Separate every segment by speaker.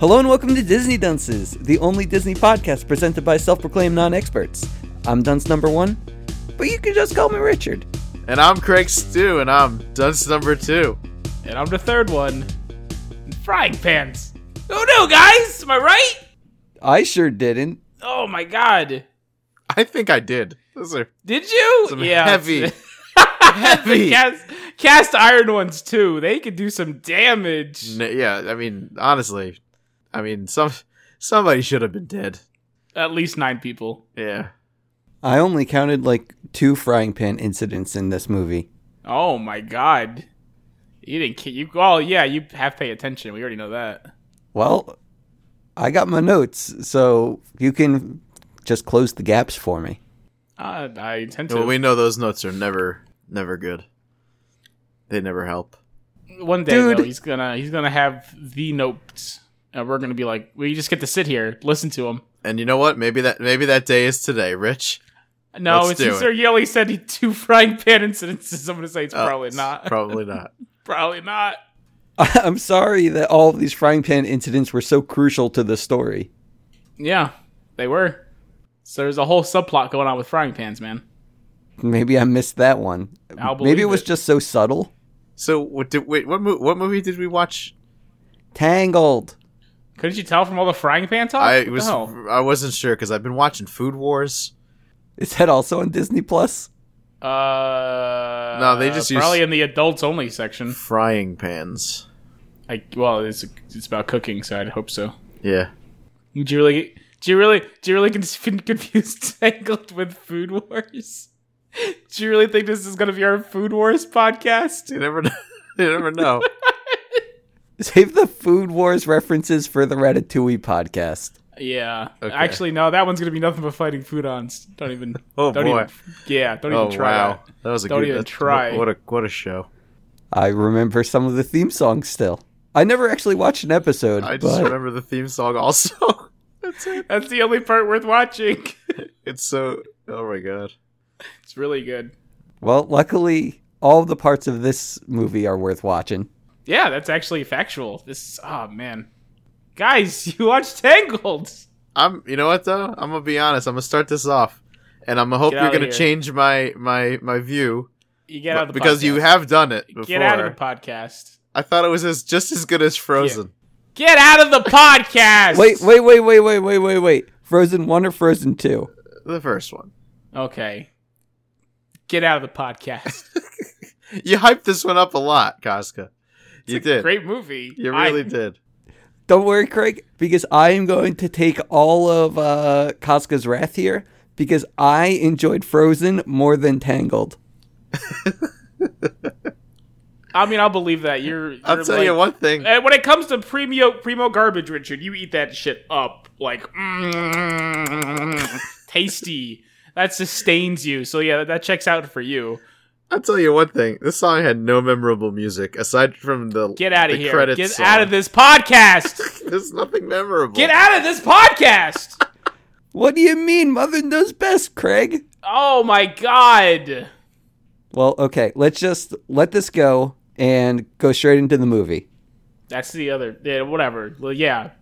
Speaker 1: Hello and welcome to Disney Dunces, the only Disney podcast presented by self proclaimed non experts. I'm dunce number one, but you can just call me Richard.
Speaker 2: And I'm Craig Stew, and I'm dunce number two.
Speaker 3: And I'm the third one. Frying pans.
Speaker 4: Oh no, guys! Am I right?
Speaker 1: I sure didn't.
Speaker 3: Oh my god.
Speaker 2: I think I did. Those are
Speaker 3: Did you?
Speaker 2: some heavy.
Speaker 3: The
Speaker 2: heavy.
Speaker 3: cast, cast iron ones too. They could do some damage.
Speaker 2: N- yeah, I mean, honestly, I mean, some somebody should have been dead.
Speaker 3: At least nine people.
Speaker 2: Yeah.
Speaker 1: I only counted like two frying pan incidents in this movie.
Speaker 3: Oh my god. You didn't. ki- You oh yeah. You have to pay attention. We already know that.
Speaker 1: Well, I got my notes, so you can just close the gaps for me.
Speaker 3: Uh, I intend to.
Speaker 2: Well, we know those notes are never, never good. They never help.
Speaker 3: One day
Speaker 1: Dude.
Speaker 3: though, he's gonna he's gonna have the notes, and we're gonna be like, we just get to sit here, listen to him.
Speaker 2: And you know what? Maybe that maybe that day is today, Rich.
Speaker 3: No,
Speaker 2: Let's do
Speaker 3: it's Sir Yelly said he two frying pan incidences. I'm gonna say it's
Speaker 2: Oh,
Speaker 3: probably
Speaker 2: it's
Speaker 3: not.
Speaker 2: Probably not.
Speaker 3: probably not.
Speaker 1: I'm sorry that all of these frying pan incidents were so crucial to the story.
Speaker 3: Yeah, they were. So there's a whole subplot going on with frying pans, man.
Speaker 1: Maybe I missed that one.
Speaker 3: I'll
Speaker 1: Maybe it
Speaker 3: believe
Speaker 1: was
Speaker 3: it.
Speaker 1: just so subtle.
Speaker 2: So what? Did, wait, what? Mo- what movie did we watch?
Speaker 1: Tangled.
Speaker 3: Couldn't you tell from all the frying pan talk?
Speaker 2: I
Speaker 3: What the
Speaker 2: was
Speaker 3: hell?
Speaker 2: I wasn't sure because I've been watching Food Wars.
Speaker 1: Is that also on Disney Plus?
Speaker 3: Uh,
Speaker 2: No, they just use-
Speaker 3: probably in the adults only section.
Speaker 2: Frying pans.
Speaker 3: I well, it's it's about cooking, so I'd hope so.
Speaker 2: Yeah.
Speaker 3: Did you really? Did you really? Did you really con- fin- confuse Tangled with Food Wars? Do you really think this is gonna be our Food Wars podcast?
Speaker 2: You never know. you never know.
Speaker 1: Save the Food Wars references for the Ratatouille podcast.
Speaker 3: Yeah.
Speaker 2: Okay.
Speaker 3: Actually, no. That one's gonna be nothing but fighting foodons. Don't even.
Speaker 2: Oh,
Speaker 3: don't
Speaker 2: boy.
Speaker 3: Even, yeah. Don't
Speaker 2: oh
Speaker 3: even try
Speaker 2: wow,
Speaker 3: that.
Speaker 2: was a
Speaker 3: Don't
Speaker 2: good.
Speaker 3: even
Speaker 2: that-
Speaker 3: try.
Speaker 2: What a what a show.
Speaker 1: I remember some of the theme songs still. I never actually watched an episode,
Speaker 2: I just
Speaker 1: but
Speaker 2: remember the theme song also. That's it.
Speaker 3: That's the only part worth watching.
Speaker 2: It's so. Oh my god.
Speaker 3: it's really good.
Speaker 1: well, luckily all the parts of this movie are worth watching.
Speaker 3: Yeah, that's actually factual. This oh man. Guys, you watched Tangled.
Speaker 2: I'm. You know what though? I'm gonna be honest. I'm gonna start this off, and I'm gonna hope
Speaker 3: Get
Speaker 2: you're
Speaker 3: outta
Speaker 2: gonna
Speaker 3: here.
Speaker 2: change my my my view
Speaker 3: You get out of
Speaker 2: but-
Speaker 3: the
Speaker 2: because you
Speaker 3: podcast.
Speaker 2: have done it before.
Speaker 3: Get out of the podcast.
Speaker 2: I thought it was as, just as good as Frozen.
Speaker 3: Get out of the podcast.
Speaker 1: Wait, wait, wait, wait, wait, wait, wait, wait. Frozen 1 or Frozen 2?
Speaker 2: The first one.
Speaker 3: Okay. Get out of the podcast.
Speaker 2: You hyped this one up a lot, Casca. You
Speaker 3: It's a
Speaker 2: did.
Speaker 3: Great movie.
Speaker 2: you
Speaker 3: I-
Speaker 2: really did.
Speaker 1: Don't worry, Craig, because I am going to take all of uh Casca's wrath here because I enjoyed Frozen more than Tangled.
Speaker 3: I mean, I'll believe that. You're.
Speaker 2: I'll
Speaker 3: you're
Speaker 2: tell
Speaker 3: like-
Speaker 2: you one thing.
Speaker 3: And when it comes to primo primo garbage, Richard, you eat that shit up like mm, tasty. That sustains you. So yeah, that checks out for you.
Speaker 2: I'll tell you one thing. This song had no memorable music aside from the
Speaker 3: Get out of
Speaker 2: the
Speaker 3: here.
Speaker 2: credits
Speaker 3: Get
Speaker 2: song.
Speaker 3: out of this podcast.
Speaker 2: There's nothing memorable.
Speaker 3: Get out of this podcast.
Speaker 1: What do you mean mother knows best, Craig?
Speaker 3: Oh my god.
Speaker 1: Well, okay, let's just let this go and go straight into the movie.
Speaker 3: That's the other. Yeah, whatever. Well, yeah.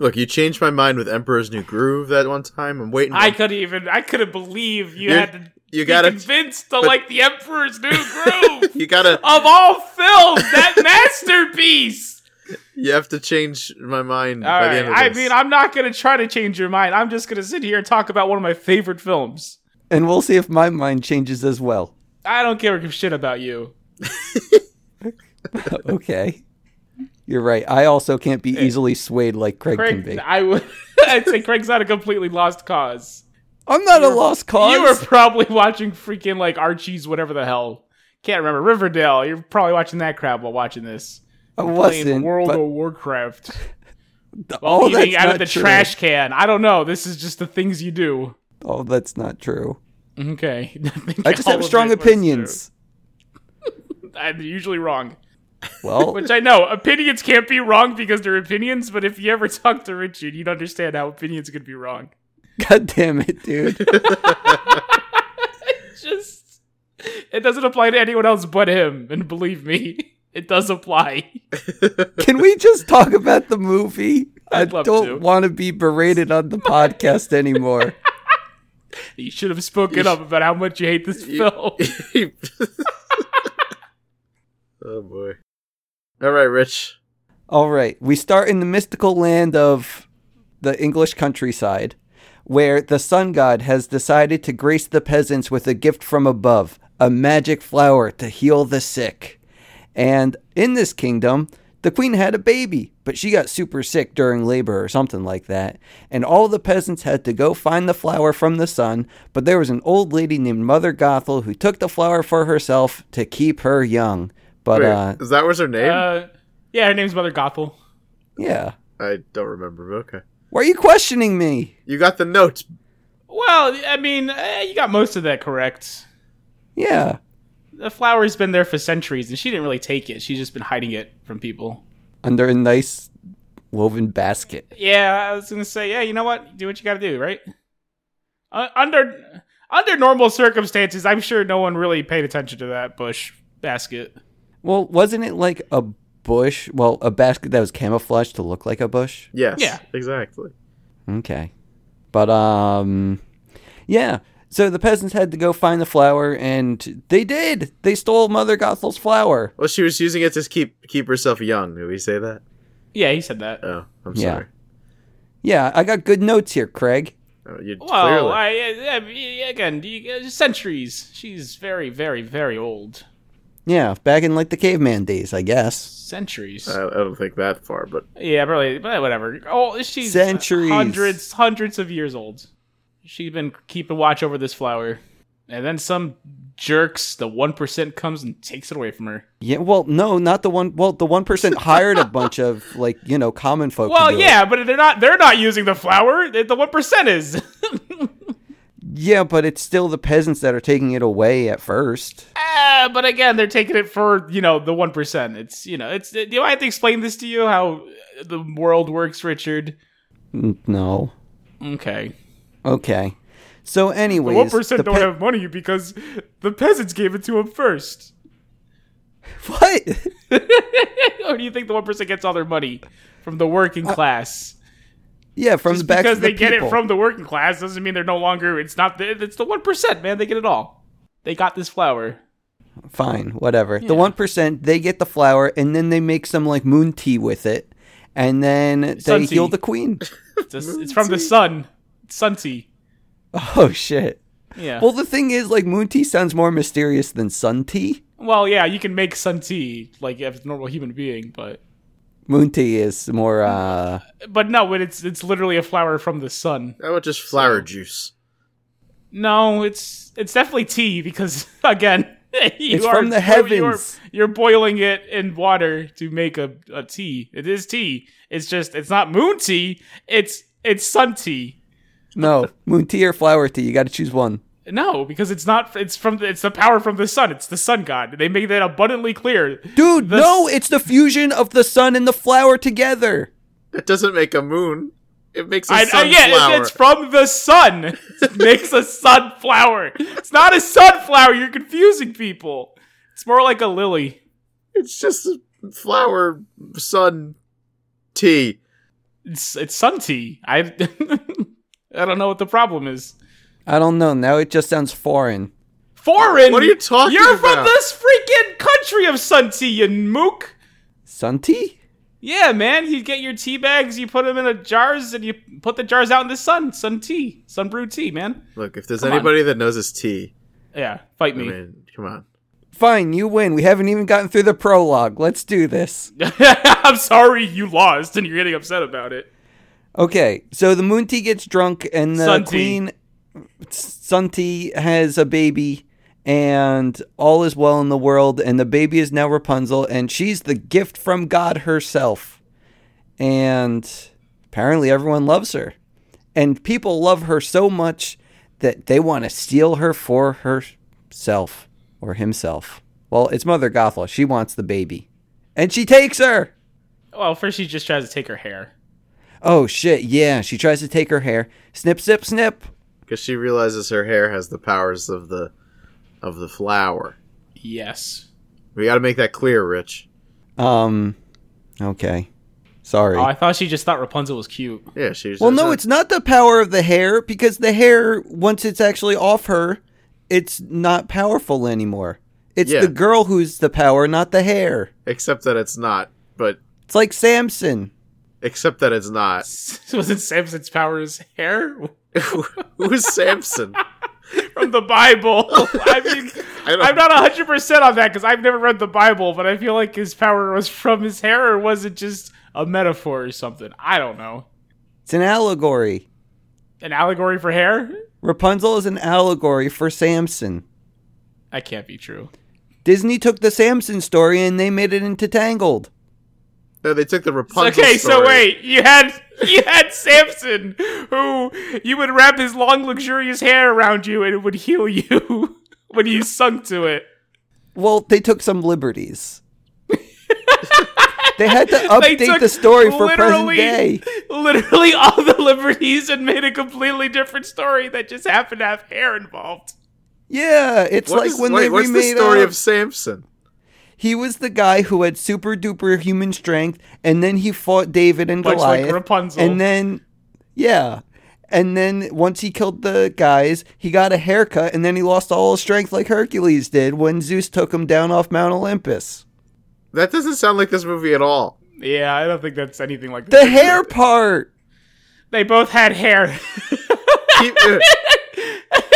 Speaker 2: Look, you changed my mind with Emperor's New Groove that one time. I'm waiting.
Speaker 3: I couldn't even. I couldn't believe you
Speaker 2: You're-
Speaker 3: had to.
Speaker 2: you
Speaker 3: be
Speaker 2: gotta-
Speaker 3: convinced to like the Emperor's New Groove
Speaker 2: you gotta.
Speaker 3: of all films. That masterpiece.
Speaker 2: You have to change my mind
Speaker 3: All
Speaker 2: by
Speaker 3: right.
Speaker 2: the end of
Speaker 3: I
Speaker 2: this.
Speaker 3: mean, I'm not going to try to change your mind. I'm just going to sit here and talk about one of my favorite films.
Speaker 1: And we'll see if my mind changes as well.
Speaker 3: I don't give a shit about you.
Speaker 1: okay. You're right. I also can't be easily swayed like Craig, can
Speaker 3: Craig,
Speaker 1: be.
Speaker 3: I would. I'd say Craig's not a completely lost cause.
Speaker 1: I'm not a lost cause.
Speaker 3: You were probably watching freaking like Archie's whatever the hell. Can't remember Riverdale. You're probably watching that crap while watching this.
Speaker 1: I
Speaker 3: Playing
Speaker 1: wasn't.
Speaker 3: World
Speaker 1: but
Speaker 3: of Warcraft.
Speaker 1: all
Speaker 3: eating
Speaker 1: that's
Speaker 3: out
Speaker 1: not
Speaker 3: of the
Speaker 1: true.
Speaker 3: trash can. I don't know. This is just the things you do.
Speaker 1: Oh, that's not true.
Speaker 3: Okay. think
Speaker 1: I just
Speaker 3: all
Speaker 1: have
Speaker 3: of
Speaker 1: strong
Speaker 3: it was
Speaker 1: opinions.
Speaker 3: true. I'm usually wrong.
Speaker 1: Well,
Speaker 3: Which I know, opinions can't be wrong because they're opinions, but if you ever talk to Richard, you'd understand how opinions could be wrong.
Speaker 1: god damn it, dude.
Speaker 3: Just it doesn't apply to anyone else but him, and believe me, it does apply.
Speaker 1: Can we just talk about the movie?
Speaker 3: I'd
Speaker 1: I
Speaker 3: love
Speaker 1: don't
Speaker 3: to.
Speaker 1: want to be berated on the podcast anymore.
Speaker 3: You should have spoken
Speaker 2: You sh-
Speaker 3: up about how much you hate this
Speaker 2: You-
Speaker 3: film.
Speaker 2: oh boy. All right, Rich.
Speaker 1: All right. We start in the mystical land of the English countryside, where the sun god has decided to grace the peasants with a gift from above, a magic flower to heal the sick. And in this kingdom, the queen had a baby, but she got super sick during labor or something like that. And all the peasants had to go find the flower from the sun, but there was an old lady named Mother Gothel who took the flower for herself to keep her young. But
Speaker 2: Wait,
Speaker 1: uh,
Speaker 2: is that was her name?
Speaker 3: Uh, yeah, her name's Mother Gothel.
Speaker 1: yeah.
Speaker 2: I don't remember. but Okay.
Speaker 1: Why are you questioning me?
Speaker 2: You got the notes.
Speaker 3: Well, I mean, eh, you got most of that correct.
Speaker 1: Yeah.
Speaker 3: The flower's been there for centuries, and she didn't really take it. She's just been hiding it from people.
Speaker 1: Under a nice woven basket.
Speaker 3: Yeah, I was gonna say, yeah, you know what? Do what you gotta do, right? Uh, under under normal circumstances, I'm sure no one really paid attention to that bush basket.
Speaker 1: Well, wasn't it like a bush? Well, a basket that was camouflaged to look like a bush.
Speaker 2: Yes.
Speaker 3: Yeah.
Speaker 2: Exactly.
Speaker 1: Okay. But um yeah. So the peasants had to go find the flower and they did. They stole Mother Gothel's flower.
Speaker 2: Well, she was using it to keep keep herself young. Did we say that?
Speaker 3: Yeah, he said that.
Speaker 2: Oh, I'm
Speaker 1: Yeah.
Speaker 2: sorry.
Speaker 1: Yeah, I got good notes here, Craig.
Speaker 2: Oh, you
Speaker 3: Well,
Speaker 2: clearly.
Speaker 3: I, I, I- again, you- uh, centuries. She's very, very, very old.
Speaker 1: Yeah, back in like the caveman days, I guess.
Speaker 3: Centuries.
Speaker 2: I, I don't think that far, but
Speaker 3: yeah, probably, but whatever. Oh, she's
Speaker 1: Centuries.
Speaker 3: hundreds, hundreds of years old. She's been keeping watch over this flower, and then some jerks, the one percent, comes and takes it away from her.
Speaker 1: Yeah, well, no, not the one. Well, the one person hired a bunch of like you know common folk. to
Speaker 3: Well,
Speaker 1: do it.
Speaker 3: yeah, but they're not they're not using the flower. The one percent is.
Speaker 1: yeah, but it's still the peasants that are taking it away at first.
Speaker 3: Ah, but again, they're taking it for you know the one percent. It's you know it's. Do I have to explain this to you how the world works, Richard?
Speaker 1: N- No.
Speaker 3: Okay.
Speaker 1: Okay. So, anyways,
Speaker 3: One percent
Speaker 1: the
Speaker 3: don't
Speaker 1: pe-
Speaker 3: have money because the peasants gave it to them first.
Speaker 1: what?
Speaker 3: or do you think the one percent gets all their money from the working class?
Speaker 1: yeah, from the
Speaker 3: Just
Speaker 1: Uh, back
Speaker 3: because
Speaker 1: of the
Speaker 3: they get it
Speaker 1: people.
Speaker 3: from the working class doesn't mean they're no longer. It's not. The, it's the one percent, man. They get it all. They got this flower.
Speaker 1: Fine, whatever. The one percent they get the flower, and then they make some like moon tea with it, and then
Speaker 3: Sun
Speaker 1: they heal
Speaker 3: tea.
Speaker 1: the queen.
Speaker 3: It's, a- it's from the sun. It's sun tea.
Speaker 1: oh shit.
Speaker 3: Yeah.
Speaker 1: Well, the thing is, like moon tea sounds more mysterious than sun tea.
Speaker 3: Well, yeah, you can make sun tea like as a normal human being, but
Speaker 1: Moon tea is more. uh
Speaker 3: but no, but it's it's literally a flower from the sun.
Speaker 2: how about just flower juice?
Speaker 3: No, it's it's definitely tea because again, you
Speaker 1: It's
Speaker 3: are
Speaker 1: from the
Speaker 3: You're,
Speaker 1: heavens.
Speaker 3: you're boiling it in water to make a, a tea. It is tea. It's just it's not moon tea. It's it's sun tea.
Speaker 1: No, moon tea or flower tea. You got to choose one.
Speaker 3: No, because it's not. It's from it's the power from the sun. It's the sun god. They make that abundantly clear.
Speaker 1: Dude,
Speaker 3: The
Speaker 1: no, it's the fusion of the sun and the flower together.
Speaker 2: That doesn't make a moon. It makes a
Speaker 3: I, I,
Speaker 2: sunflower.
Speaker 3: yeah, it- it's from the sun. It makes a sunflower. It's not a sunflower. You're confusing people. It's more like a lily.
Speaker 2: It's just a flower, sun, tea.
Speaker 3: It's it's sun tea. I I don't know what the problem is.
Speaker 1: I don't know. Now it just sounds foreign.
Speaker 3: Foreign.
Speaker 2: What are you talking
Speaker 3: You're from
Speaker 2: about?
Speaker 3: this freaking country of sun tea, you mook.
Speaker 1: Sun tea?
Speaker 3: Yeah, man. You get your tea bags, you put them in a jars, and you put the jars out in the sun. Sun tea, sun brewed tea, man.
Speaker 2: Look, if there's
Speaker 3: Come on.
Speaker 2: anybody that knows it's tea,
Speaker 3: Yeah, fight
Speaker 2: I
Speaker 3: me.
Speaker 2: mean, come on.
Speaker 1: Fine, you win. We haven't even gotten through the prologue. Let's do this.
Speaker 3: I'm sorry you lost and you're getting upset about it.
Speaker 1: Okay, so the Moon Tea gets drunk, and the
Speaker 3: Sun Tea.
Speaker 1: queen, Sun Tea, has a baby, and all is well in the world. And the baby is now Rapunzel, and she's the gift from God herself. And apparently, everyone loves her, and people love her so much that they want to steal her for herself or himself. Well, it's Mother Gothel. She wants the baby, and she takes her.
Speaker 3: Well, first she just tries to take her hair.
Speaker 1: Oh shit, yeah. She tries to take her hair. Snip, snip, snip.
Speaker 2: because she realizes her hair has the powers of the of the flower.
Speaker 3: Yes.
Speaker 2: We got to make that clear, Rich.
Speaker 1: Um, okay. Sorry.
Speaker 3: Oh, I thought she just thought Rapunzel was cute.
Speaker 2: Yeah, she's
Speaker 1: well, no, it's not the power of the hair because the hair, once it's actually off her, it's not powerful anymore. It's
Speaker 2: Yeah.
Speaker 1: the girl who's the power, not the hair.
Speaker 2: except that it's not. But
Speaker 1: It's like Samson.
Speaker 2: except that it's not.
Speaker 3: Wasn't Samson's power his hair
Speaker 2: Who's Samson?
Speaker 3: from the Bible? I mean,
Speaker 2: I don't-
Speaker 3: I'm not 100% on that because I've never read the Bible, but I feel like his power was from his hair or was it just a metaphor or something? I don't know.
Speaker 1: It's an allegory.
Speaker 3: An allegory for hair?
Speaker 1: Rapunzel is an allegory for Samson.
Speaker 3: That can't be true.
Speaker 1: Disney took the Samson story and they made it into Tangled.
Speaker 2: No, they took the Rapunzel.
Speaker 3: Okay, so
Speaker 2: story.
Speaker 3: wait, you had you had Samson, who you would wrap his long, luxurious hair around you, and it would heal you when you sunk to it.
Speaker 1: Well, they took some liberties. they had to
Speaker 3: They
Speaker 1: update
Speaker 3: took
Speaker 1: the story for present
Speaker 3: literally-
Speaker 1: day.
Speaker 3: Literally all the liberties and made a completely different story that just happened to have hair involved.
Speaker 1: Yeah, it's
Speaker 2: What
Speaker 1: like
Speaker 2: is-
Speaker 1: when
Speaker 2: wait,
Speaker 1: they
Speaker 2: what's
Speaker 1: remade
Speaker 2: the story
Speaker 1: uh,
Speaker 2: of Samson?
Speaker 1: He was the guy who had super duper human strength, and then he fought David and
Speaker 3: Much like
Speaker 1: Goliath,
Speaker 3: Rapunzel.
Speaker 1: and then yeah, and then once he killed the guys, he got a haircut, and then he lost all his strength like Hercules did when Zeus took him down off Mount Olympus.
Speaker 2: That doesn't sound like this movie at all.
Speaker 3: Yeah, I don't think that's anything like
Speaker 1: The hair part.
Speaker 3: They both had hair.
Speaker 2: Keep, uh,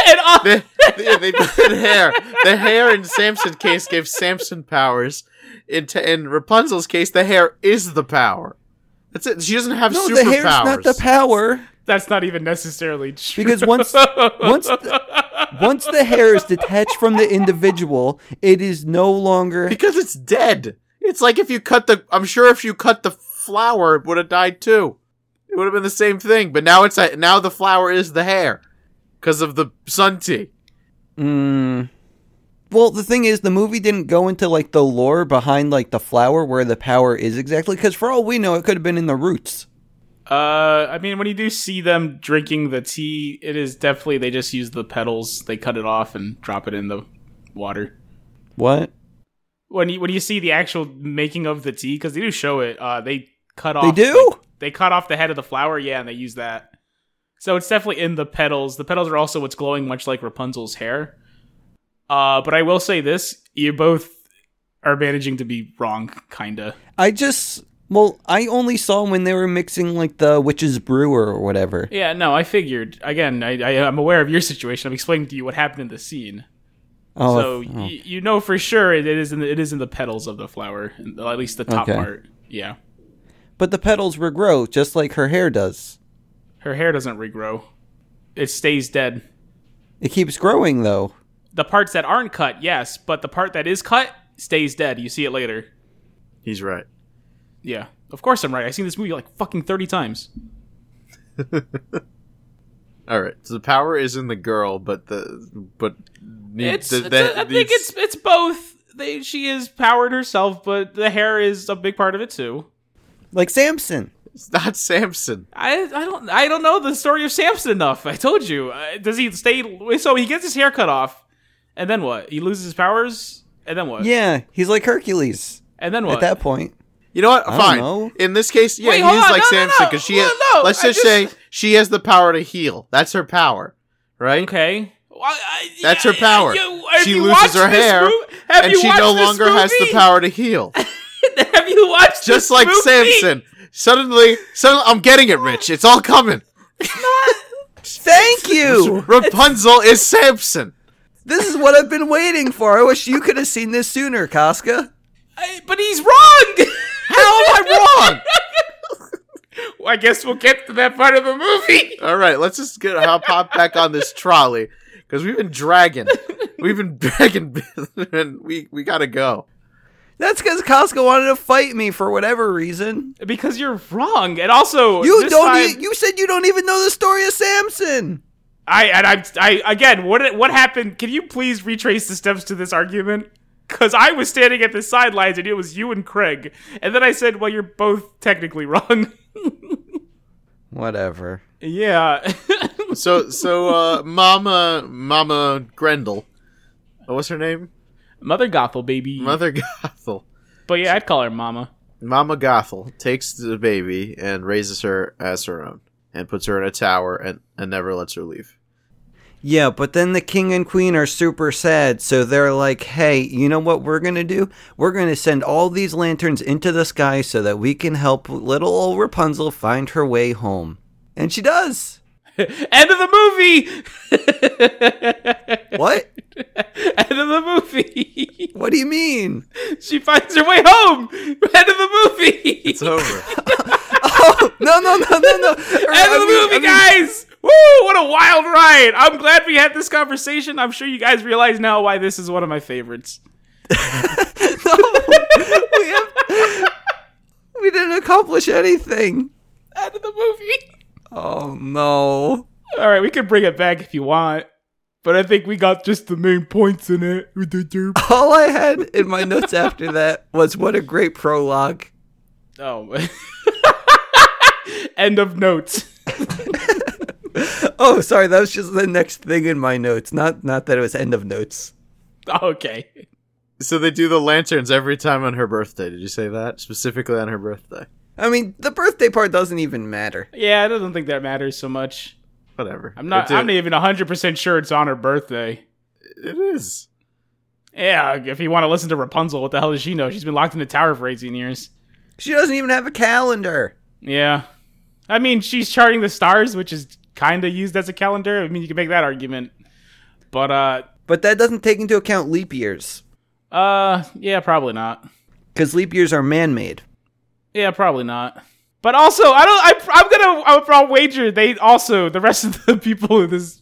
Speaker 3: and all-
Speaker 2: the, the, they put the hair. The hair in Samson's case gave Samson powers. In, t- in Rapunzel's case, the hair is the power. That's it. She doesn't have
Speaker 1: No,
Speaker 2: superpowers.
Speaker 1: the hair's not the power
Speaker 3: that's not even necessarily true.
Speaker 1: because once once the, once the hair is detached from the individual, it is no longer
Speaker 2: because it's dead. It's like if you cut the. I'm sure if you cut the flower, it would have died too. It would have been the same thing. But now it's a, now the flower is the hair because of the sun tea.
Speaker 3: Hmm.
Speaker 1: Mm. Well, the thing is, the movie didn't go into like the lore behind like the flower where the power is exactly. Because for all we know, it could have been in the roots.
Speaker 3: Uh, I mean, when you do see them drinking the tea, it is definitely they just use the petals. They cut it off and drop it in the water.
Speaker 1: What?
Speaker 3: When you when you see the actual making of the tea, because they do show it, uh, they cut off.
Speaker 1: They do?
Speaker 3: they cut off the head of the flower, yeah, and they use that. So it's definitely in the petals. The petals are also what's glowing, much like Rapunzel's hair. Uh, but I will say this: you both are managing to be wrong, kinda.
Speaker 1: I just well, I only saw when they were mixing like the witch's brewer or whatever.
Speaker 3: Yeah, no, I figured. Again, I, I am aware of your situation. I'm explaining to you what happened in the scene.
Speaker 1: Oh,
Speaker 3: so
Speaker 1: if-
Speaker 3: y- you know for sure it, it is in the, it is in the petals of the flower, at least the top
Speaker 1: Okay.
Speaker 3: part. Yeah,
Speaker 1: but the petals regrow just like her hair does.
Speaker 3: her hair doesn't regrow; it stays dead.
Speaker 1: It keeps growing though.
Speaker 3: The parts that aren't cut, yes, but the part that is cut stays dead. You see it later.
Speaker 2: He's right.
Speaker 3: Yeah, of course I'm right. I've seen this movie like fucking thirty times.
Speaker 2: All right. So the power is in the girl, but the but need-
Speaker 3: It's,
Speaker 2: th-
Speaker 3: it's
Speaker 2: that
Speaker 3: a- I think
Speaker 2: needs-
Speaker 3: it's it's both. They, she is powered herself, but the hair is a big part of it too.
Speaker 1: Like Samson.
Speaker 2: it's not Samson.
Speaker 3: I, I don't I don't know the story of Samson enough. I told you. Uh, does he stay? So he gets his hair cut off, and then what? He loses his powers, and then what?
Speaker 1: Yeah, he's like Hercules
Speaker 3: And then what?
Speaker 1: at that point.
Speaker 2: You know what?
Speaker 1: don't
Speaker 2: Fine.
Speaker 1: know.
Speaker 2: In this case, yeah,
Speaker 3: Wait,
Speaker 2: he's
Speaker 3: hold on.
Speaker 2: like
Speaker 3: No, no,
Speaker 2: Samson
Speaker 3: no.
Speaker 2: because she.
Speaker 3: Well,
Speaker 2: has,
Speaker 3: no,
Speaker 2: let's
Speaker 3: I
Speaker 2: just,
Speaker 3: just-
Speaker 2: say she has the power to heal. That's her power, right?
Speaker 3: okay. Well, I-
Speaker 2: That's her
Speaker 3: yeah,
Speaker 2: power.
Speaker 3: you- have
Speaker 2: she
Speaker 3: you
Speaker 2: loses
Speaker 3: watched
Speaker 2: her
Speaker 3: this
Speaker 2: hair,
Speaker 3: mov- have
Speaker 2: and
Speaker 3: you
Speaker 2: she
Speaker 3: watched
Speaker 2: no
Speaker 3: this
Speaker 2: longer has the
Speaker 3: movie?
Speaker 2: power to heal.
Speaker 3: have you watched
Speaker 2: Just
Speaker 3: this
Speaker 2: like
Speaker 3: movie?
Speaker 2: Samson. Suddenly, suddenly, I'm getting it, Rich. It's all coming.
Speaker 1: Thank you.
Speaker 2: Rapunzel is Samson.
Speaker 1: This is what I've been waiting for. I wish you could have seen this sooner, Casca.
Speaker 3: I- but he's wrong.
Speaker 2: How am I
Speaker 3: Well, I guess we'll get to that part of the movie.
Speaker 2: wrong? All right, let's just get hop hop back on this trolley because we've been dragging, we've been dragging, and we we gotta go.
Speaker 1: That's because Casca wanted to fight me for whatever reason.
Speaker 3: Because you're wrong, and also
Speaker 1: You
Speaker 3: this
Speaker 1: don't. e-
Speaker 3: time-
Speaker 1: you said you don't even know the story of Samson.
Speaker 3: I and I, I again. What what happened? Can you please retrace the steps to this argument? Because I was standing at the sidelines, and it was you and Craig, and then I said, "Well, you're both technically wrong."
Speaker 1: Whatever.
Speaker 3: yeah.
Speaker 2: So so uh, Mama Mama Grendel, oh, what's her name?
Speaker 3: Mother Gothel, baby.
Speaker 2: Mother Gothel.
Speaker 3: But yeah, I'd call her Mama.
Speaker 2: Mama Gothel takes the baby and raises her as her own and puts her in a tower and, and never lets her leave.
Speaker 1: Yeah, but then the king and queen are super sad, so they're like, hey, you know what we're going to do? We're going to send all these lanterns into the sky so that we can help little old Rapunzel find her way home. And she does.
Speaker 3: End of the movie.
Speaker 1: What?
Speaker 3: End of the movie.
Speaker 1: what do you mean?
Speaker 3: she finds her way home. End of the movie.
Speaker 2: It's over.
Speaker 1: Oh, no, no, no, no, no.
Speaker 3: End of the movie, guys! Woo! What a wild ride! I'm glad we had this conversation. I'm sure you guys realize now why this is one of my favorites.
Speaker 1: No. we, have, we didn't accomplish anything.
Speaker 3: End of the movie.
Speaker 1: Oh, no.
Speaker 3: All right, we could bring it back if you want, but I think we got just the main points in it.
Speaker 1: All I had in my notes after that was what a great prologue.
Speaker 3: Oh. End of notes.
Speaker 1: Oh, sorry, that was just the next thing in my notes. Not not that it was end of notes.
Speaker 3: Okay.
Speaker 2: so they do the lanterns every time on her birthday. Did you say that? Specifically on her birthday.
Speaker 1: I mean, the birthday part doesn't even matter.
Speaker 3: Yeah, I don't think that matters so much.
Speaker 2: Whatever.
Speaker 3: I'm not.
Speaker 2: They do
Speaker 3: I'm not
Speaker 2: it.
Speaker 3: even 100 percent sure it's on her birthday.
Speaker 2: it is.
Speaker 3: Yeah, if you want to listen to Rapunzel, what the hell does she know? She's been locked in the tower for 18 years.
Speaker 1: She doesn't even have a calendar.
Speaker 3: Yeah. I mean, she's charting the stars, which is kind of used as a calendar. I mean, you can make that argument. But uh
Speaker 1: But that doesn't take into account leap years
Speaker 3: uh yeah, probably not.
Speaker 1: cuz leap years are man-made.
Speaker 3: Yeah, probably not. But also, I don't I I'm going to I'll, I'll wager they also the rest of the people in this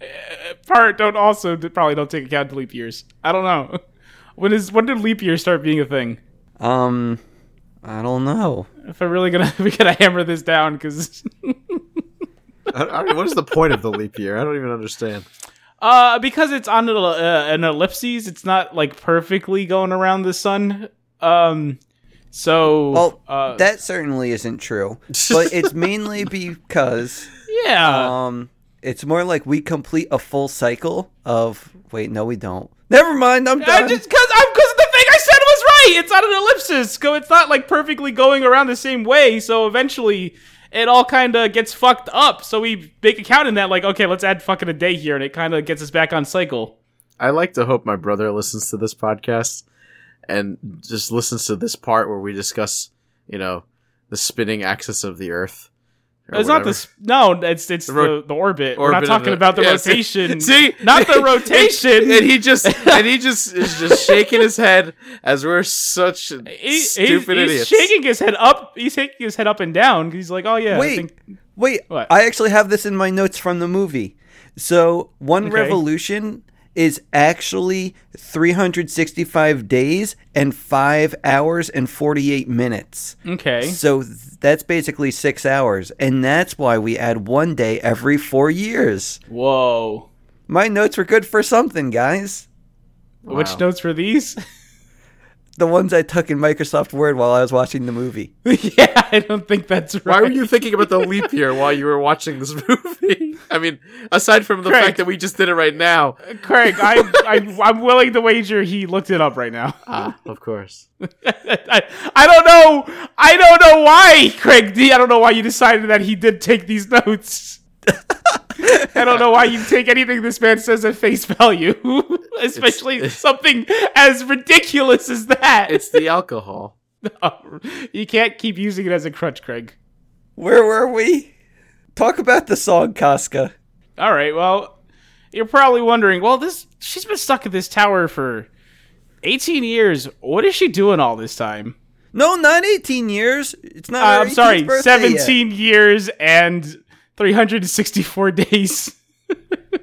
Speaker 3: uh, part don't also probably don't take account of leap years. I don't know. When is when did leap years start being a thing?
Speaker 1: Um I don't know.
Speaker 3: If I'm really gonna we gotta hammer this down because
Speaker 2: I, I mean, what is the point of the leap year? I don't even understand.
Speaker 3: Uh, because it's on an, uh, an ellipses, it's not like perfectly going around the sun. Um, so
Speaker 1: Well,
Speaker 3: uh,
Speaker 1: that certainly isn't true. But it's mainly because
Speaker 3: yeah,
Speaker 1: um it's more like we complete a full cycle of wait, no we don't. Never mind, I'm
Speaker 3: I
Speaker 1: done.
Speaker 3: just because I'm because the thing I said was right. It's on an ellipsis, go. It's not like perfectly going around the same way. So eventually, it all kind of gets fucked up. So we make a count in that, like, okay, let's add fucking a day here, and it kind of gets us back on cycle.
Speaker 2: I like to hope my brother listens to this podcast and just listens to this part where we discuss, you know, the spinning axis of the Earth. or
Speaker 3: It's not
Speaker 2: whatever.
Speaker 3: this. No, it's it's the,
Speaker 2: The ro-
Speaker 3: the, orbit. We're not
Speaker 2: orbit of
Speaker 3: talking
Speaker 2: the-
Speaker 3: about the
Speaker 2: Yeah, see-
Speaker 3: rotation.
Speaker 2: see?
Speaker 3: not the rotation.
Speaker 2: and he just and he just is just shaking his head as we're such
Speaker 3: He-
Speaker 2: stupid
Speaker 3: he's,
Speaker 2: idiots.
Speaker 3: He's shaking his head up. He's shaking his head up and down. 'cause He's like, "Oh yeah, I
Speaker 1: Wait,
Speaker 3: think-
Speaker 1: wait.
Speaker 3: What?
Speaker 1: I actually have this in my notes from the movie. So one
Speaker 3: Okay.
Speaker 1: revolution is actually 365 days and five hours and 48 minutes.
Speaker 3: okay."
Speaker 1: So th- that's basically six hours, and that's why we add one day every four years.
Speaker 3: Whoa.
Speaker 1: My notes were good for something, guys.
Speaker 3: Which
Speaker 2: Wow.
Speaker 3: notes were these?
Speaker 1: The ones I took in Microsoft Word while I was watching the movie.
Speaker 3: yeah, I don't think that's right.
Speaker 2: Why were you thinking about the leap year while you were watching this movie? I mean, aside from the
Speaker 3: Craig.
Speaker 2: fact that we just did it right now.
Speaker 3: Craig? I, I I'm willing to wager he looked it up right now.
Speaker 2: Ah, of course.
Speaker 3: I, I don't know. I don't know why, Craig D. I don't know why you decided that he did take these notes. I don't know why you take anything this man says at face value, especially
Speaker 2: it's-
Speaker 3: something as ridiculous as that.
Speaker 2: It's the alcohol.
Speaker 3: you can't keep using it as a crutch, Craig.
Speaker 1: Where were we? Talk about the song, Casca.
Speaker 3: All right, well, You're probably wondering, well, this she's been stuck in this tower for 18 years. What is she doing all this time?
Speaker 1: No, not 18 years. It's not.
Speaker 3: Uh,
Speaker 1: her
Speaker 3: I'm sorry,
Speaker 1: 18th birthday yet.
Speaker 3: 17 years and 364 days,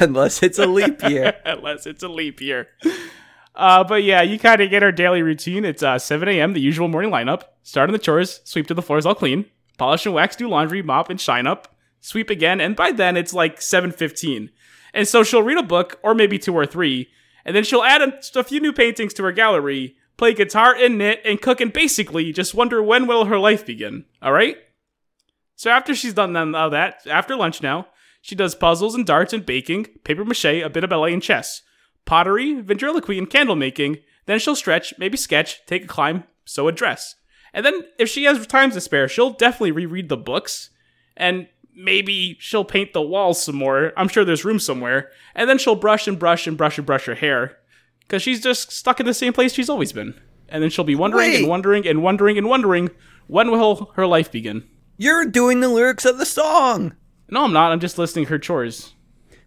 Speaker 1: Unless it's a leap year.
Speaker 3: unless it's a leap year. Uh, but yeah, you kind of get our daily routine. It's uh, 7 a.m., the usual morning lineup. Start on the chores, sweep till the floors all clean, polish and wax, do laundry, mop and shine up, sweep again, and by then it's like 7.15. And so she'll read a book, or maybe two or three, and then she'll add a, a few new paintings to her gallery, play guitar and knit and cook, and basically just wonder when will her life begin, all right? So after she's done none of that, after lunch now, she does puzzles and darts and baking, paper mache, a bit of ballet and chess, pottery, ventriloquy, and candle making. Then she'll stretch, maybe sketch, take a climb, sew a dress. And then if she has time to spare, she'll definitely reread the books and maybe she'll paint the walls some more. I'm sure there's room somewhere. And then she'll brush and brush and brush and brush her hair because she's just stuck in the same place she's always been. And then she'll be wondering
Speaker 1: Wait.
Speaker 3: and wondering and wondering and wondering when will her life begin.
Speaker 1: You're doing the lyrics of the song.
Speaker 3: No, I'm not. I'm just listing her chores.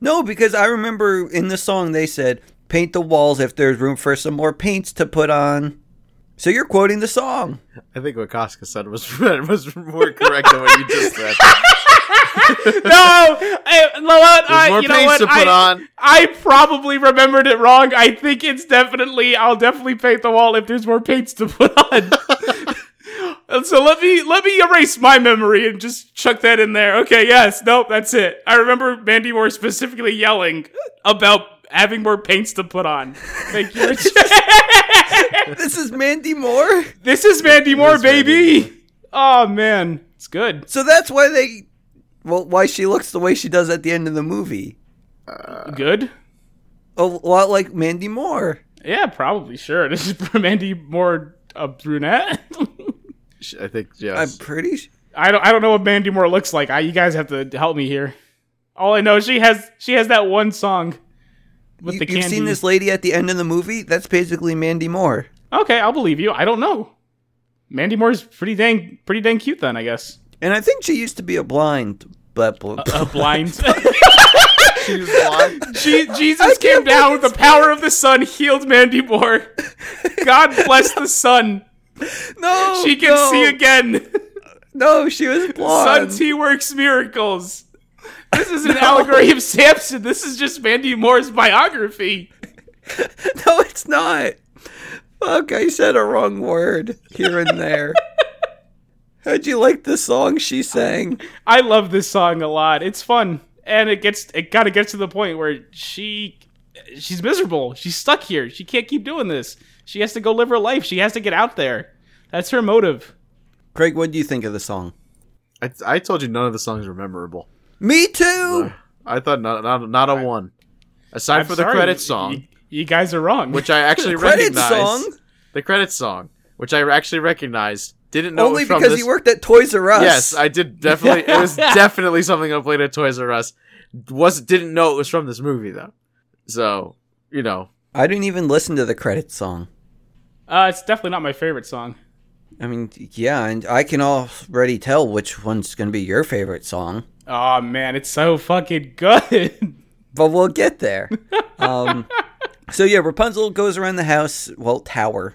Speaker 1: No, because I remember in the song they said, paint the walls if there's room for some more paints to put on. So you're quoting the song.
Speaker 2: I think what Casca said was was more correct than what you just said.
Speaker 3: no, I, you know what?
Speaker 2: There's
Speaker 3: I,
Speaker 2: more
Speaker 3: you know
Speaker 2: paints
Speaker 3: what?
Speaker 2: to put
Speaker 3: I,
Speaker 2: on.
Speaker 3: I probably remembered it wrong. I think it's definitely. I'll definitely paint the wall if there's more paints to put on. And so let me let me erase my memory and just chuck that in there. Okay, yes, nope, that's it. I remember Mandy Moore specifically yelling about having more paints to put on. Thank you.
Speaker 1: This is Mandy Moore.
Speaker 3: this is Mandy Moore,
Speaker 2: Mandy
Speaker 3: baby. Oh man, it's good.
Speaker 1: So that's why they, well, why she looks the way she does at the end of the movie.
Speaker 3: good.
Speaker 1: A lot like Mandy Moore.
Speaker 3: Yeah, probably sure. This is Mandy Moore a brunette.
Speaker 2: Sh- I think
Speaker 1: I'm
Speaker 2: yes.
Speaker 1: pretty. Sh-
Speaker 3: I don't I don't know what Mandy Moore looks like. I, you guys have to help me here. All I know is she has she has that one song with
Speaker 1: you,
Speaker 3: the candy.
Speaker 1: you've seen this lady at the end of the movie. That's basically Mandy Moore.
Speaker 3: Okay, I'll believe you. I don't know. Mandy Moore's pretty dang pretty dang cute then, I guess.
Speaker 1: And I think she used to be a blind, but bl-
Speaker 3: A blind
Speaker 2: She was blind.
Speaker 3: Je- Jesus
Speaker 1: can't
Speaker 3: came down
Speaker 1: believe
Speaker 3: with the power of the sun, healed Mandy Moore. God bless the sun.
Speaker 1: no,
Speaker 3: She can
Speaker 1: Oh, no,
Speaker 3: see again.
Speaker 1: No, she was
Speaker 3: Sun
Speaker 1: blonde.
Speaker 3: T works miracles. This is an allegory of Samson. This is just Mandy Moore's biography.
Speaker 1: no, it's not. Fuck, I said a wrong word here and there. How'd you like the song she sang?
Speaker 3: I love this song a lot. It's fun, and it gets it kind of gets to the point where she she's miserable. She's stuck here. She can't keep doing this. She has to go live her life. She has to get out there. That's her motive.
Speaker 1: Craig, what do you think of the song?
Speaker 2: I, I told you none of the songs were memorable.
Speaker 1: Me too.
Speaker 2: I thought not not, not a one. Aside
Speaker 3: I'm
Speaker 2: for the
Speaker 3: sorry,
Speaker 2: credit
Speaker 3: you-
Speaker 2: song,
Speaker 3: You, you guys are wrong.
Speaker 2: which I actually
Speaker 1: Credit
Speaker 2: recognized.
Speaker 1: song?
Speaker 2: The credit song, which I actually recognized. Didn't know it
Speaker 1: Only
Speaker 2: was from
Speaker 1: because
Speaker 2: this-
Speaker 1: he worked at Toys R Us.
Speaker 2: Yes, I did definitely. it was definitely something I played at Toys R Us. Was didn't know it was from this movie though. So you know,
Speaker 1: I didn't even listen to the credit song.
Speaker 3: uh, it's definitely not my favorite song.
Speaker 1: I mean, yeah, and I can already tell which one's going to be your favorite song,
Speaker 3: Oh man, it's so fucking good.
Speaker 1: but we'll get there. um, so, yeah, Rapunzel goes around the house, well, tower,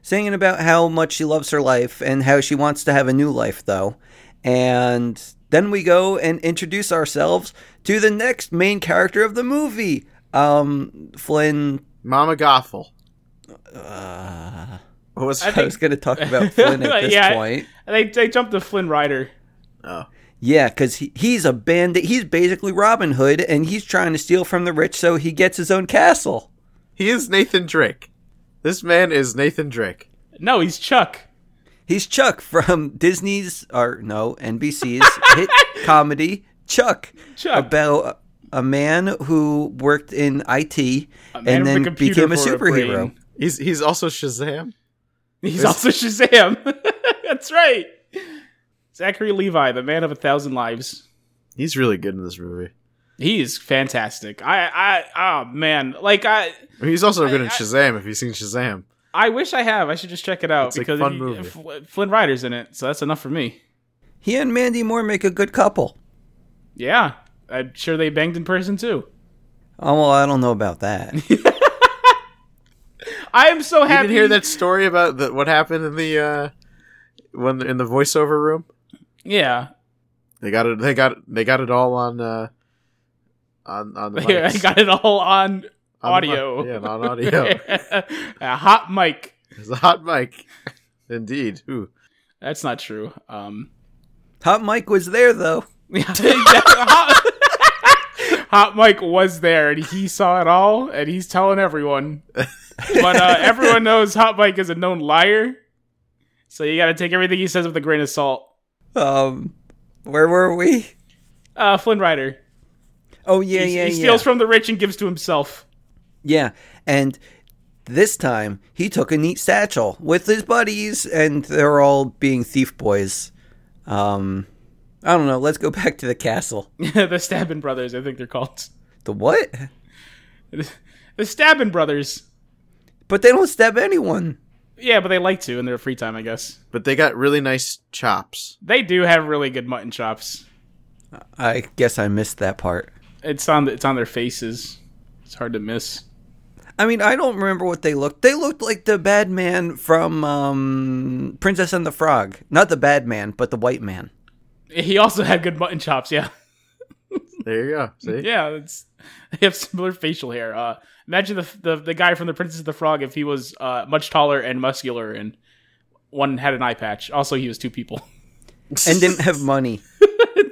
Speaker 1: singing about how much she loves her life and how she wants to have a new life, though. And then we go and introduce ourselves to the next main character of the movie, um, Flynn.
Speaker 2: Mama Gothel. what was
Speaker 1: I was going to talk about Flynn at this
Speaker 3: Yeah.
Speaker 1: point.
Speaker 3: they they jumped to Flynn Rider.
Speaker 1: Yeah, because he, he's a bandit. He's basically Robin Hood, and he's trying to steal from the rich so he gets his own castle.
Speaker 2: he is Nathan Drake. This man is Nathan Drake.
Speaker 3: No, he's Chuck.
Speaker 1: He's Chuck from Disney's, or no, NBC's hit comedy, Chuck.
Speaker 3: Chuck.
Speaker 1: About a man who worked in IT
Speaker 3: Man
Speaker 1: and
Speaker 3: with
Speaker 1: then
Speaker 3: computer
Speaker 1: became a
Speaker 3: for
Speaker 1: superhero.
Speaker 3: brain.
Speaker 2: He's he's also Shazam.
Speaker 3: He's also Shazam. That's right. Zachary Levi, the man of a thousand lives.
Speaker 2: He's really good in this movie.
Speaker 3: He is fantastic. I, I, oh man, like I,
Speaker 2: I mean, he's also good in
Speaker 3: I-
Speaker 2: Shazam. If you've seen Shazam,
Speaker 3: I wish I have. I should just check it out
Speaker 2: It's a
Speaker 3: because
Speaker 2: fun
Speaker 3: he-
Speaker 2: movie.
Speaker 3: Fl- Flynn Rider's in it, so that's enough for me.
Speaker 1: He and Mandy Moore make a good couple.
Speaker 3: Yeah, I'm sure they banged in person too.
Speaker 1: Oh, well, I don't know about that.
Speaker 3: I am so
Speaker 2: You
Speaker 3: happy.
Speaker 2: didn't hear that story about the, what happened in the uh, when in the voiceover room.
Speaker 3: Yeah,
Speaker 2: They got it. They got they got it all on uh, on on the
Speaker 3: yeah. I
Speaker 2: mics.
Speaker 3: got it all on
Speaker 2: On the mi-
Speaker 3: audio.
Speaker 2: yeah, on audio.
Speaker 3: a hot mic.
Speaker 2: It's a hot mic, indeed. Ooh.
Speaker 3: That's not true. Um,
Speaker 1: Hot Mike was there, though.
Speaker 3: hot, hot Mike was there and he saw it all and he's telling everyone. But uh, everyone knows Hot Mike is a known liar, so you got to take everything he says with a grain of salt.
Speaker 1: Um, where were we?
Speaker 3: Uh, Flynn Rider.
Speaker 1: Oh, yeah,
Speaker 3: He,
Speaker 1: yeah,
Speaker 3: he
Speaker 1: yeah.
Speaker 3: steals from the rich and gives to himself.
Speaker 1: Yeah, and this time he took a neat satchel with his buddies, and they're all being thief boys. Um, I don't know. Let's go back to the castle.
Speaker 3: the Stabbin Brothers, I think they're called.
Speaker 1: The what?
Speaker 3: The Stabbin Brothers.
Speaker 1: But they don't stab anyone.
Speaker 3: Yeah, but they like to in their free time, I guess.
Speaker 2: But they got really nice chops.
Speaker 3: They do have really good mutton chops.
Speaker 1: I guess I missed that part.
Speaker 3: It's on it's on their faces. It's hard to miss.
Speaker 1: I mean, I don't remember what they looked. They looked like the bad man from um, Princess and the Frog. Not the bad man, but the white man.
Speaker 3: He also had good mutton chops. Yeah.
Speaker 2: There you go. See,
Speaker 3: Yeah, it's they have similar facial hair. Uh, imagine the, the the guy from the Princess of the Frog if he was uh, much taller and muscular, and one had an eye patch. Also, he was two people.
Speaker 1: And didn't have money.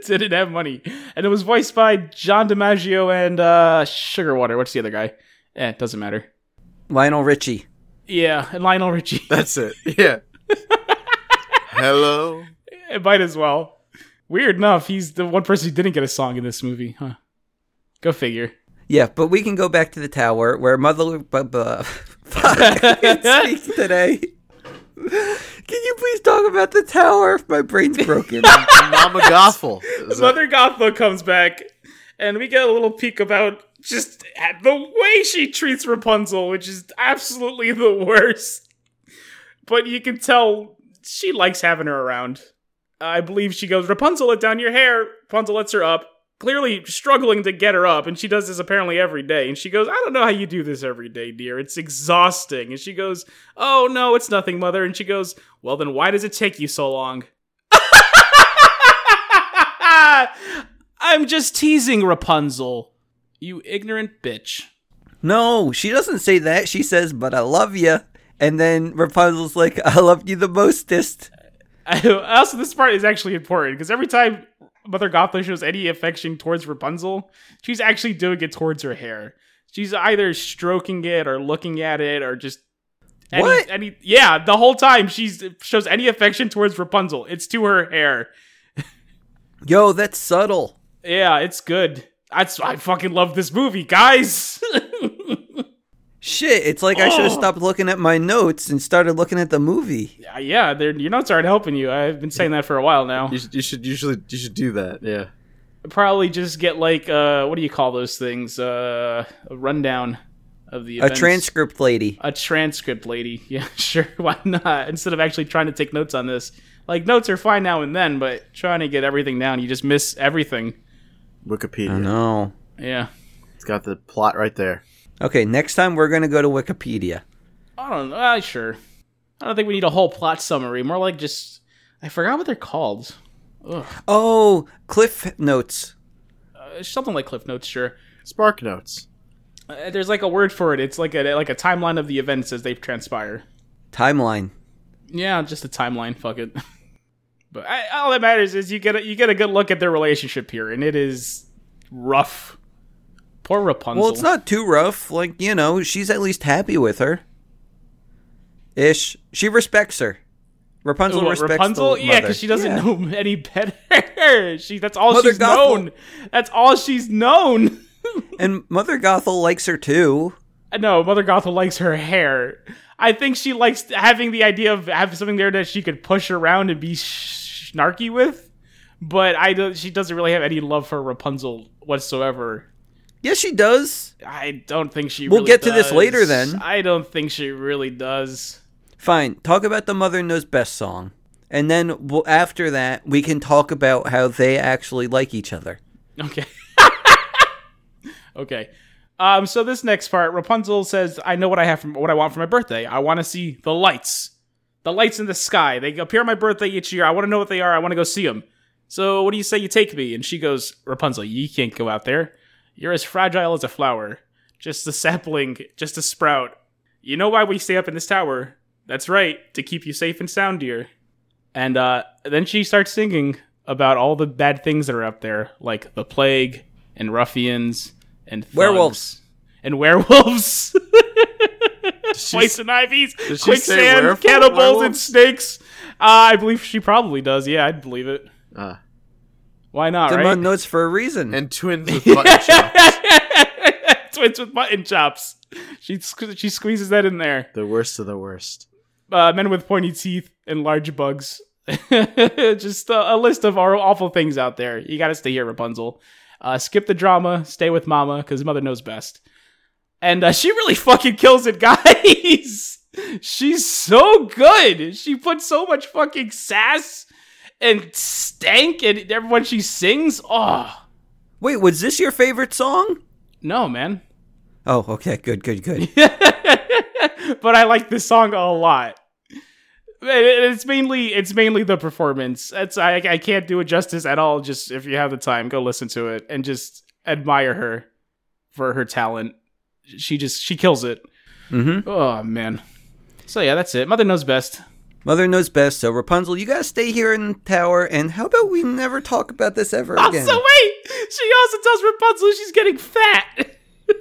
Speaker 3: Didn't have money, and it was voiced by John DiMaggio and uh, Sugarwater. What's the other guy? Eh, it doesn't matter.
Speaker 1: Lionel Richie.
Speaker 3: Yeah, and Lionel Richie.
Speaker 2: that's it. Yeah. Hello.
Speaker 3: it might as well. Weird enough, he's the one person who didn't get a song in this movie, huh? Go figure.
Speaker 1: Yeah, but we can go back to the tower where Mother. Bu- bu- fuck, I can't speak today. Can you please talk about the tower? My brain's broken.
Speaker 2: Mama Goffle. Is that-
Speaker 3: Mother Gothel comes back, and we get a little peek about just the way she treats Rapunzel, which is absolutely the worst. But you can tell she likes having her around. I believe she goes, Rapunzel, let down your hair. Rapunzel lets her up, clearly struggling to get her up, and she does this apparently every day. And she goes, I don't know how you do this every day, dear. It's exhausting. And she goes, Oh, no, it's nothing, mother. And she goes, Well, then why does it take you so long? I'm just teasing Rapunzel. You ignorant bitch.
Speaker 1: no, she doesn't say that. She says, "But I love you." And then Rapunzel's like, "I love you the mostest."
Speaker 3: also, this part is actually important because every time Mother Gothel shows any affection towards Rapunzel, she's actually doing it towards her hair. She's either stroking it or looking at it or just. Any,
Speaker 1: What?
Speaker 3: Any, yeah, the whole time she shows any affection towards Rapunzel, it's to her hair.
Speaker 1: Yo, that's subtle.
Speaker 3: Yeah, it's good. That's I fucking love this movie, guys.
Speaker 1: Shit, it's like I should have stopped looking at my notes and started looking at the movie.
Speaker 3: Uh, yeah, they're- your notes aren't helping you. I've been saying that for a while now.
Speaker 2: You, should- you should usually you should do that. Yeah.
Speaker 3: Probably just get like uh, what do you call those things? Uh, a rundown of the
Speaker 1: A
Speaker 3: events.
Speaker 1: transcript lady.
Speaker 3: a transcript, lady. Yeah, sure. Why not? Instead of actually trying to take notes on this, like notes are fine now and then, but trying to get everything down, you just miss everything.
Speaker 2: Wikipedia.
Speaker 1: No.
Speaker 3: Yeah,
Speaker 2: It's got the plot right there.
Speaker 1: Okay, next time we're gonna go to Wikipedia.
Speaker 3: I don't know. Uh, sure, I don't think we need a whole plot summary. More like just I forgot what they're called.
Speaker 1: Oh, cliff notes.
Speaker 3: Uh, something like cliff notes. Sure.
Speaker 2: Spark notes.
Speaker 3: Uh, there's like a word for it. It's like a like a timeline of the events as they transpire.
Speaker 1: Timeline.
Speaker 3: Yeah, just a timeline. Fuck it. But I, all that matters is you get a, you get a good look at their relationship here, and it is rough. Poor Rapunzel.
Speaker 1: Well, it's not too rough. Like, you know, she's at least happy with her. Ish. She respects her. Rapunzel
Speaker 3: Ooh, what,
Speaker 1: respects
Speaker 3: Rapunzel.
Speaker 1: the
Speaker 3: yeah,
Speaker 1: mother.
Speaker 3: she doesn't
Speaker 1: Yeah.
Speaker 3: know any better. she that's all
Speaker 1: Mother
Speaker 3: she's
Speaker 1: Gothel.
Speaker 3: known. That's all she's known.
Speaker 1: And Mother Gothel likes her too.
Speaker 3: no, Mother Gothel likes her hair. I think she likes having the idea of having something there that she could push around and be sh- snarky with. But I don't, she doesn't really have any love for Rapunzel whatsoever.
Speaker 1: Yes, she does.
Speaker 3: I don't think she.
Speaker 1: We'll
Speaker 3: really
Speaker 1: get to this
Speaker 3: does.
Speaker 1: later, then.
Speaker 3: I don't think she really does.
Speaker 1: Fine. Talk about the Mother Knows Best song. And then well, after that, we can talk about how they actually like each other.
Speaker 3: Okay. okay. Um, so this next part, Rapunzel says, "I know what I have from what I want for my birthday. I want to see the lights, the lights in the sky. They appear on my birthday each year. I want to know what they are. I want to go see them. So what do you say you take me?" And she goes, "Rapunzel, you can't go out there. You're as fragile as a flower, just a sapling, just a sprout. You know why we stay up in this tower? That's right, to keep you safe and sound, dear." And uh, then she starts singing about all the bad things that are up there, like the plague and ruffians and thugs
Speaker 1: Werewolves.
Speaker 3: and werewolves, poison ivies,
Speaker 2: she say
Speaker 3: quicksand,
Speaker 2: werewolf-
Speaker 3: cannibals, and
Speaker 2: werewolves?
Speaker 3: snakes. Uh, I believe she probably does. Yeah, I'd believe it.
Speaker 2: Uh,
Speaker 3: Why not,
Speaker 1: Them on
Speaker 3: right?
Speaker 1: notes for a reason.
Speaker 2: and twins with mutton chops.
Speaker 3: Twins with mutton chops. She sque- she squeezes that in there.
Speaker 2: The worst of the worst.
Speaker 3: Uh, men with pointy teeth and large bugs. Just a, a list of our awful things out there. You got to stay here, Rapunzel. Uh, skip the drama. Stay with Mama because Mother knows best. And uh, she really fucking kills it, guys. She's so good. She puts so much fucking sass and stank and everyone she sings. Oh
Speaker 1: Wait, was this your favorite song?
Speaker 3: no, man.
Speaker 1: Oh, okay, good, good, good.
Speaker 3: but I like this song a lot. And it- It's mainly it's mainly the performance. It's I I can't do it justice at all. Just if you have the time, go listen to it and just admire her for her talent. She just she kills it.
Speaker 1: Mhm.
Speaker 3: Oh man. So yeah, that's it. Mother knows best.
Speaker 1: Mother knows best, so Rapunzel, you gotta stay here in the tower, and how about we never talk about this ever again?
Speaker 3: Also, wait. She also tells Rapunzel she's getting fat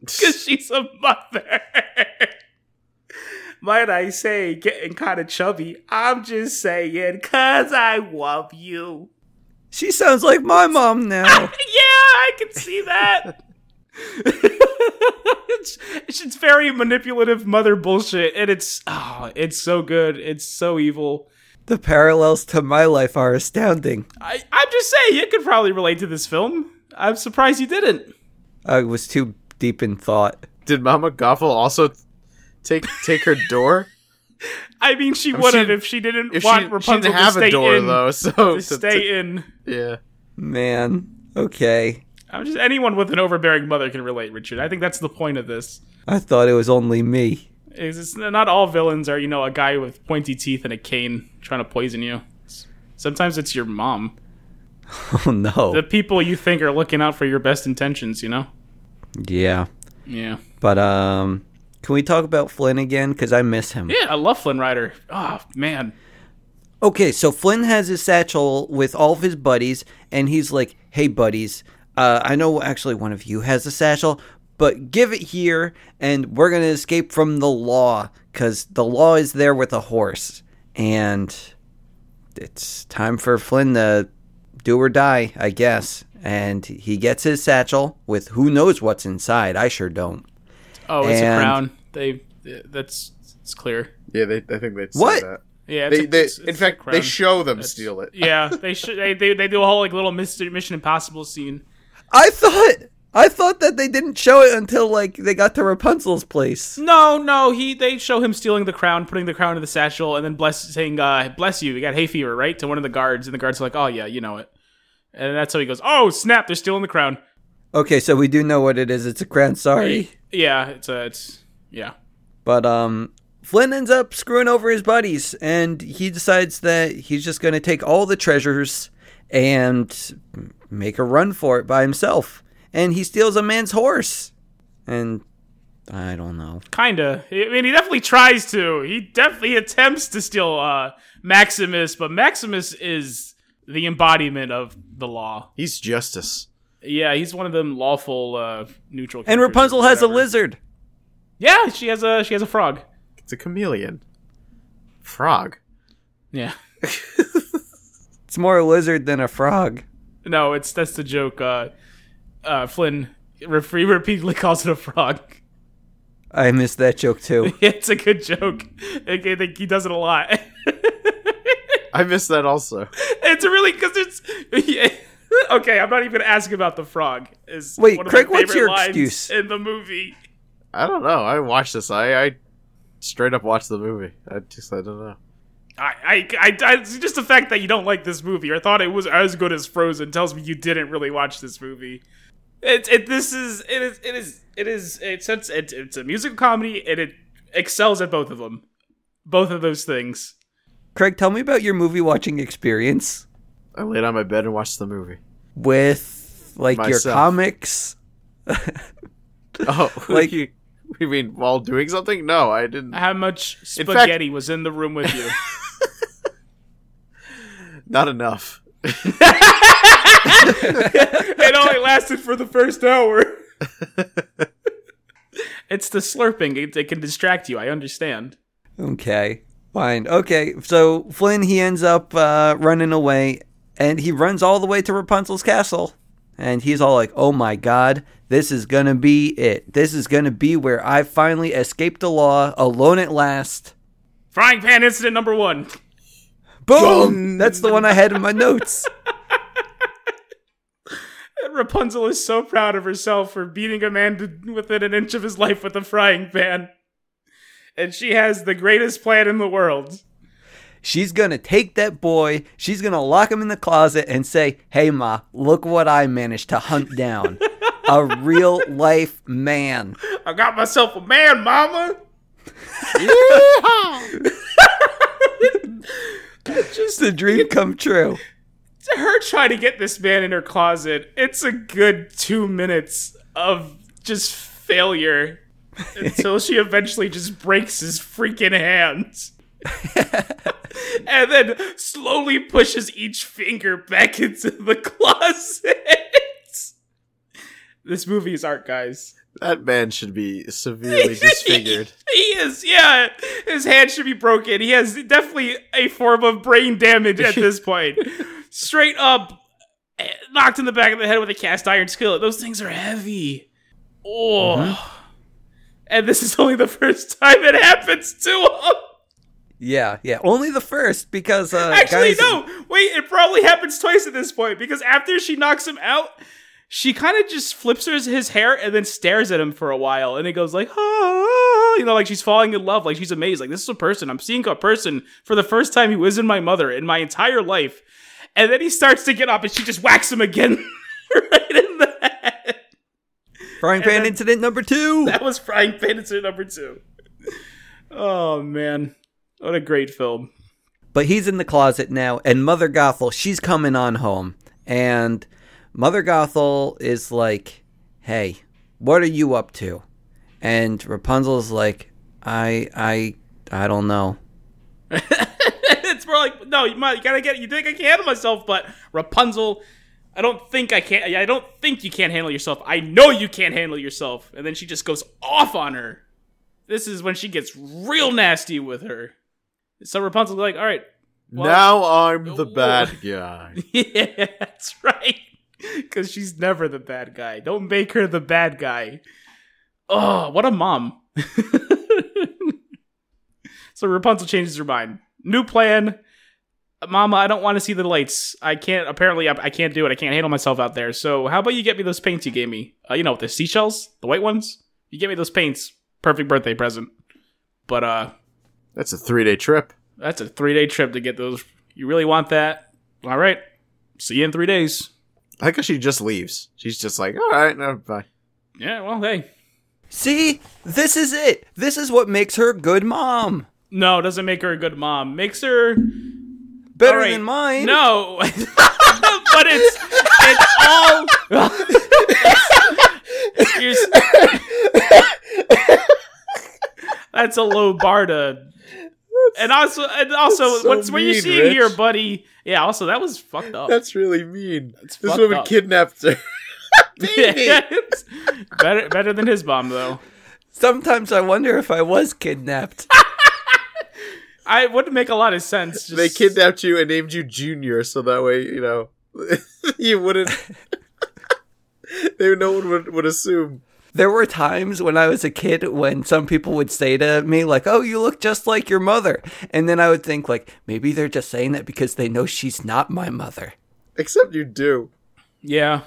Speaker 3: because she's a mother. Might I say, getting kind of chubby? I'm just saying, cause I love you.
Speaker 1: she sounds like my mom
Speaker 3: yeah,
Speaker 1: now.
Speaker 3: I can see that. it's, it's very manipulative mother bullshit, and it's oh, it's so good. It's so evil.
Speaker 1: the parallels to my life are astounding.
Speaker 3: I, I'm just saying, you could probably relate to this film. I'm surprised you didn't.
Speaker 1: I was too deep in thought.
Speaker 2: Did Mama Gothel also take take her door?
Speaker 3: I mean, she would have
Speaker 2: she-
Speaker 3: if she didn't
Speaker 2: If
Speaker 3: want
Speaker 2: she, she
Speaker 3: Rapunzel
Speaker 2: didn't have
Speaker 3: to stay
Speaker 2: a door
Speaker 3: in.
Speaker 2: though, so
Speaker 3: To
Speaker 2: so-
Speaker 3: stay in.
Speaker 2: yeah.
Speaker 1: Man, okay.
Speaker 3: I'm just anyone with an overbearing mother can relate, Richard. I think that's the point of this.
Speaker 1: I thought it was only me.
Speaker 3: Is it's not all villains are you know a guy with pointy teeth and a cane trying to poison you. Sometimes it's your mom.
Speaker 1: Oh no.
Speaker 3: The people you think are looking out for your best intentions, you know.
Speaker 1: yeah.
Speaker 3: Yeah.
Speaker 1: But um can we talk about Flynn again cuz I miss him.
Speaker 3: Yeah, I love Flynn Rider. Oh man,
Speaker 1: Okay, so Flynn has his satchel with all of his buddies, and he's like, "Hey, buddies, uh, I know actually one of you has a satchel, but give it here, and we're gonna escape from the law because the law is there with a horse, and it's time for Flynn to do or die, I guess." And he gets his satchel with who knows what's inside. I sure don't.
Speaker 3: oh it's
Speaker 1: And-
Speaker 3: a crown. They that's it's clear.
Speaker 2: Yeah, they, I think they'd say
Speaker 1: What?
Speaker 2: that.
Speaker 3: Yeah, it's
Speaker 2: They,
Speaker 3: a-
Speaker 2: they,
Speaker 3: it's-
Speaker 2: in
Speaker 3: it's a
Speaker 2: fact, they
Speaker 3: crown.
Speaker 2: show them steal it.
Speaker 3: yeah, they should. They, they they do a whole like little Mr. Mission Impossible scene.
Speaker 1: I thought. I thought that they didn't show it until like they got to Rapunzel's place.
Speaker 3: No, no, he they show him stealing the crown, putting the crown in the satchel, and then bless saying, uh, "Bless you, we got hay fever, right?" To one of the guards, and the guards are like, "Oh yeah, you know it," and that's how he goes, "Oh snap, they're stealing the crown."
Speaker 1: Okay, so we do know what it is. It's a crown. Sorry,
Speaker 3: Yeah, it's a, it's yeah.
Speaker 1: but um, Flynn ends up screwing over his buddies, and he decides that he's just going to take all the treasures and m- make a run for it by himself. And he steals a man's horse, and I don't know.
Speaker 3: Kinda. I mean, he definitely tries to. He definitely attempts to steal uh, Maximus, but Maximus is the embodiment of the law.
Speaker 2: He's justice.
Speaker 3: Yeah, he's one of them lawful uh, neutral.
Speaker 1: And
Speaker 3: characters or
Speaker 1: Rapunzel has a
Speaker 3: whatever.
Speaker 1: lizard.
Speaker 3: Yeah, she has a she has a frog.
Speaker 2: It's a chameleon. Frog.
Speaker 3: Yeah.
Speaker 1: It's more a lizard than a frog.
Speaker 3: No, it's that's the joke. Uh, uh, Flynn re- he repeatedly calls it a frog.
Speaker 1: I missed that joke too.
Speaker 3: it's a good joke. I think he does it a lot.
Speaker 2: I missed that also.
Speaker 3: it's really because it's okay. I'm not even asking about the frog. Is
Speaker 1: Wait,
Speaker 3: one of
Speaker 1: Craig,
Speaker 3: my
Speaker 1: what's
Speaker 3: favorite
Speaker 1: your
Speaker 3: lines
Speaker 1: excuse?
Speaker 3: in the movie?
Speaker 2: I don't know. I watched this. I, I straight up watched the movie. I just I don't know.
Speaker 3: I, I, I, I- it's just the fact that you don't like this movie or thought it was as good as Frozen tells me you didn't really watch this movie. It, it this is it is it is it is it's it's it's, it's a musical comedy and it excels at both of them, both of those things.
Speaker 1: Craig, tell me about your movie watching experience
Speaker 2: I laid on my bed and watched the movie.
Speaker 1: with like your
Speaker 2: Myself.
Speaker 1: comics.
Speaker 2: Oh,
Speaker 1: Like-
Speaker 2: like you, you mean while doing something? No, I didn't.
Speaker 3: How much
Speaker 2: In fact-
Speaker 3: spaghetti was in the room with you?
Speaker 2: Not enough.
Speaker 3: it only lasted for the first hour. it's the slurping; it, it can distract you. I understand.
Speaker 1: Okay, fine. Okay, so Flynn he ends up uh, running away, and he runs all the way to Rapunzel's castle, and he's all like, "Oh my god, this is gonna be it. This is gonna be where I finally escape the law alone at last."
Speaker 3: Frying pan incident number one.
Speaker 1: Boom! That's the one I had in my notes.
Speaker 3: Rapunzel is so proud of herself for beating a man to, within an inch of his life with a frying pan. And she has the greatest plan in the world.
Speaker 1: She's gonna take that boy, she's gonna lock him in the closet and say, Hey ma, look what I managed to hunt down. A real life man.
Speaker 3: I got myself a man, mama.
Speaker 1: Just a dream come true.
Speaker 3: Her trying to get this man in her closet, it's a good two minutes of just failure until she eventually just breaks his freaking hands. and then slowly pushes each finger back into the closet. This movie is art, guys.
Speaker 2: That man should be severely disfigured.
Speaker 3: he is, yeah. His hand should be broken. He has definitely a form of brain damage at this point. Straight up, eh, knocked in the back of the head with a cast iron skillet. Those things are heavy. Oh. And this is only the first time it happens to him.
Speaker 1: Yeah, yeah. Only the first because uh
Speaker 3: Actually,
Speaker 1: guys,
Speaker 3: no. Wait, it probably happens twice at this point because after she knocks him out, she kind of just flips his, his hair and then stares at him for a while, and it goes like, ah, you know, like she's falling in love, like she's amazed, like this is a person. I'm seeing a person for the first time who isn't my mother in my entire life, and then he starts to get up, and she just whacks him again, right in the head.
Speaker 1: frying pan incident number two.
Speaker 3: That was Frying Pan incident number two. Oh man, what a great film!
Speaker 1: But he's in the closet now, and Mother Gothel, she's coming on home. And Mother Gothel is like, Hey, what are you up to? And Rapunzel's like, I I I don't know.
Speaker 3: it's more like no, you might you gotta get. You think I can handle myself, but Rapunzel, I don't think I can. I don't think you can't handle yourself. I know you can't handle yourself. And then she just goes off on her. This is when she gets real nasty with her. So Rapunzel's like, all right, well-
Speaker 2: now I'm the bad guy.
Speaker 3: yeah, that's right. Because she's never the bad guy. Don't make her the bad guy. Oh, what a mom. so Rapunzel changes her mind. New plan. Mama, I don't want to see the lights. I can't, apparently, I, I can't do it. I can't handle myself out there. So, how about you get me those paints you gave me? Uh, you know, the seashells, the white ones? You get me those paints. Perfect birthday present. But, uh,
Speaker 2: That's a three day trip.
Speaker 3: that's a three day trip to get those. You really want that? All right. See you in three days.
Speaker 2: I think she just leaves. She's just like, all right, no, bye.
Speaker 3: Yeah, well, hey.
Speaker 1: See, this is it. This is what makes her a good mom.
Speaker 3: No, doesn't make her a good mom. Makes her
Speaker 1: Better
Speaker 3: All right.
Speaker 1: than mine.
Speaker 3: No, but it's it's all. You're s- That's a low bar to. And also, and also,
Speaker 2: so
Speaker 3: what's what you're
Speaker 2: mean,
Speaker 3: seeing
Speaker 2: Rich.
Speaker 3: here, buddy? Yeah, also that was fucked up.
Speaker 2: That's really mean. this
Speaker 3: fucked
Speaker 2: woman
Speaker 3: up.
Speaker 2: kidnapped her. Baby.
Speaker 3: better, better than his mom though.
Speaker 1: Sometimes I wonder if I was kidnapped.
Speaker 3: I it wouldn't make a lot of sense. Just,
Speaker 2: they kidnapped you and named you Junior, so that way you know you wouldn't. they, no one would, would assume.
Speaker 1: there were times when I was a kid when some people would say to me like, "Oh, you look just like your mother," and then I would think like, maybe they're just saying that because they know she's not my mother.
Speaker 2: Except you do.
Speaker 3: Yeah,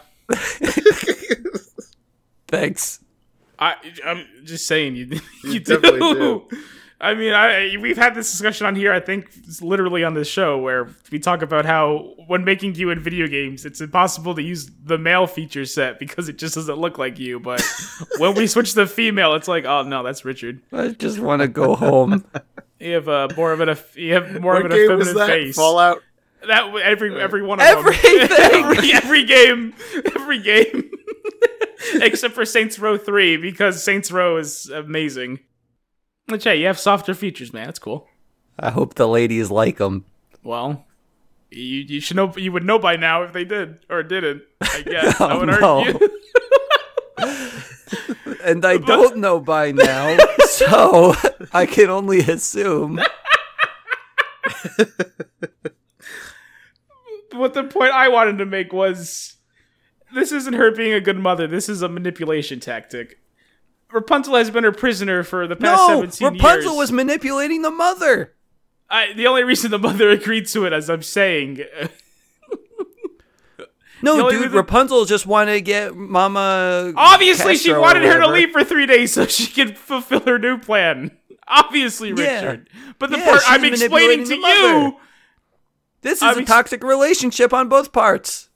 Speaker 1: Thanks.
Speaker 3: I, I'm just saying you. You,
Speaker 2: definitely
Speaker 3: do. I mean, I we've had this discussion on here. I think it's literally on this show where we talk about how when making you in video games, it's impossible to use the male feature set because it just doesn't look like you. But when we switch to female, it's like, oh no, that's Richard.
Speaker 1: I just want to go home.
Speaker 3: You have uh, more of an eff- you have more
Speaker 2: What
Speaker 3: of an
Speaker 2: game was
Speaker 3: effeminate
Speaker 2: that?
Speaker 3: face.
Speaker 2: Fallout.
Speaker 3: That w- every every one of
Speaker 1: Everything!
Speaker 3: them. every, every game, every game, except for Saints Row three because Saints Row is amazing. Which hey, you have softer features, man. That's cool.
Speaker 1: I hope the ladies like him.
Speaker 3: Well, you you should know you would know by now if they did or didn't. I guess I would
Speaker 1: Oh, no.
Speaker 3: argue.
Speaker 1: And I don't know by now, so I can only assume.
Speaker 3: what the point I wanted to make was this isn't her being a good mother. This is a manipulation tactic. Rapunzel has been her prisoner for the past
Speaker 1: No,
Speaker 3: 17 years.
Speaker 1: Rapunzel was manipulating the mother.
Speaker 3: I, the only reason the mother agreed to it, as I'm saying, The
Speaker 1: No,
Speaker 3: only
Speaker 1: dude,
Speaker 3: reason-
Speaker 1: Rapunzel just wanted to get Mama.
Speaker 3: obviously she
Speaker 1: Castro or
Speaker 3: wanted her to
Speaker 1: whatever.
Speaker 3: leave for three days so she could fulfill her new plan. Obviously,
Speaker 1: Yeah.
Speaker 3: Richard. But the
Speaker 1: Yeah,
Speaker 3: part
Speaker 1: she's
Speaker 3: I'm explaining
Speaker 1: manipulating
Speaker 3: to
Speaker 1: the mother.
Speaker 3: you,
Speaker 1: This is
Speaker 3: I'm
Speaker 1: a
Speaker 3: ex-
Speaker 1: toxic relationship on both parts.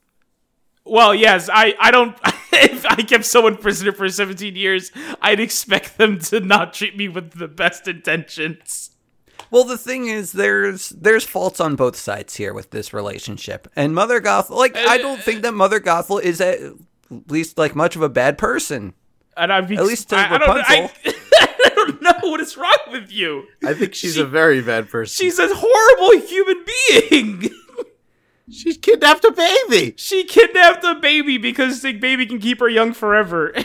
Speaker 3: well, yes, I, I don't. if I kept someone prisoner for 17 years, I'd expect them to not treat me with the best intentions.
Speaker 1: Well, the thing is, there's there's faults on both sides here with this relationship, and Mother Gothel. Like, I
Speaker 3: uh,
Speaker 1: don't think that Mother Gothel is at least like much of a bad person.
Speaker 3: And I'd be
Speaker 1: At least to
Speaker 3: I, I
Speaker 1: Rapunzel.
Speaker 3: Don't, I, I don't know what is wrong with you.
Speaker 2: I think she's a very bad person.
Speaker 3: She's a horrible human being.
Speaker 2: She kidnapped a baby.
Speaker 3: she kidnapped a baby because the baby can keep her young forever.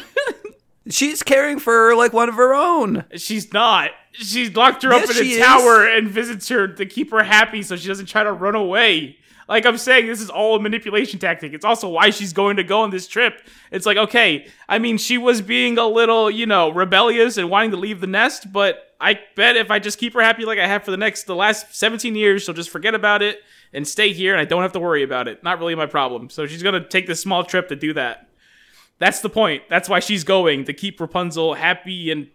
Speaker 1: She's caring for her like one of her own.
Speaker 3: She's not. She's locked her
Speaker 1: Yes,
Speaker 3: up in
Speaker 1: she
Speaker 3: a
Speaker 1: is.
Speaker 3: tower and visits her to keep her happy so she doesn't try to run away. Like I'm saying, this is all a manipulation tactic. It's also why she's going to go on this trip. It's like, okay, I mean, she was being a little, you know, rebellious and wanting to leave the nest, but I bet if I just keep her happy like I have for the next, the last 17 years, she'll just forget about it and stay here and I don't have to worry about it. Not really my problem. So she's going to take this small trip to do that. That's the point. That's why she's going to keep Rapunzel happy and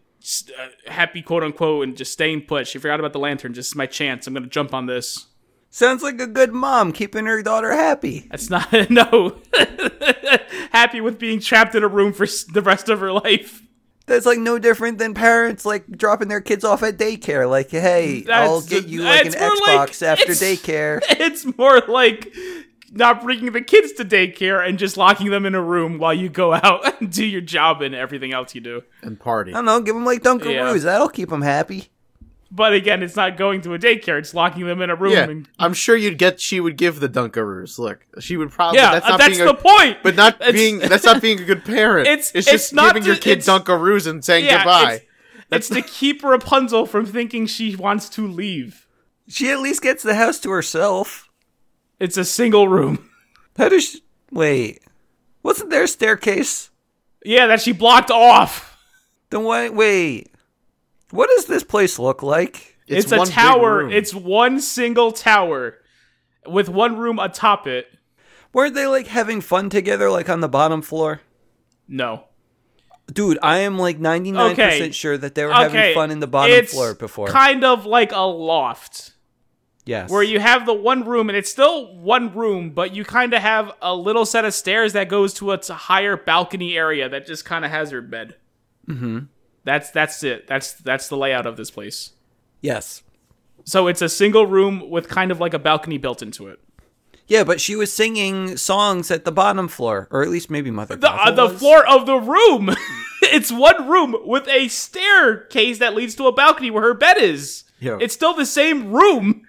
Speaker 3: uh, happy, quote unquote, and just staying put. She forgot about the lantern. Just my chance. I'm gonna jump on this.
Speaker 1: Sounds like a good mom keeping her daughter happy.
Speaker 3: That's not no happy with being trapped in a room for s- the rest of her life.
Speaker 1: That's like no different than parents like dropping their kids off at daycare. Like, hey, I'll
Speaker 3: That's-
Speaker 1: get you like an
Speaker 3: it's more like-
Speaker 1: Xbox after
Speaker 3: it's-
Speaker 1: daycare.
Speaker 3: It's more like not bringing the kids to daycare and just locking them in a room while you go out and do your job and everything else you do.
Speaker 2: And party.
Speaker 1: I don't know, give them like Dunkaroos. That'll keep them happy.
Speaker 3: But again, it's not going to a daycare. It's locking them in a room.
Speaker 2: Yeah,
Speaker 3: and
Speaker 2: I'm sure you'd get. She would give the Dunkaroos. Look, she would probably.
Speaker 3: yeah,
Speaker 2: that's
Speaker 3: uh,
Speaker 2: not
Speaker 3: that's,
Speaker 2: being
Speaker 3: the
Speaker 2: a,
Speaker 3: point.
Speaker 2: But not
Speaker 3: It's-
Speaker 2: being. That's not being a good parent.
Speaker 3: It's-
Speaker 2: it's
Speaker 3: it's
Speaker 2: just
Speaker 3: not
Speaker 2: giving your
Speaker 3: to-
Speaker 2: kid
Speaker 3: it's-
Speaker 2: Dunkaroos and saying
Speaker 3: Yeah,
Speaker 2: goodbye.
Speaker 3: It's, it's to keep Rapunzel from thinking she wants to leave.
Speaker 1: She at least gets the house to herself.
Speaker 3: It's a single room.
Speaker 1: How does she... wait? Wasn't there a staircase?
Speaker 3: Yeah, that she blocked off.
Speaker 1: Then why? Wait, what does this place look like?
Speaker 3: It's, a
Speaker 2: one big
Speaker 3: tower.
Speaker 2: room.
Speaker 3: It's one single tower with one room atop it.
Speaker 1: Weren't they like having fun together, like on the bottom floor?
Speaker 3: No.
Speaker 1: Dude, I am like ninety nine
Speaker 3: Okay.
Speaker 1: percent sure that they were
Speaker 3: okay.
Speaker 1: having fun in the bottom
Speaker 3: it's
Speaker 1: floor before.
Speaker 3: Kind of like a loft.
Speaker 1: yes,
Speaker 3: Where you have the one room and it's still one room, but you kind of have a little set of stairs that goes to a to higher balcony area that just kind of has her bed. Mm-hmm. That's that's it. That's that's the layout of this place.
Speaker 1: Yes,
Speaker 3: So it's a single room with kind of like a balcony built into it.
Speaker 1: yeah, but she was singing songs at the bottom floor, or at least maybe Mother.
Speaker 3: The,
Speaker 1: Gothel
Speaker 3: uh, the
Speaker 1: was.
Speaker 3: floor of the room. it's one room with a staircase that leads to a balcony where her bed is.
Speaker 2: Yo.
Speaker 3: It's still the same room.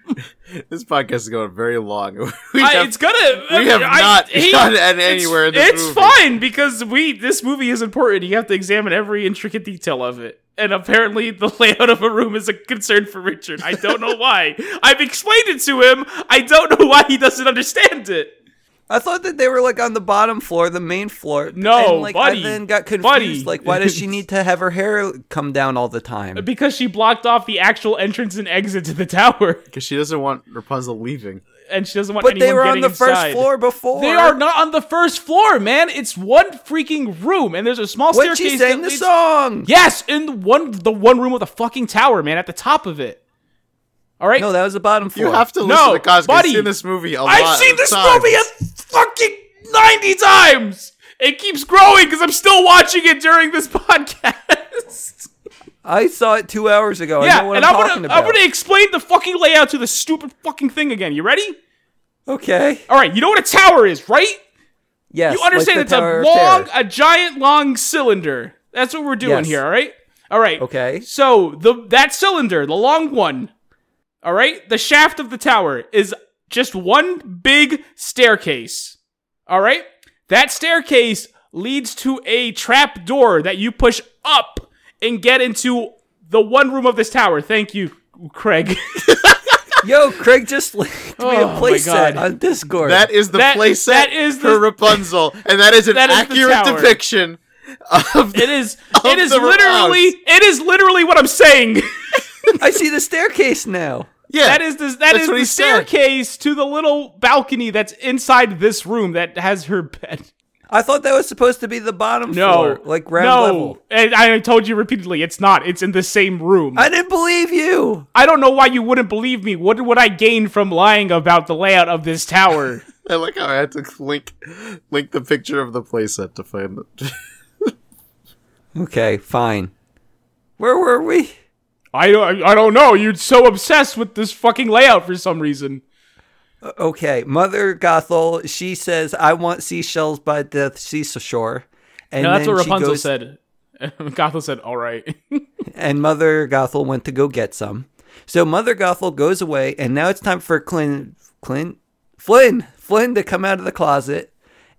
Speaker 2: This podcast is going very long. we
Speaker 3: I,
Speaker 2: have-
Speaker 3: it's gonna.
Speaker 2: we have not gotten anywhere in
Speaker 3: It's,
Speaker 2: this
Speaker 3: it's
Speaker 2: movie.
Speaker 3: fine because we this movie is important. You have to examine every intricate detail of it. And apparently, the layout of a room is a concern for Richard. I don't know why. I've explained it to him. I don't know why he doesn't understand it.
Speaker 1: I thought that they were like on the bottom floor, the main floor.
Speaker 3: No,
Speaker 1: and, like,
Speaker 3: buddy.
Speaker 1: I then got confused.
Speaker 3: Buddy.
Speaker 1: Like, why does she need to have her hair come down all the time?
Speaker 3: Because she blocked off the actual entrance and exit to the tower,
Speaker 2: because she doesn't want Rapunzel leaving.
Speaker 3: and she doesn't want.
Speaker 1: But they
Speaker 3: anyone
Speaker 1: were on
Speaker 3: getting
Speaker 1: the first
Speaker 3: inside.
Speaker 1: floor before.
Speaker 3: They are not on the first floor, man. It's one freaking room, and there's a small
Speaker 1: When
Speaker 3: staircase.
Speaker 1: she sang
Speaker 3: that
Speaker 1: the
Speaker 3: leads-
Speaker 1: song,
Speaker 3: Yes, in the one the one room with a fucking tower, man, at the top of it. All right.
Speaker 1: No, that was the bottom floor.
Speaker 2: You have to listen
Speaker 3: No,
Speaker 2: to Cosby.
Speaker 3: buddy.
Speaker 2: I've seen this movie a lot.
Speaker 3: I've seen
Speaker 2: of
Speaker 3: this
Speaker 2: times.
Speaker 3: movie a fucking 90 times. It keeps growing because I'm still watching it during this podcast.
Speaker 1: I saw it two hours ago. I Oh, know
Speaker 3: yeah,
Speaker 1: what
Speaker 3: and
Speaker 1: I'm,
Speaker 3: I'm,
Speaker 1: talking
Speaker 3: gonna,
Speaker 1: about.
Speaker 3: I'm gonna explain the fucking layout to the stupid fucking thing again. You ready?
Speaker 1: Okay.
Speaker 3: All right, you know what a tower is, right?
Speaker 1: Yes.
Speaker 3: You understand
Speaker 1: like
Speaker 3: it's
Speaker 1: the Tower
Speaker 3: a
Speaker 1: of
Speaker 3: long,
Speaker 1: Terror.
Speaker 3: a giant long cylinder. That's what we're doing
Speaker 1: Yes.
Speaker 3: here. All right. All right.
Speaker 1: Okay.
Speaker 3: So the that cylinder, the long one. All right. The shaft of the tower is just one big staircase. All right. That staircase leads to a trap door that you push up and get into the one room of this tower. Thank you, Craig.
Speaker 1: Yo, Craig just linked me
Speaker 3: Oh,
Speaker 1: a
Speaker 3: my God.
Speaker 1: playset on Discord.
Speaker 2: That is the
Speaker 3: That-
Speaker 2: playset
Speaker 3: that is the-
Speaker 2: for Rapunzel, and that is an
Speaker 3: That is the
Speaker 2: accurate
Speaker 3: tower.
Speaker 2: depiction of the,
Speaker 3: It is.
Speaker 2: Of
Speaker 3: it is
Speaker 2: the
Speaker 3: literally. It is literally what I'm saying.
Speaker 1: I see the staircase now.
Speaker 2: yeah.
Speaker 3: That is the that
Speaker 2: That's
Speaker 3: is
Speaker 2: what
Speaker 3: the
Speaker 2: he said.
Speaker 3: staircase to the little balcony that's inside this room that has her bed.
Speaker 1: I thought that was supposed to be the bottom
Speaker 3: No,
Speaker 1: floor, like ground
Speaker 3: no.
Speaker 1: level.
Speaker 3: And I told you repeatedly, it's not. It's in the same room. I,
Speaker 1: I didn't believe you.
Speaker 3: don't know why you wouldn't believe me. What would I gain from lying about the layout of this tower?
Speaker 2: I like how I had to link link the picture of the playset to find it.
Speaker 1: Okay, fine. Where were we?
Speaker 3: I don't. I don't know. You're so obsessed with this fucking layout for some reason.
Speaker 1: Okay, Mother Gothel, she says, I want seashells by the seashore. And
Speaker 3: No, that's
Speaker 1: then
Speaker 3: what
Speaker 1: she
Speaker 3: Rapunzel
Speaker 1: goes-
Speaker 3: said. Gothel said, "All right."
Speaker 1: And Mother Gothel went to go get some. So Mother Gothel goes away, and now it's time for Clint, Clint, Flynn, Flynn to come out of the closet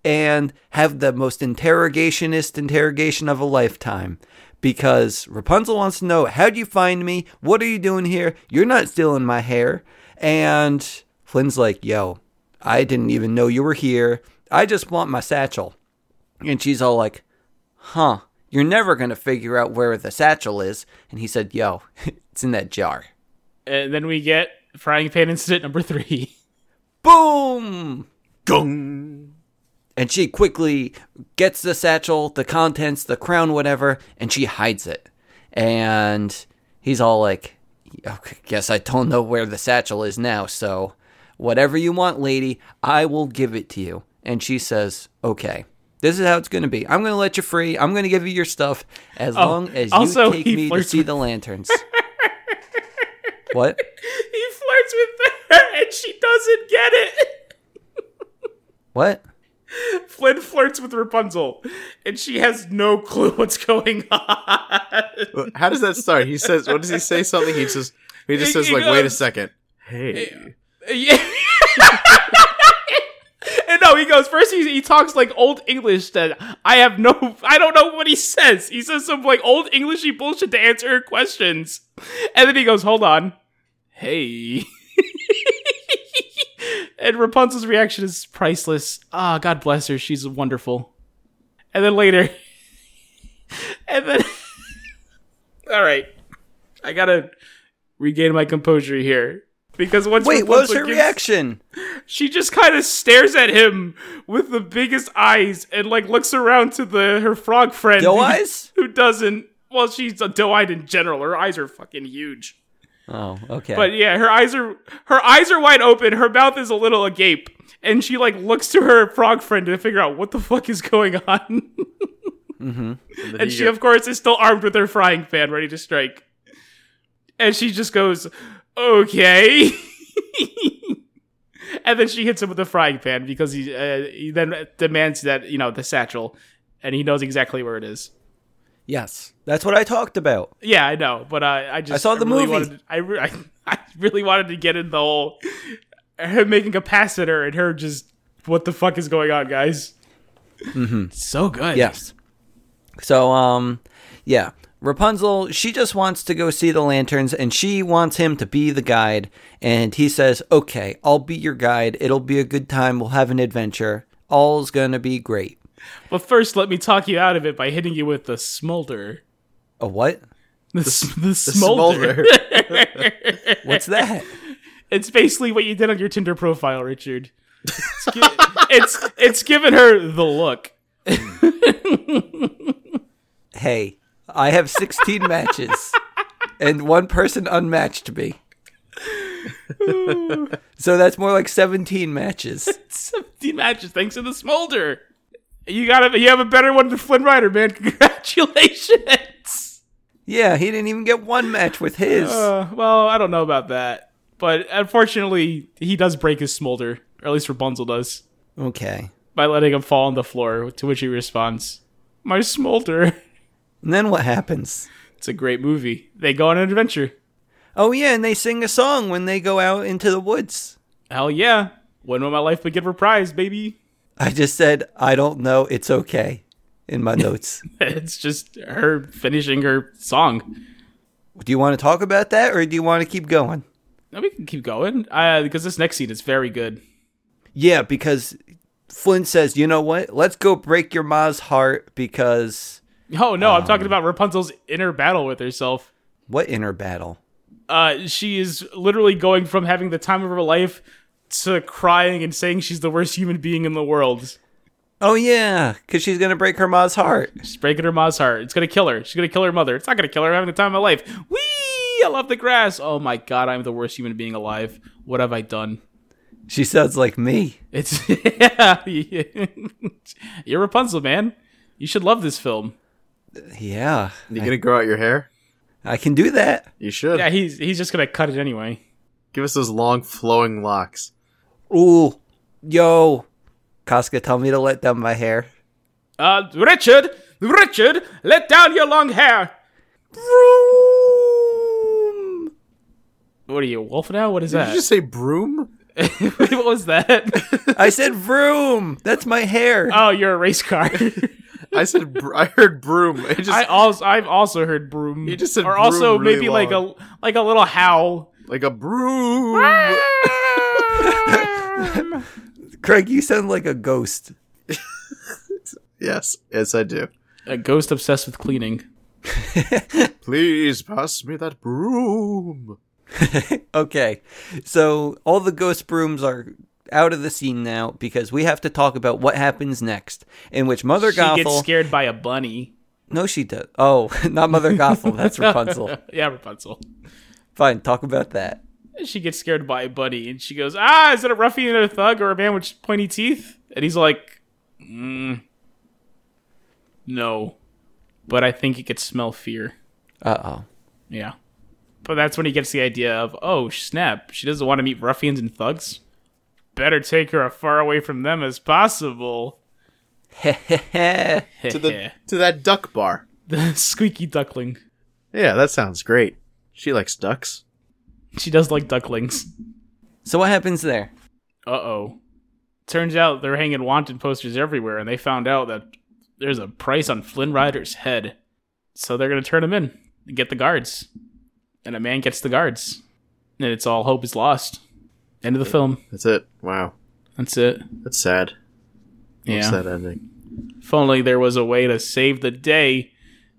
Speaker 1: and have the most interrogationist interrogation of a lifetime. Because Rapunzel wants to know, how'd you find me? What are you doing here? You're not stealing my hair. And Flynn's like, yo, I didn't even know you were here. I just want my satchel. And she's all like, huh, you're never going to figure out where the satchel is. And he said, yo, it's in that jar.
Speaker 3: and then we get frying pan incident number three.
Speaker 1: Boom!
Speaker 2: Gung.
Speaker 1: And she quickly gets the satchel, the contents, the crown, whatever, and she hides it. And he's all like, okay, guess I don't know where the satchel is now, so whatever you want, lady, I will give it to you. And she says, okay. This is how it's going to be. I'm going to let you free. I'm going to give you your stuff as long as you
Speaker 3: Oh, also,
Speaker 1: take
Speaker 3: he
Speaker 1: me to
Speaker 3: flirts
Speaker 1: see
Speaker 3: with-
Speaker 1: the lanterns. what?
Speaker 3: He flirts with her and she doesn't get it.
Speaker 1: What?
Speaker 3: Flynn flirts with Rapunzel and she has no clue what's going on.
Speaker 2: How does that start? He says, "What does he say? Something?" He just he just
Speaker 3: He-
Speaker 2: says,
Speaker 3: he
Speaker 2: "Like, wait a
Speaker 3: goes-
Speaker 2: second. Hey,
Speaker 3: Yeah. and no, he goes first. He, he talks like old English that I have no, I don't know what he says. He says some like old Englishy bullshit to answer her questions, and then he goes, "Hold on, hey." and Rapunzel's reaction is priceless. Ah, God bless her. She's wonderful. And then later, and then, all right, I gotta regain my composure here because once
Speaker 1: Wait, what was
Speaker 3: Rapunzel
Speaker 1: her
Speaker 3: gives-
Speaker 1: reaction?
Speaker 3: she just kind of stares at him with the biggest eyes and like looks around to the her frog friend
Speaker 1: Doe
Speaker 3: who-
Speaker 1: eyes?
Speaker 3: who doesn't well she's a doe-eyed in general her eyes are fucking huge
Speaker 1: Oh, okay.
Speaker 3: but yeah her eyes are her eyes are wide open her mouth is a little agape and she like looks to her frog friend to figure out what the fuck is going on
Speaker 2: And then
Speaker 3: and
Speaker 2: he
Speaker 3: she
Speaker 2: go-
Speaker 3: of course is still armed with her frying pan ready to strike and she just goes okay and then she hits him with a frying pan because he, uh, he then demands that you know the satchel and he knows exactly where it is
Speaker 1: yes, that's what I talked about.
Speaker 3: yeah i know but uh, i just
Speaker 1: saw the
Speaker 3: really
Speaker 1: movie.
Speaker 3: wanted, I, re- I, I really wanted to get in the whole her making a pass at her and her just what the fuck is going on guys so good
Speaker 1: Mm-hmm. Yes. So, um, yeah. Rapunzel, she just wants to go see the lanterns and she wants him to be the guide. And he says, Okay, I'll be your guide. It'll be a good time. We'll have an adventure. All's gonna be great.
Speaker 3: but first let me talk you out of it by hitting you with the smolder
Speaker 1: A what?
Speaker 3: The, s- the
Speaker 2: the
Speaker 3: smolder.
Speaker 2: smolder.
Speaker 1: What's that?
Speaker 3: It's basically what you did on your Tinder profile, Richard. It's gi- it's it's given her the look.
Speaker 1: hey, I have 16 matches and one person unmatched me. So that's more like 17 matches.
Speaker 3: 17 matches thanks to the smolder. You got you have a better one than Flynn Rider, man. Congratulations.
Speaker 1: yeah, he didn't even get one match with his.
Speaker 3: Uh, well, I don't know about that, but unfortunately, he does break his smolder, or at least Rapunzel does,
Speaker 1: okay.
Speaker 3: by letting him fall on the floor. To which he responds, "My smolder."
Speaker 1: And then what happens?
Speaker 3: It's a great movie. They go on an adventure.
Speaker 1: Oh, yeah, and they sing a song when they go out into the woods.
Speaker 3: Hell yeah! When will my life be good for prize, baby?
Speaker 1: I just said, I don't know, it's okay in my notes.
Speaker 3: it's just her finishing her song.
Speaker 1: do you want to talk about that or do you want to keep going?
Speaker 3: Now we can keep going uh, because this next scene is very good.
Speaker 1: Yeah, because Flynn says, you know what? Let's go break your ma's heart because
Speaker 3: Oh no, I'm talking about Rapunzel's inner battle with herself.
Speaker 1: what inner battle?
Speaker 3: Uh, she is literally going from having the time of her life to crying and saying she's the worst human being in the world.
Speaker 1: Oh, yeah, because she's going to break her ma's heart.
Speaker 3: She's breaking her mom's heart. It's gonna kill her. She's gonna kill her mother. It's not gonna kill her. I'm having the time of my life. Whee! I love the grass. Oh my god, I'm the worst human being alive. What have I done?
Speaker 1: She sounds like me.
Speaker 3: It's yeah. You're Rapunzel, man. You should love this film.
Speaker 1: Yeah,
Speaker 2: You gonna grow out your hair?
Speaker 1: I can do that.
Speaker 2: You should.
Speaker 3: Yeah, he's he's just gonna cut it anyway.
Speaker 2: Give us those long flowing locks.
Speaker 1: Ooh, yo, Casca, tell me to let down my hair.
Speaker 3: Uh, Richard, Richard, let down your long hair.
Speaker 1: Vroom.
Speaker 3: What are you, a wolf now? What is
Speaker 2: Did
Speaker 3: that?
Speaker 2: you just say broom?
Speaker 3: what was that?
Speaker 1: I said vroom. That's my hair.
Speaker 3: oh, you're a race car.
Speaker 2: I said br- I heard broom. It just
Speaker 3: I also I've also heard broom.
Speaker 2: You just said
Speaker 3: or also
Speaker 2: broom really
Speaker 3: maybe like a like a little howl.
Speaker 2: like a broom.
Speaker 1: Craig, you sound like a ghost.
Speaker 2: yes, yes, I do.
Speaker 3: a ghost obsessed with cleaning.
Speaker 2: Please pass me that broom.
Speaker 1: Okay, so all the ghost brooms are out of the scene now because we have to talk about what happens next, in which Mother
Speaker 3: She gets
Speaker 1: Gothel.
Speaker 3: scared by a bunny.
Speaker 1: No, she does. Oh, not Mother Gothel. That's Rapunzel.
Speaker 3: yeah, Rapunzel.
Speaker 1: Fine, talk about that.
Speaker 3: She gets scared by a bunny and she goes, "Ah, is it a ruffian or a thug or a man with pointy teeth?" And he's like, mm, "No, but I think he could smell fear."
Speaker 1: Uh oh.
Speaker 3: Yeah. But that's when he gets the idea of, oh, snap, she doesn't want to meet ruffians and thugs. Better take her as far away from them as possible.
Speaker 2: To the to that duck bar.
Speaker 3: the squeaky duckling.
Speaker 2: Yeah, that sounds great. She likes ducks.
Speaker 3: She does like ducklings.
Speaker 1: so what happens there?
Speaker 3: Uh oh. Turns out they're hanging wanted posters everywhere, and they found out that there's a price on Flynn Rider's head. So they're going to turn him in and get the guards. And a man gets the guards. And it's all hope is lost. End of the film.
Speaker 2: That's it. Wow,
Speaker 3: That's it.
Speaker 2: that's sad.
Speaker 3: Yeah.
Speaker 2: What's that ending?
Speaker 3: If only there was a way to save the day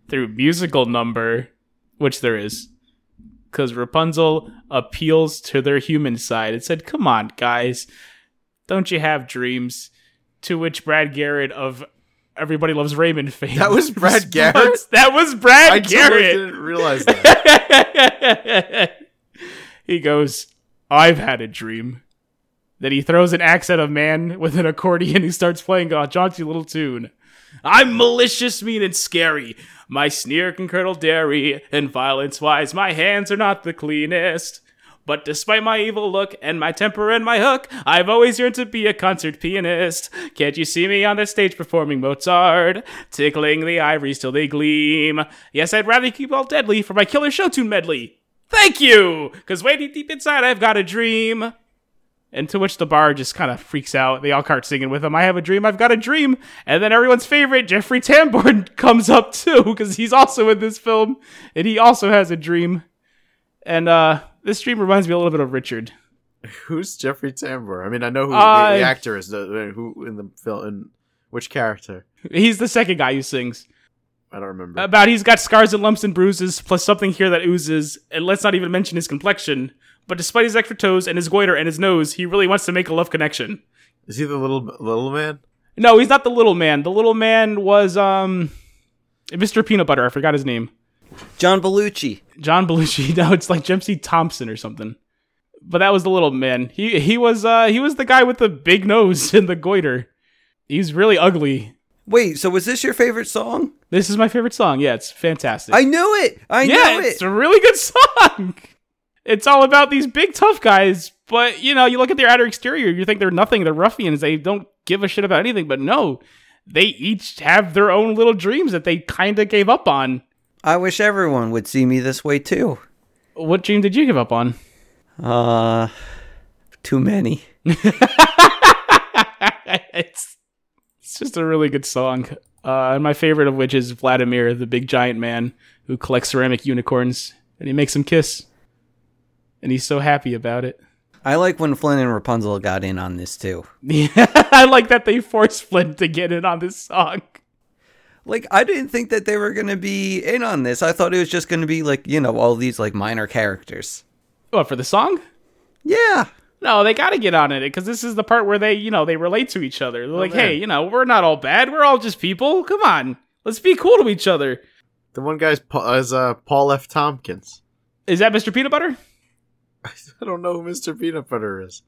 Speaker 3: through musical number, which there is. Because Rapunzel appeals to their human side and said, Come on, guys, don't you have dreams? To which Brad Garrett of Everybody Loves Raymond fame.
Speaker 2: That was Brad Garrett?
Speaker 3: responds, That was Brad
Speaker 2: I totally
Speaker 3: Garrett.
Speaker 2: didn't realize that.
Speaker 3: he goes, I've had a dream. Then he throws an axe at a man with an accordion who starts playing a jaunty little tune. I'm malicious, mean, and scary. My sneer can curdle dairy, and violence wise, my hands are not the cleanest. But despite my evil look and my temper and my hook, I've always yearned to be a concert pianist. Can't you see me on the stage performing Mozart, tickling the ivories till they gleam? Yes, I'd rather keep all deadly for my killer show tune medley. Thank you, because way deep, deep inside, I've got a dream. And to which the bar just kind of freaks out. They all start singing with him. I have a dream. I've got a dream. And then everyone's favorite Jeffrey Tambor comes up too because he's also in this film and he also has a dream. And uh, this dream reminds me a little bit of Richard.
Speaker 2: Who's Jeffrey Tambor? I mean, I know who the-
Speaker 3: Uh,
Speaker 2: the, actor is. uh, Who in the film? In which character?
Speaker 3: He's the second guy who sings
Speaker 2: I don't remember.
Speaker 3: about he's got scars and lumps and bruises plus something here that oozes. And let's not even mention his complexion. But despite his extra toes and his goiter and his nose, he really wants to make a love connection.
Speaker 2: is he the little little man?
Speaker 3: No, he's not the little man. The little man was um, Mr. Peanut Butter. I forgot his name.
Speaker 1: John Belushi.
Speaker 3: John Belushi. No, it's like Jim C. Thompson or something. But that was the little man. He he was uh he was the guy with the big nose and the goiter. He's really ugly.
Speaker 1: Wait, so was this your favorite song?
Speaker 3: This is my favorite song. Yeah, it's fantastic.
Speaker 1: I knew it. I
Speaker 3: yeah,
Speaker 1: knew
Speaker 3: it's
Speaker 1: it.
Speaker 3: a really good song. It's all about these big tough guys, but you know, you look at their outer exterior, you think they're nothing, they're ruffians, they don't give a shit about anything, but no, they each have their own little dreams that they kind of gave up on.
Speaker 1: I wish everyone would see me this way too.
Speaker 3: What dream did you give up on?
Speaker 1: Uh, too many.
Speaker 3: it's it's just a really good song. Uh, and my favorite of which is Vladimir, the big giant man who collects ceramic unicorns, and he makes them kiss, and he's so happy about it.
Speaker 1: I like when Flynn and Rapunzel got in on this too.
Speaker 3: Yeah, I like that they forced Flynn to get in on this song.
Speaker 1: Like, I didn't think that they were going to be in on this. I thought it was just going to be like, you know, all these like minor characters.
Speaker 3: What for the song?
Speaker 1: Yeah.
Speaker 3: No, they got to get on it because this is the part where they, you know, they relate to each other. They're like,
Speaker 2: man.
Speaker 3: hey, you know, we're not all bad. We're all just people. Come on, let's be cool to each other.
Speaker 2: The one guy's pa- is uh, Paul F. Tompkins.
Speaker 3: Is that Mr. Peanut Butter?
Speaker 2: I don't know who Mr. Peanut Butter is.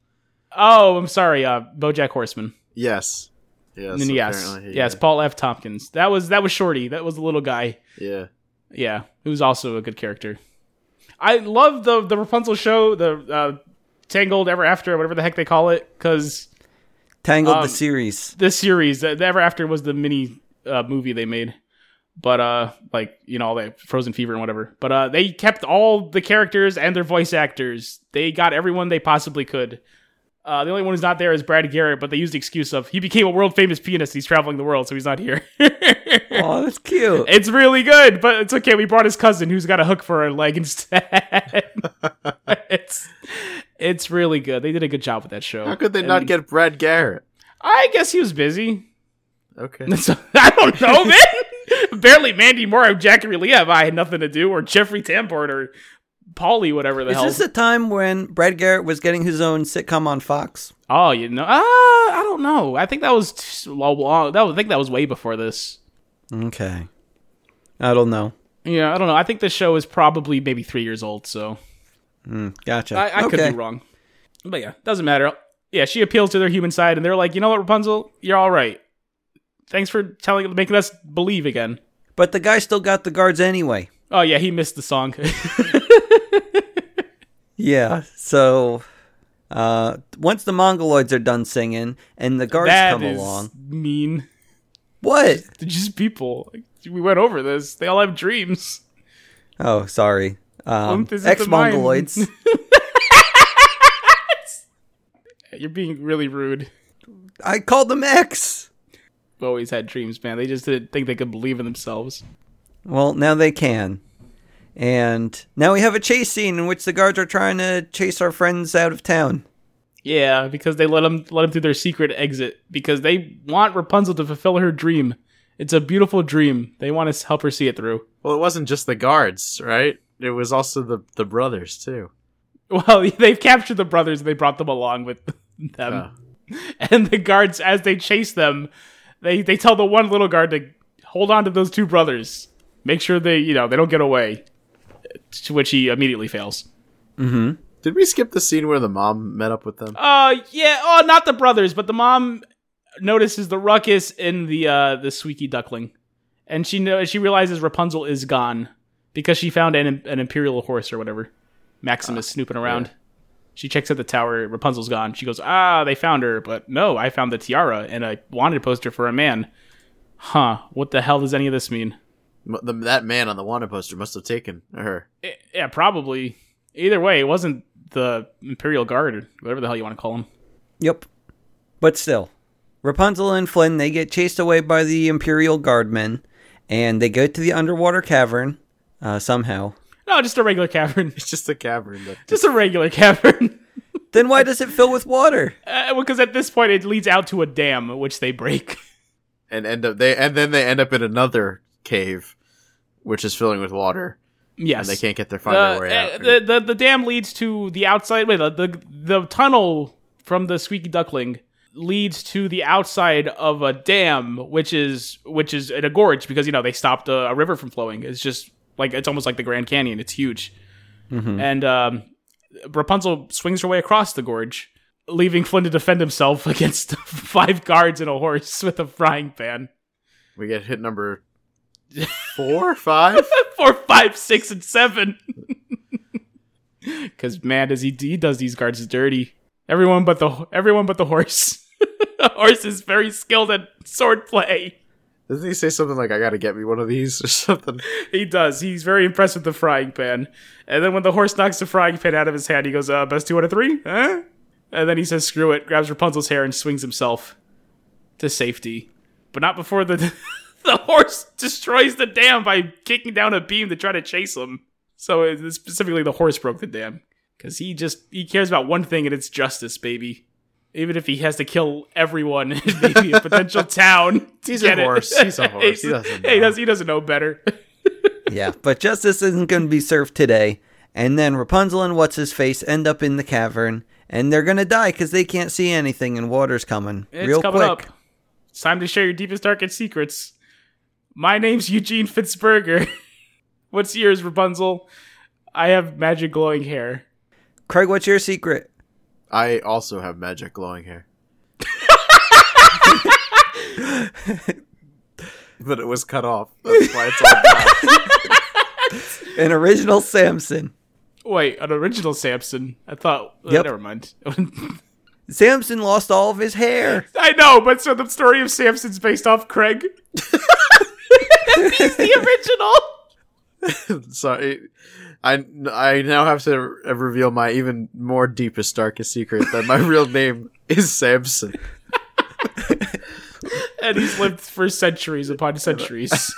Speaker 3: Oh, I'm sorry, uh, BoJack Horseman.
Speaker 2: Yes. Yes.
Speaker 3: And yes,
Speaker 2: apparently he-
Speaker 3: yes, Paul F. Tompkins. That was that was Shorty. That was the little guy.
Speaker 2: Yeah.
Speaker 3: Yeah, who's also a good character. I love the the Rapunzel show, the uh, Tangled Ever After, whatever the heck they call it, because
Speaker 1: Tangled
Speaker 3: Um,
Speaker 1: the series.
Speaker 3: this series, the, the Ever After was the mini uh, movie they made. But uh, like you know, all that Frozen Fever and whatever. But uh, they kept all the characters and their voice actors. They got everyone they possibly could. Uh, the only one who's not there is Brad Garrett, but they used the excuse of he became a world famous pianist. He's traveling the world, so he's not here.
Speaker 1: Oh, that's cute.
Speaker 3: It's really good, but it's okay. We brought his cousin who's got a hook for her leg instead. it's it's really good. They did a good job with that show.
Speaker 2: How could they
Speaker 3: And
Speaker 2: not get Brad Garrett?
Speaker 3: I guess he was busy.
Speaker 2: Okay.
Speaker 3: So- I don't know, man. Barely Mandy Moore, or Jackie Leah, I had nothing to do, or Jeffrey Tambor, or Paulie, whatever the
Speaker 1: Is
Speaker 3: hell.
Speaker 1: this the time when Brad Garrett was getting his own sitcom on Fox?
Speaker 3: oh, you know, uh, I don't know. I think that was t- long, long- That was, I think that was way before this.
Speaker 1: Okay. I don't know.
Speaker 3: Yeah, I don't know. I think the show is probably maybe three years old, so.
Speaker 1: Gotcha.
Speaker 3: I, I could be wrong. But yeah, doesn't matter. Yeah, she appeals to their human side, and they're like, you know what, Rapunzel, you're all right. Thanks for telling, making us believe again.
Speaker 1: But the guy still got the guards anyway.
Speaker 3: Oh yeah, he missed the song.
Speaker 1: Yeah. So uh once the Mongoloids are done singing and the guards
Speaker 3: that
Speaker 1: come
Speaker 3: is
Speaker 1: along.
Speaker 3: mean.
Speaker 1: What?
Speaker 3: They're just people. Like, We went over this. They all have dreams.
Speaker 1: Oh, sorry. Um
Speaker 3: Oomph is at the
Speaker 1: ex Mongoloids.
Speaker 3: You're being really rude.
Speaker 1: I called them X.
Speaker 3: We've always had dreams, man. They just didn't think they could believe in themselves.
Speaker 1: Well, now they can. And now we have a chase scene in which the guards are trying to chase our friends out of town.
Speaker 3: Yeah, because they let him let him through their secret exit because they want Rapunzel to fulfill her dream. It's a beautiful dream. They want to help her see it through.
Speaker 2: Well, it wasn't just the guards, right? It was also the the brothers too.
Speaker 3: Well, they've captured the brothers and they brought them along with them. And the guards, as they chase them, they they tell the one little guard to hold on to those two brothers, make sure they you know they don't get away. To which he immediately fails.
Speaker 2: Did we skip the scene where the mom met up with them?
Speaker 3: Uh, yeah. Oh, not the brothers, but the mom notices the ruckus in the uh the squeaky duckling, and she know she realizes Rapunzel is gone because she found an an imperial horse or whatever. Maximus snooping around. She checks at the tower. Rapunzel's gone. She goes, ah, they found her, but no, I found the tiara and I wanted a poster for a man. Huh? What the hell does any of this mean?
Speaker 2: M- the, that man on the wanted poster must have taken her.
Speaker 3: I- yeah, probably. Either way, it wasn't the imperial guard or whatever the hell you want to call him.
Speaker 1: Yep. But still, Rapunzel and Flynn they get chased away by the Imperial Guardmen, and they go to the underwater cavern uh, somehow.
Speaker 3: No, just a regular cavern.
Speaker 2: It's just a cavern. That,
Speaker 3: Just a regular cavern.
Speaker 1: Then why does it fill with water?
Speaker 3: Because Uh, at this point, it leads out to a dam, which they break.
Speaker 2: and end up they and then they end up in another cave, which is filling with water,
Speaker 3: Yes.
Speaker 2: and they can't get their find
Speaker 3: the, uh,
Speaker 2: their way out.
Speaker 3: the, the, the dam leads to the outside. Wait, the, the, the tunnel from the Squeaky Duckling leads to the outside of a dam, which is which is in a gorge because you know they stopped a, Mm-hmm. a river from flowing. It's just like it's almost like the Grand Canyon. It's huge, and um, Rapunzel swings her way across the gorge, leaving Flynn to defend himself against five guards and a horse with a frying pan.
Speaker 2: We get hit number four, five.
Speaker 3: Four, five, six, and seven. Because man, does he he does these guards dirty? Everyone but the everyone but the horse. the horse is very skilled at swordplay.
Speaker 2: Doesn't he say something like, "I gotta get me one of these" or something?
Speaker 3: He does. He's very impressed with the frying pan. And then when the horse knocks the frying pan out of his hand, he goes, uh, best two out of three? Huh? And then he says, screw it, grabs Rapunzel's hair and swings himself to safety. But not before the the horse destroys the dam by kicking down a beam to try to chase him. So it- specifically, the horse broke the dam. Because he just, he cares about one thing and it's justice, baby. Even if he has to kill everyone in maybe a potential town. to
Speaker 2: He's a
Speaker 3: get it.
Speaker 2: horse. He's a horse. He doesn't
Speaker 3: he
Speaker 2: know.
Speaker 3: doesn't- he doesn't know better.
Speaker 1: yeah, but justice isn't going to be served today. And then Rapunzel and what's his face end up in the cavern, and they're going to die because they can't see anything, and water's coming
Speaker 3: It's
Speaker 1: real
Speaker 3: coming
Speaker 1: quick.
Speaker 3: up. It's time to share your deepest, darkest secrets. My name's Eugene Fitzberger. What's yours, Rapunzel? I have magic glowing hair.
Speaker 1: Craig, what's your secret?
Speaker 2: I also have magic glowing hair. but it was cut off. That's why it's all black.
Speaker 1: An original Samson.
Speaker 3: Wait, an original Samson. I thought. uh,
Speaker 1: Yep.
Speaker 3: never mind.
Speaker 1: Samson lost all of his hair.
Speaker 3: I know, but so the story of Samson's based off Craig. He's the original.
Speaker 2: Sorry. I, I now have to reveal my even more deepest, darkest secret that my real name is Samson.
Speaker 3: And he's lived for centuries upon centuries.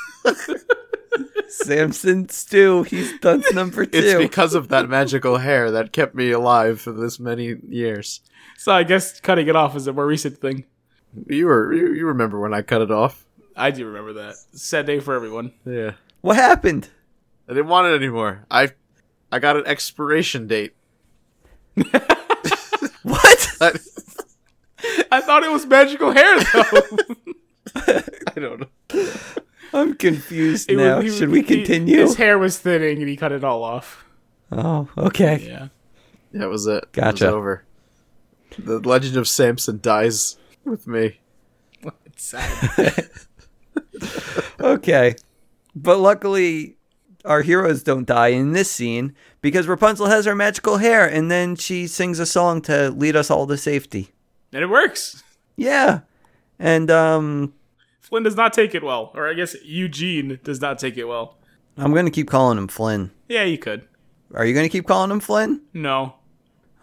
Speaker 1: Samson Stew. He's dunce number two.
Speaker 2: It's because of that magical hair that kept me alive for this many years.
Speaker 3: so I guess cutting it off is a more recent thing.
Speaker 2: You were you, you remember when I cut it off?
Speaker 3: I do remember that. Sad day for everyone.
Speaker 2: Yeah.
Speaker 1: what happened?
Speaker 2: I didn't want it anymore. I I got an expiration date.
Speaker 1: What?
Speaker 2: I,
Speaker 3: I thought it was magical hair, though.
Speaker 2: I don't know.
Speaker 1: I'm confused
Speaker 3: It was-
Speaker 1: now.
Speaker 3: he-
Speaker 1: Should we
Speaker 3: he-
Speaker 1: continue?
Speaker 3: his hair was thinning, and he cut it all off.
Speaker 1: oh, okay.
Speaker 3: Yeah.
Speaker 2: That was it. It
Speaker 1: Gotcha.
Speaker 2: was over. The legend of Samson dies with me.
Speaker 3: It's sad.
Speaker 1: Okay. But luckily, our heroes don't die in this scene because Rapunzel has her magical hair and then she sings a song to lead us all to safety.
Speaker 3: and it works.
Speaker 1: Yeah. And um,
Speaker 3: Flynn does not take it well, or I guess Eugene does not take it well.
Speaker 1: I'm going to keep calling him Flynn.
Speaker 3: Yeah, you could.
Speaker 1: Are you going to keep calling him Flynn?
Speaker 3: No,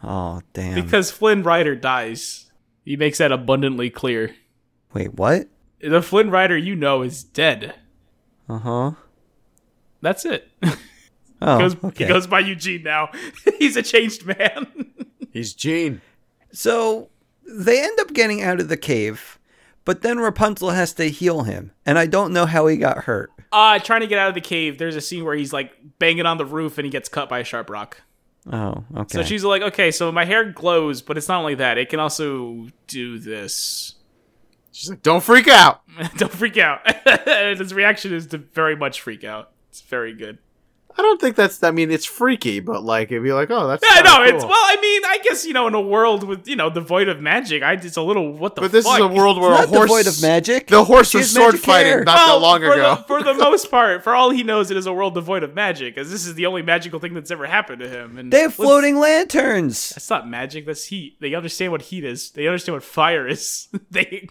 Speaker 1: Oh, damn.
Speaker 3: because Flynn Rider dies. He makes that abundantly clear.
Speaker 1: Wait, what?
Speaker 3: The Flynn Rider you know is dead.
Speaker 1: Uh huh.
Speaker 3: That's it.
Speaker 1: Oh,
Speaker 3: goes,
Speaker 1: okay.
Speaker 3: He goes by Eugene now. He's a changed man.
Speaker 2: He's Gene.
Speaker 1: So they end up getting out of the cave, but then Rapunzel has to heal him, and I don't know how he got hurt.
Speaker 3: uh, trying to get out of the cave, there's a scene where he's like banging on the roof and he gets cut by a sharp rock.
Speaker 1: Oh, okay.
Speaker 3: So she's like, okay, so my hair glows, but it's not only that; it can also do this.
Speaker 2: She's like, don't freak out.
Speaker 3: Don't freak out. And His reaction is to very much freak out. It's very good.
Speaker 2: I don't think that's. I mean, it's freaky, but like, it'd be like, oh, that's.
Speaker 3: Yeah, no,
Speaker 2: kinda
Speaker 3: it's
Speaker 2: cool.
Speaker 3: well. I mean, I guess you know, in a world with you know devoid of magic, I it's a little what the.
Speaker 2: But this
Speaker 3: fuck?
Speaker 2: is a world where
Speaker 1: not
Speaker 2: a horse.
Speaker 1: devoid of magic.
Speaker 2: The horse
Speaker 1: She
Speaker 2: was
Speaker 1: has magic
Speaker 2: sword fighting,
Speaker 1: hair.
Speaker 2: not that long
Speaker 3: for
Speaker 2: ago.
Speaker 3: The, for the most part, for all he knows, it is a world devoid of magic, as this is the only magical thing that's ever happened to him. And
Speaker 1: they have
Speaker 3: let's-
Speaker 1: floating lanterns.
Speaker 3: That's not magic. That's heat. They understand what heat is. They understand what fire is. they.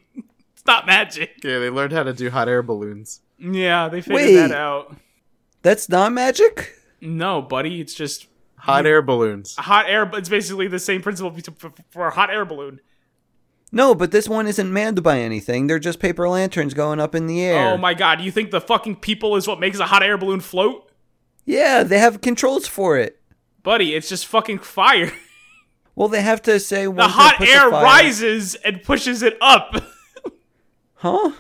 Speaker 3: It's not magic.
Speaker 2: yeah, they learned how to do hot air balloons.
Speaker 3: Yeah, they figured
Speaker 1: Wait.
Speaker 3: that out.
Speaker 1: That's not magic.
Speaker 3: No, buddy, it's just
Speaker 2: Hot air balloons.
Speaker 3: hot air. It's basically the same principle be- for- for a hot air balloon.
Speaker 1: No, but this one isn't manned by anything. They're just paper lanterns going up in the air.
Speaker 3: Oh my god, you think the fucking people is what makes a hot air balloon float,
Speaker 1: Yeah, they have controls for it.
Speaker 3: buddy? It's just fucking fire.
Speaker 1: Well, they have to say
Speaker 3: The hot air rises and pushes it up.
Speaker 1: Huh?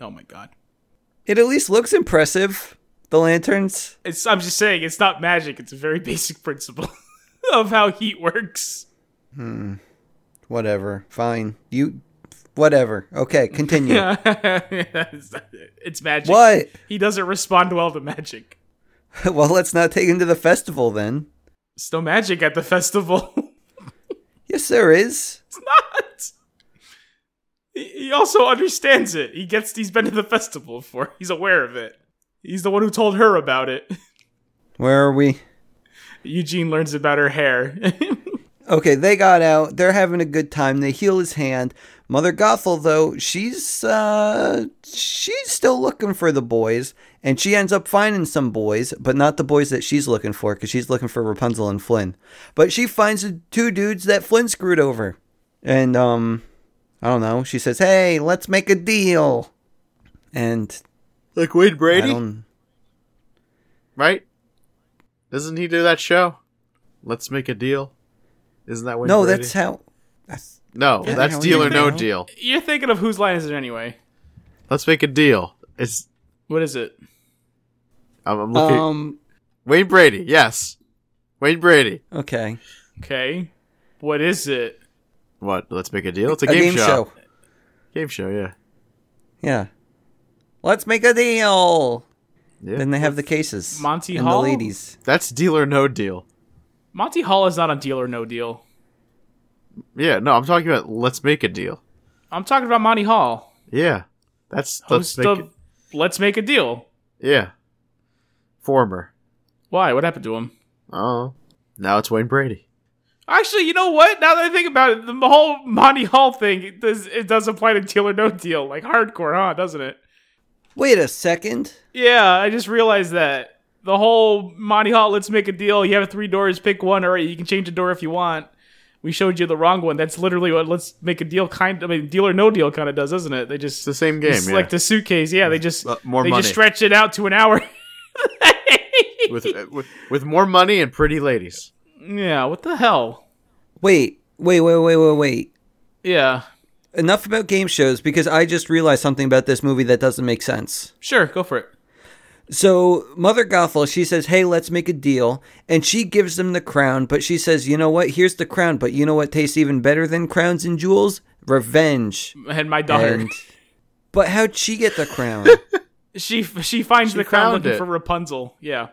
Speaker 3: oh my god,
Speaker 1: It at least looks impressive. The lanterns.
Speaker 3: it's. I'm just saying, it's not magic. It's a very basic principle of how heat works.
Speaker 1: Whatever. Fine. You. Whatever. Okay. Continue.
Speaker 3: it's magic.
Speaker 1: What?
Speaker 3: He doesn't respond well to magic.
Speaker 1: well, let's not take him to the festival then.
Speaker 3: There's no magic at the festival.
Speaker 1: Yes, there is.
Speaker 3: it's not. He he also understands it. He gets. He's been to the festival before. He's aware of it. He's the one who told her about it.
Speaker 1: Where are we?
Speaker 3: Eugene learns about her hair.
Speaker 1: Okay, they got out. They're having a good time. They heal his hand. Mother Gothel, though, she's uh, she's still looking for the boys, and she ends up finding some boys, but not the boys that she's looking for, because she's looking for Rapunzel and Flynn. But she finds the two dudes that Flynn screwed over, and um, I don't know. She says, "Hey, let's make a deal," and
Speaker 2: Like Wade
Speaker 1: I
Speaker 2: Brady,
Speaker 1: don't.
Speaker 2: right? Doesn't he do that show? Let's make a deal. Isn't that Wade
Speaker 1: No,
Speaker 2: Brady?
Speaker 1: that's how. That's,
Speaker 2: no,
Speaker 1: Yeah,
Speaker 2: that's
Speaker 1: how
Speaker 2: deal
Speaker 1: you
Speaker 2: or no
Speaker 1: know.
Speaker 2: deal.
Speaker 3: You're thinking of whose line is it anyway?
Speaker 2: Let's make a deal. It's
Speaker 3: What is it?
Speaker 2: I'm, I'm looking.
Speaker 1: um.
Speaker 2: Wayne Brady, yes, Wayne Brady.
Speaker 1: Okay.
Speaker 3: Okay. What is it?
Speaker 2: What? Let's make a deal. It's a, game, show. Game show, yeah.
Speaker 1: Yeah. Let's make a deal.
Speaker 2: Yeah.
Speaker 1: Then they have the cases.
Speaker 3: Monty
Speaker 1: and
Speaker 3: Hall?
Speaker 1: the ladies.
Speaker 2: That's deal or no deal.
Speaker 3: Monty Hall is not on Deal or No Deal.
Speaker 2: Yeah, no, I'm talking about let's make a deal.
Speaker 3: I'm talking about Monty Hall,
Speaker 2: Yeah. That's let's
Speaker 3: host
Speaker 2: make
Speaker 3: of
Speaker 2: it,
Speaker 3: Let's Make a Deal.
Speaker 2: Yeah. Former.
Speaker 3: Why? What happened to him?
Speaker 2: Oh. Now it's Wayne Brady.
Speaker 3: Actually, you know what? Now that I think about it, the whole Monty Hall thing it does it does apply to Deal or No Deal, like hardcore, huh? Doesn't it?
Speaker 1: Wait a second.
Speaker 3: Yeah, I just realized that the whole Monty Hall. Let's make a deal. You have three doors. Pick one. All right, you can change the door if you want. We showed you the wrong one. That's literally what Let's Make a Deal kind. I mean, Deal or No Deal kind of does, doesn't it? They just
Speaker 2: It's the same game,
Speaker 3: It's
Speaker 2: yeah.
Speaker 3: like the suitcase. Yeah, they just
Speaker 2: Uh, more
Speaker 3: they
Speaker 2: money.
Speaker 3: just stretch it out to an hour.
Speaker 2: with, uh, with with more money and pretty ladies.
Speaker 3: yeah, what the hell?
Speaker 1: Wait, wait, wait, wait, wait, wait.
Speaker 3: Yeah,
Speaker 1: Enough about game shows because I just realized something about this movie that doesn't make sense.
Speaker 3: sure, go for it.
Speaker 1: So Mother Gothel, she says, "Hey, let's make a deal," and she gives them the crown. But she says, "You know what? Here's the crown. But you know what tastes even better than crowns and jewels? Revenge."
Speaker 3: And my daughter,
Speaker 1: And but how'd she get the crown?
Speaker 3: she she finds
Speaker 2: She
Speaker 3: the crown
Speaker 2: found
Speaker 3: looking
Speaker 2: it.
Speaker 3: for Rapunzel. Yeah,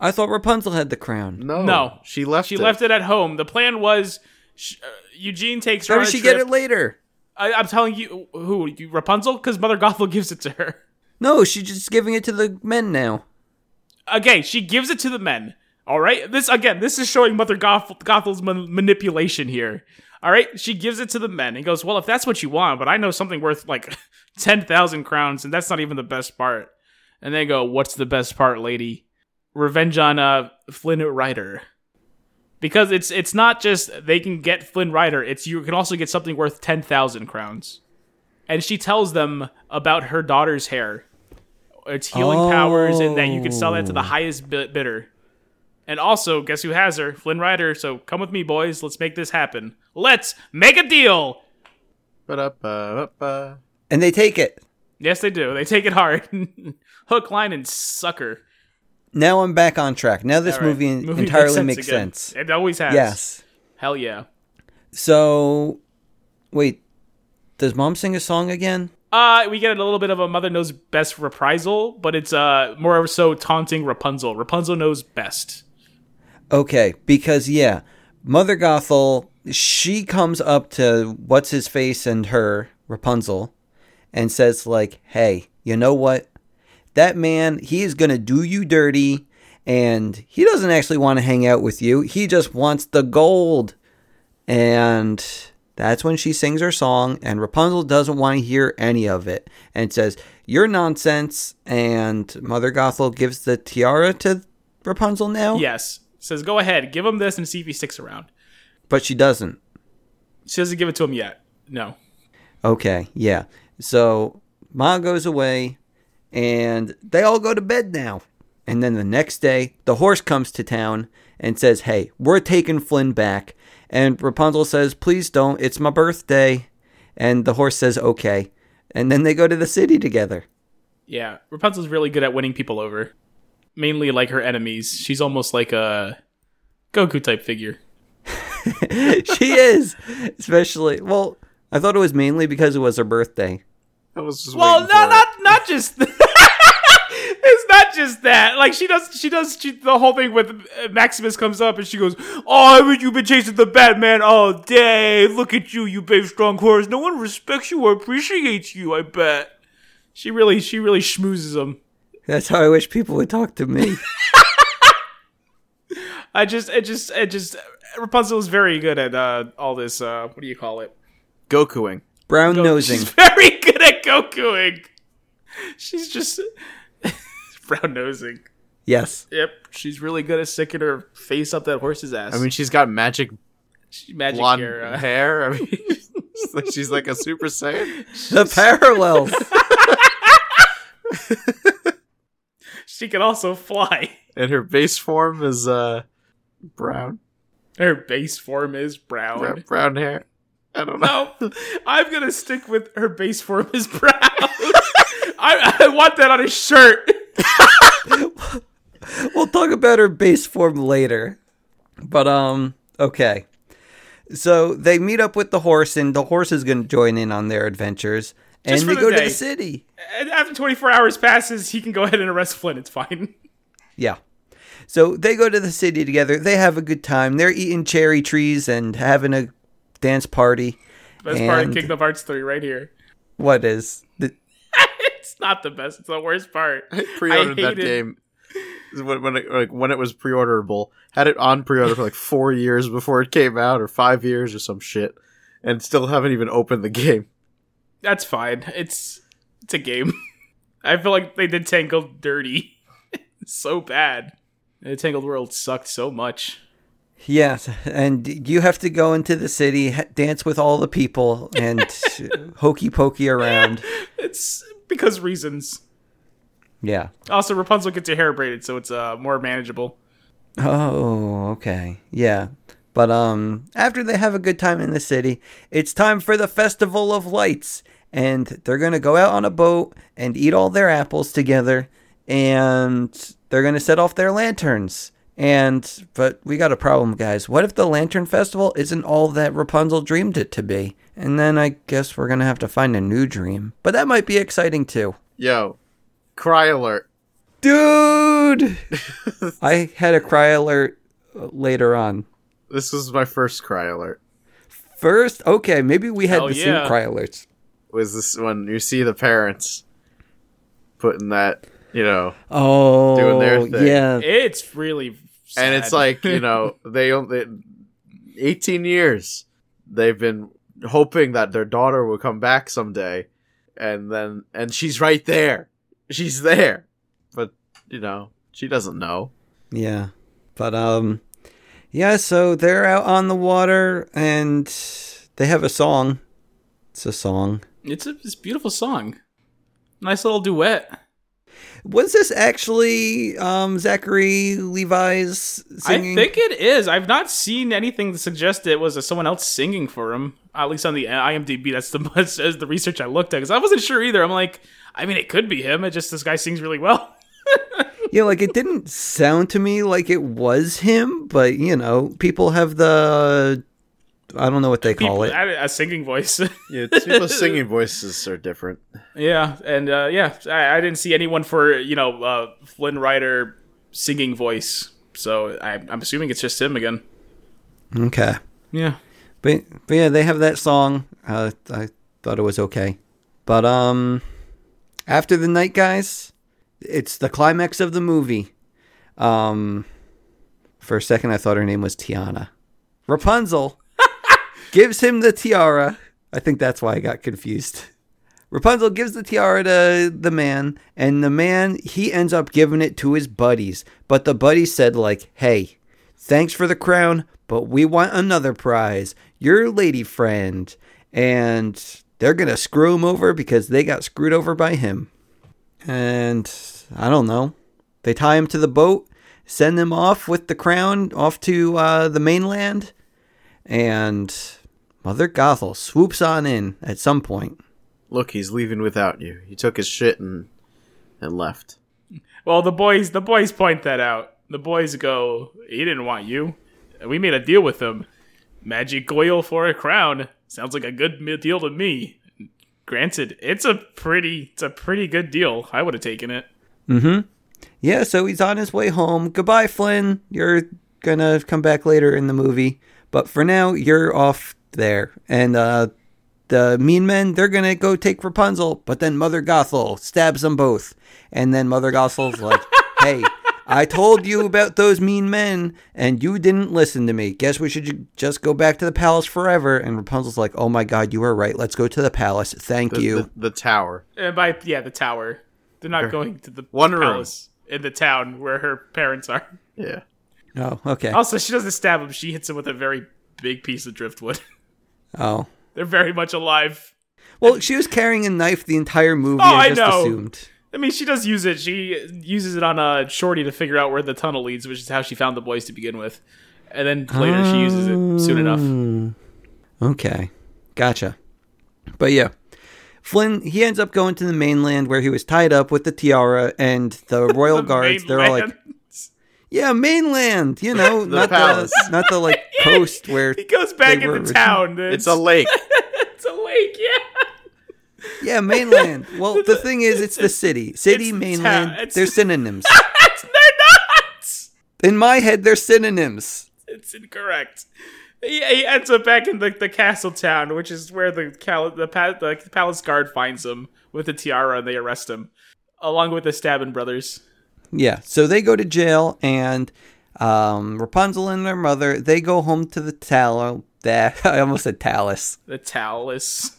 Speaker 1: I thought Rapunzel had the crown.
Speaker 2: No.
Speaker 3: No.
Speaker 2: She left
Speaker 3: she
Speaker 2: it.
Speaker 3: left it at home. The plan was sh uh, Eugene takes her.
Speaker 1: How
Speaker 3: on
Speaker 1: did
Speaker 3: a
Speaker 1: she
Speaker 3: trip.
Speaker 1: get it later?
Speaker 3: I, I'm telling you, who you, Rapunzel? Because Mother Gothel gives it to her.
Speaker 1: No, she's just giving it to the men now.
Speaker 3: Okay, she gives it to the men. All right, this again, this is showing Mother Goth- Gothel's man- manipulation here. All right, she gives it to the men and goes, "Well, if that's what you want, but I know something worth like ten thousand crowns, and that's not even the best part." And they go, "What's the best part, lady? Revenge on uh, Flynn Rider." Because it's it's not just they can get Flynn Rider; it's you can also get something worth ten thousand crowns. And she tells them about her daughter's hair, its healing powers, and that you can sell that to the highest bid- bidder. And also, guess who has her? Flynn Rider. So come with me, boys. Let's make this happen. Let's make a deal.
Speaker 2: Ba-da-ba-ba-ba.
Speaker 1: And they take it.
Speaker 3: Yes, they do. They take it hard. Hook, line, and sucker.
Speaker 1: Now I'm back on track. Now this
Speaker 3: All right.
Speaker 1: movie, entirely makes
Speaker 3: again.
Speaker 1: sense.
Speaker 3: It always has.
Speaker 1: Yes.
Speaker 3: Hell yeah.
Speaker 1: So, wait, does mom sing a song again?
Speaker 3: Uh, we get a little bit of a mother knows best reprisal, but it's uh more so taunting Rapunzel. Rapunzel knows best.
Speaker 1: Okay, because yeah, Mother Gothel, she comes up to what's his face and her, Rapunzel, and says, like, hey, you know what? That man, he is going to do you dirty, and he doesn't actually want to hang out with you. He just wants the gold. And that's when she sings her song, and Rapunzel doesn't want to hear any of it and says, You're nonsense. And Mother Gothel gives the tiara to Rapunzel now,
Speaker 3: Yes. Says go ahead, give him this and see if he sticks around.
Speaker 1: but she doesn't.
Speaker 3: She doesn't give it to him yet. No.
Speaker 1: Okay, yeah. So Ma goes away, and they all go to bed now. And then the next day, the horse comes to town and says, "Hey, we're taking Flynn back." And Rapunzel says, "Please don't. It's my birthday." And the horse says, "Okay." And then they go to the city together.
Speaker 3: Yeah, Rapunzel's really good at winning people over, mainly like her enemies. She's almost like a Goku type figure.
Speaker 1: she is, especially. Well, I thought it was mainly because it was her birthday.
Speaker 2: I was just
Speaker 3: Well,
Speaker 2: waiting
Speaker 3: not
Speaker 2: for it.
Speaker 3: not not just. It's not just that. Like she does, she does she, the whole thing with uh, Maximus comes up and she goes, "Oh, I mean, you've been chasing the Batman all day. Look at you, you big strong horse. No one respects you or appreciates you. I bet." She really, she really schmoozes him.
Speaker 1: That's how I wish people would talk to me.
Speaker 3: I just, it just, it just. Rapunzel is very good at uh, all this. Uh, what do you call it?
Speaker 2: Gokuing.
Speaker 1: Brown
Speaker 3: Go-
Speaker 1: nosing.
Speaker 3: She's very good at Gokuing. She's just brown nosing.
Speaker 1: Yes.
Speaker 3: Yep, she's really good at sticking her face up that horse's ass.
Speaker 2: I mean, she's got magic
Speaker 3: she magic
Speaker 2: blonde
Speaker 3: hair. uh,
Speaker 2: hair. I mean, it's like she's like a Super Saiyan.
Speaker 1: The parallels.
Speaker 3: she can also fly.
Speaker 2: And her base form is uh brown.
Speaker 3: Her base form is brown.
Speaker 2: Bra- brown hair. I don't know.
Speaker 3: No, I'm gonna stick with her base form is brown. I, I want that on a shirt.
Speaker 1: we'll talk about her base form later. But um okay. So they meet up with the horse and the horse is going to join in on their adventures and
Speaker 3: for
Speaker 1: they
Speaker 3: the
Speaker 1: go to
Speaker 3: day.
Speaker 1: the city.
Speaker 3: And after 24 hours passes, he can go ahead and arrest Flynn. It's fine.
Speaker 1: Yeah. So they go to the city together. They have a good time. They're eating cherry trees and having a dance party.
Speaker 3: Best part of
Speaker 1: And-
Speaker 3: Kingdom Hearts 3 right here.
Speaker 1: What is the,
Speaker 3: It's not the best. It's the worst part. I
Speaker 2: Pre-ordered that
Speaker 3: hated-
Speaker 2: game when, when it, like when it was pre-orderable. Had it on pre-order for like four years before it came out, or five years, or some shit, and still haven't even opened the game.
Speaker 3: That's fine. It's it's a game. I feel like they did Tangled dirty, so bad. The Tangled World sucked so much.
Speaker 1: Yes, and you have to go into the city, ha- dance with all the people, and hokey pokey around.
Speaker 3: It's because reasons.
Speaker 1: Yeah.
Speaker 3: Also, Rapunzel gets her hair braided, so it's uh more manageable.
Speaker 1: Oh, okay. Yeah. But um after they have a good time in the city, it's time for the Festival of Lights and they're going to go out on a boat and eat all their apples together and they're going to set off their lanterns. And but we got a problem, guys. What if the Lantern Festival isn't all that Rapunzel dreamed it to be? And then I guess we're going to have to find a new dream. But that might be exciting too.
Speaker 2: Yo, cry alert!
Speaker 1: Dude, I had a cry alert uh, later on.
Speaker 2: This was my first cry alert.
Speaker 1: First, okay, maybe we had
Speaker 3: Hell
Speaker 1: the
Speaker 3: yeah.
Speaker 1: same cry alerts.
Speaker 2: Was this when you see the parents putting that, you know,
Speaker 1: Oh,
Speaker 2: Doing their thing.
Speaker 1: yeah,
Speaker 3: It's really sad.
Speaker 2: and it's like you know they only 18 years they've been hoping that their daughter will come back someday and then and she's right there she's there but you know she doesn't know
Speaker 1: yeah. But um, yeah. So they're out on the water and they have a song. It's a song.
Speaker 3: it's a it's a beautiful song. Nice little duet.
Speaker 1: Was this actually um Zachary Levi's singing?
Speaker 3: I think it is. I've not seen anything to suggest it was someone else singing for him. At least on the uh, IMDb, that's the much as the research I looked at because I wasn't sure either. I'm like, I mean, it could be him. It just this guy sings really well.
Speaker 1: Yeah, like it didn't sound to me like it was him, but you know, people have the I don't know what they call it.
Speaker 3: A, a singing voice.
Speaker 2: yeah people's singing voices are different
Speaker 3: yeah, and uh, yeah, I, I didn't see anyone for you know uh, Flynn Rider singing voice. So I, I'm assuming it's just him again.
Speaker 1: Okay.
Speaker 3: Yeah.
Speaker 1: But, but yeah, they have that song. Uh, I thought it was okay. But um, after the night, guys, it's the climax of the movie. Um, for a second, I thought her name was Tiana. Rapunzel gives him the tiara. I think that's why I got confused. Rapunzel gives the tiara to the man, and the man he ends up giving it to his buddies. But the buddies said, like, "Hey, thanks for the crown, but we want another prize. Your lady friend." And they're going to screw him over because they got screwed over by him. And I don't know. They tie him to the boat, send him off with the crown off to uh, the mainland, and Mother Gothel swoops on in at some point.
Speaker 2: look he's leaving without you he took his shit and and left
Speaker 3: Well, the boys, the boys point that out. The boys go, "He didn't want you. We made a deal with him. Magic oil for a crown. Sounds like a good mi- deal to me." Granted, it's a pretty, it's a pretty good deal. I would have taken it.
Speaker 1: Mm-hmm. Yeah, so he's on his way home. Goodbye, Flynn. You're gonna come back later in the movie, but for now, you're off there. And uh, the Mean Men, they're gonna go take Rapunzel, but then Mother Gothel stabs them both, and then Mother Gothel's like, "Hey." I told you about those mean men, and you didn't listen to me. Guess we should ju- just go back to the palace forever. And Rapunzel's like, "Oh my God, you were right. Let's go to the palace. Thank
Speaker 2: The,
Speaker 1: you."
Speaker 2: the, the tower.
Speaker 3: And by yeah, the tower. They're not going to the
Speaker 2: One room.
Speaker 3: palace in the town where her parents are.
Speaker 2: Yeah.
Speaker 1: oh, okay.
Speaker 3: Also, she doesn't stab him. She hits him with a very big piece of driftwood.
Speaker 1: Oh,
Speaker 3: They're very much alive.
Speaker 1: Well, she was carrying a knife the entire movie.
Speaker 3: Oh,
Speaker 1: I
Speaker 3: I
Speaker 1: just
Speaker 3: know.
Speaker 1: assumed.
Speaker 3: I mean, she does use it. She uses it on uh, Shorty to figure out where the tunnel leads, which is how she found the boys to begin with. And then later, she uses it soon enough.
Speaker 1: Okay. Gotcha. But yeah. Flynn, he ends up going to the mainland where he was tied up with the tiara and the royal guards. They're all like,
Speaker 3: Mainland.
Speaker 1: yeah, mainland, you know, not
Speaker 2: palace.
Speaker 1: the not the like coast where
Speaker 3: he goes back
Speaker 1: They were
Speaker 3: into
Speaker 1: originally-
Speaker 3: town.
Speaker 2: It's a lake.
Speaker 3: it's a lake. Yeah.
Speaker 1: Yeah, mainland. Well, the thing is it's the city. City,
Speaker 3: it's the town.
Speaker 1: mainland,
Speaker 3: It's-
Speaker 1: they're synonyms.
Speaker 3: It's, they're not.
Speaker 1: In my head, they're synonyms.
Speaker 3: It's incorrect. He, he ends up back in the, the castle town, which is where the cal- the, pa- the palace guard finds him with the tiara, and they arrest him, along with the Stabin brothers.
Speaker 1: Yeah. So they go to jail and um, Rapunzel and their mother, they go home to the tallow. That I almost said talus.
Speaker 3: The Talus.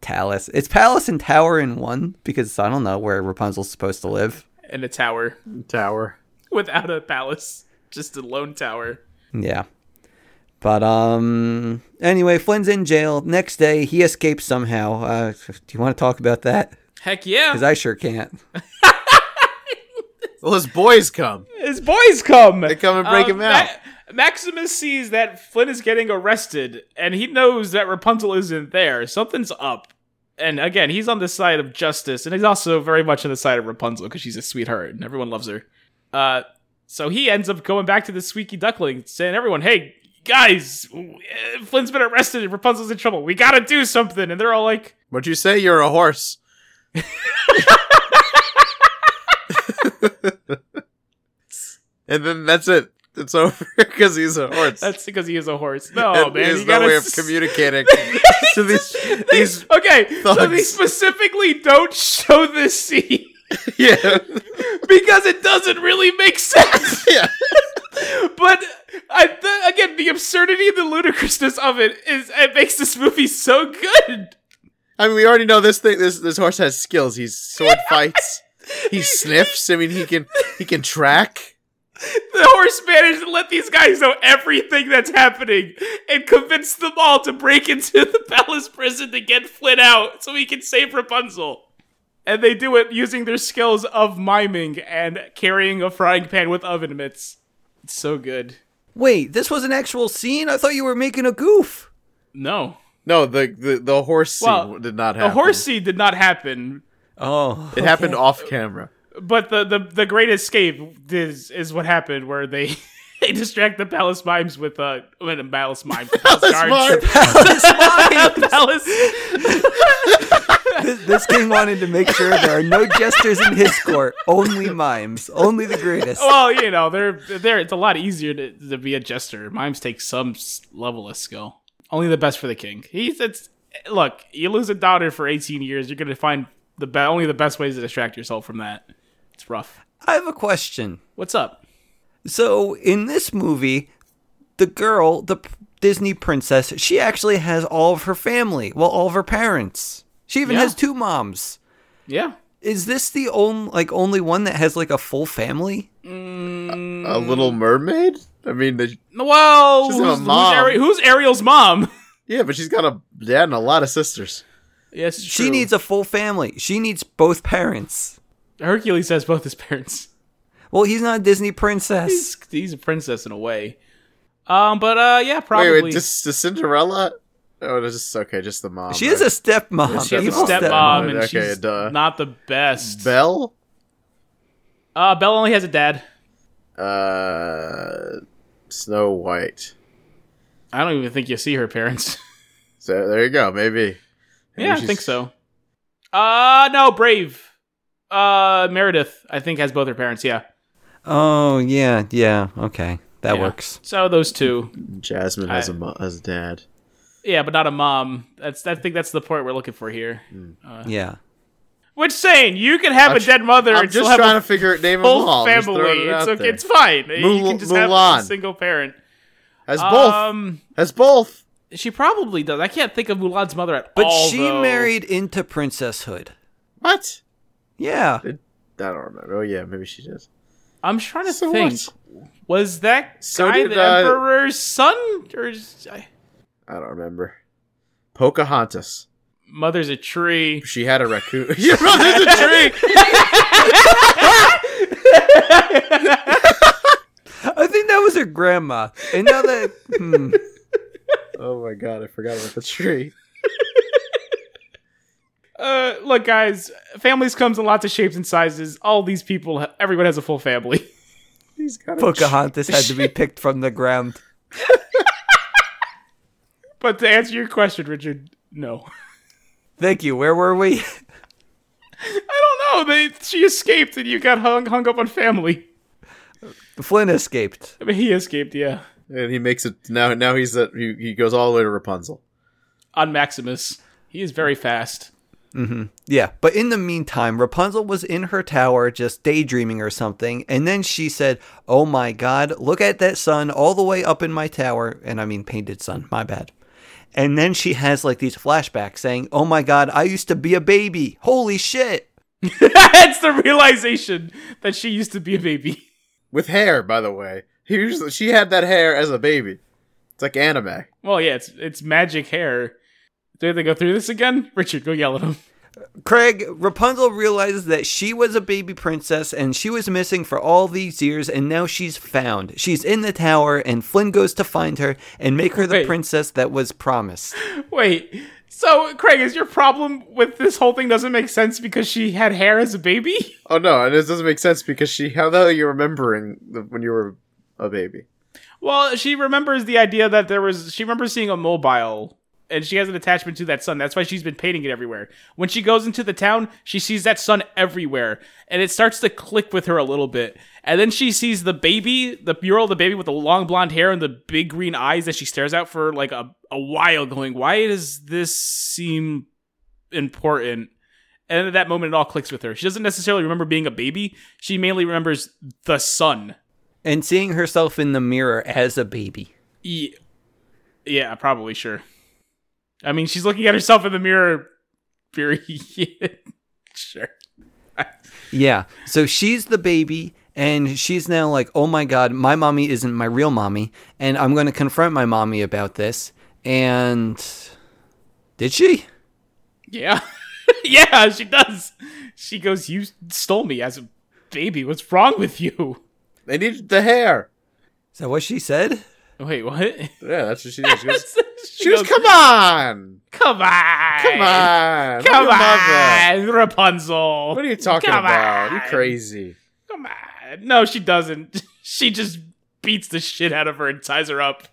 Speaker 1: Talus. It's palace and tower in one because I don't know where Rapunzel's supposed to live.
Speaker 3: and a tower
Speaker 2: Tower.
Speaker 3: without a palace, just a lone tower.
Speaker 1: Yeah. But um anyway, Flynn's in jail. Next day he escapes somehow. Uh do you want to talk about that?
Speaker 3: Heck yeah!
Speaker 1: Cuz I sure can't.
Speaker 2: Well, his boys come.
Speaker 3: His boys come.
Speaker 2: They come and break him out.
Speaker 3: Um, Maximus sees that Flynn is getting arrested, and he knows that Rapunzel isn't there. Something's up. And again, he's on the side of justice, and he's also very much on the side of Rapunzel because she's a sweetheart and everyone loves her. Uh, so he ends up going back to the squeaky duckling, saying, "Everyone, hey guys, eh, Flynn's been arrested and Rapunzel's in trouble. We gotta do something." And they're all like,
Speaker 2: What'd you say? You're a horse. and then that's it. It's over because he's a horse.
Speaker 3: "That's because he is a horse." No,
Speaker 2: And
Speaker 3: man,
Speaker 2: there's
Speaker 3: you
Speaker 2: no
Speaker 3: gotta
Speaker 2: way of
Speaker 3: s-
Speaker 2: communicating to these. these
Speaker 3: okay, so
Speaker 2: Thugs.
Speaker 3: they specifically don't show this scene
Speaker 2: yeah,
Speaker 3: because it doesn't really make sense.
Speaker 2: yeah.
Speaker 3: But I, the, again, the absurdity and the ludicrousness of it is it makes this movie so good.
Speaker 2: I mean, we already know this thing. This this horse has skills. He's sword fights. He sniffs. I mean, he can he can track.
Speaker 3: The horse managed to let these guys know everything that's happening and convince them all to break into the palace prison to get Flynn out so he can save Rapunzel. And they do it using their skills of miming and carrying a frying pan with oven mitts. It's so good.
Speaker 1: Wait, this was an actual scene? I thought you were making a goof.
Speaker 3: No.
Speaker 2: No, the the, the horse scene
Speaker 3: Well,
Speaker 2: did not
Speaker 3: The
Speaker 2: happen.
Speaker 3: horse seed did not happen,
Speaker 1: Oh.
Speaker 2: It happened off camera.
Speaker 3: but the, the, the great escape is is what happened where they, they distract the palace mimes with uh well, the palace mimes. The palace,
Speaker 2: That's
Speaker 3: guards.
Speaker 2: smart.
Speaker 3: The palace
Speaker 1: This king wanted to make sure there are no jesters in his court, only mimes, only the greatest.
Speaker 3: well, you know, they're they're it's a lot easier to, to be a jester. Mimes take some s- level of skill. Only the best for the king. He's it's look, you lose a daughter for 18 years, you're going to find the be- only the best ways to distract yourself from that. It's rough.
Speaker 1: I have a question.
Speaker 3: What's up?
Speaker 1: So in this movie, the girl, the p- Disney princess, she actually has all of her family, well, all of her parents. She even
Speaker 3: Yeah.
Speaker 1: has two moms.
Speaker 3: Yeah.
Speaker 1: Is this the only like only one that has like a full family?
Speaker 2: A
Speaker 3: Mm.
Speaker 2: Little Mermaid. I mean, the,
Speaker 3: Well,
Speaker 2: She's
Speaker 3: who's,
Speaker 2: got a
Speaker 3: who's,
Speaker 2: mom.
Speaker 3: Ari- who's Ariel's mom?
Speaker 2: yeah, but she's got a dad and a lot of sisters.
Speaker 3: yes,
Speaker 1: She needs a full family. She needs both parents.
Speaker 3: Hercules has both his parents.
Speaker 1: Well, he's not a Disney princess.
Speaker 3: He's, he's a princess in a way. Um, but uh, yeah, probably.
Speaker 2: Wait, wait, just the Cinderella? Oh, it's just okay. Just the mom.
Speaker 1: She is a stepmom.
Speaker 3: she has a
Speaker 1: Evil
Speaker 2: stepmom.
Speaker 3: stepmom, and
Speaker 2: Okay,
Speaker 3: she's
Speaker 2: duh.
Speaker 3: not the best.
Speaker 2: Belle.
Speaker 3: uh, Belle only has a dad.
Speaker 2: Uh, Snow White.
Speaker 3: I don't even think you see her parents.
Speaker 2: So there you go. Maybe.
Speaker 3: yeah, I
Speaker 2: she's-
Speaker 3: think so. Uh no, Brave. Uh, Meredith, I think, has both her parents. Yeah.
Speaker 1: Oh, yeah, yeah. Okay. That
Speaker 3: Yeah.
Speaker 1: works.
Speaker 3: So those two.
Speaker 2: Jasmine has a
Speaker 3: I-
Speaker 2: mo- has a dad.
Speaker 3: Yeah, but not a mom. That's I think that's the point we're looking for here.
Speaker 1: Yeah.
Speaker 3: Which saying you can have a
Speaker 2: sh-
Speaker 3: dead mother
Speaker 2: I'm
Speaker 3: and still
Speaker 2: just
Speaker 3: have
Speaker 2: trying
Speaker 3: a
Speaker 2: to figure it. Name them
Speaker 3: full
Speaker 2: all. I'm just throwing
Speaker 3: family.
Speaker 2: it
Speaker 3: It's
Speaker 2: out
Speaker 3: okay,
Speaker 2: there.
Speaker 3: it's fine. you
Speaker 2: Mul-
Speaker 3: can just have
Speaker 2: Mulan.
Speaker 3: a single parent.
Speaker 2: Has both.
Speaker 3: Um,
Speaker 2: has both.
Speaker 3: she probably does. I can't think of Mulan's mother at
Speaker 1: But
Speaker 3: all.
Speaker 1: she
Speaker 3: though.
Speaker 1: married into princesshood.
Speaker 2: What?
Speaker 1: Yeah.
Speaker 2: I don't remember. Oh yeah, maybe she did.
Speaker 3: I'm trying to
Speaker 2: So
Speaker 3: think.
Speaker 2: what?
Speaker 3: Was that
Speaker 2: So
Speaker 3: guy
Speaker 2: did,
Speaker 3: the
Speaker 2: uh,
Speaker 3: emperor's son or is- I-
Speaker 2: I don't remember. Pocahontas.
Speaker 3: mother's a tree?
Speaker 2: She had a raccoon. Your mother's a tree.
Speaker 1: I think that was her grandma. And now that. hmm.
Speaker 2: oh my god, I forgot about the tree.
Speaker 3: Uh, look, guys, families comes in lots of shapes and sizes. All these people, ha- everyone has a full family.
Speaker 2: He's got a
Speaker 1: Pocahontas had to be picked from the ground.
Speaker 3: but to answer your question, Richard, no.
Speaker 1: Thank you. Where were we?
Speaker 3: I don't know. Oh, They she escaped and you got hung hung up on family.
Speaker 1: Flynn escaped.
Speaker 3: I mean, he escaped, yeah.
Speaker 2: And he makes it now. Now he's that. He, he goes all the way to Rapunzel.
Speaker 3: On Maximus, he is very fast.
Speaker 1: Yeah, but in the meantime, Rapunzel was in her tower just daydreaming or something, and then she said, Oh my god, look at that sun all the way up in my tower. And I mean, painted sun, my bad. And then she has like these flashbacks saying, Oh my god, I used to be a baby. Holy shit.
Speaker 3: That's the realization that she used to be a baby.
Speaker 2: with hair, by the way. Here's she had that hair as a baby. It's like anime.
Speaker 3: Well, yeah, it's it's magic hair. Do we have to go through this again? Richard, go yell at him.
Speaker 1: Craig, Rapunzel realizes that she was a baby princess and she was missing for all these years, and now she's found. She's in the tower, and Flynn goes to find her and make her the
Speaker 3: Wait.
Speaker 1: princess that was promised.
Speaker 3: Wait. So, Craig, is your problem with this whole thing doesn't make sense because she had hair as a baby?
Speaker 2: Oh no, and this doesn't make sense because she. How the hell are you remembering the, when you were a baby?
Speaker 3: Well, she remembers the idea that there was. She remembers seeing a mobile, and she has an attachment to that sun. That's why she's been painting it everywhere. When she goes into the town, she sees that sun everywhere, and it starts to click with her a little bit. And then she sees the baby, the mural of the baby with the long blonde hair and the big green eyes that she stares out for like a, a while, going, Why does this seem important? And at that moment, it all clicks with her. She doesn't necessarily remember being a baby. She mainly remembers the sun.
Speaker 1: and seeing herself in the mirror as a baby.
Speaker 3: Ye- Yeah, probably sure. I mean, she's looking at herself in the mirror. Period. sure.
Speaker 1: Yeah. So she's the baby and she's now like, "Oh my god, my mommy isn't my real mommy and I'm going to confront my mommy about this." And did she?
Speaker 3: Yeah. yeah, she does. She goes, "You stole me as a baby. What's wrong with you?"
Speaker 2: They needed the hair.
Speaker 1: Is that what she said?
Speaker 3: Wait, what?
Speaker 2: Yeah, that's what she did. She goes,
Speaker 3: she
Speaker 2: she goes come on,
Speaker 3: "Come on,
Speaker 2: come on,
Speaker 3: come
Speaker 2: Look at your mother.
Speaker 3: on, Rapunzel."
Speaker 2: What are you talking
Speaker 3: Come
Speaker 2: about?
Speaker 3: on.
Speaker 2: You crazy?
Speaker 3: Come on. No, she doesn't. She just beats the shit out of her and ties her up.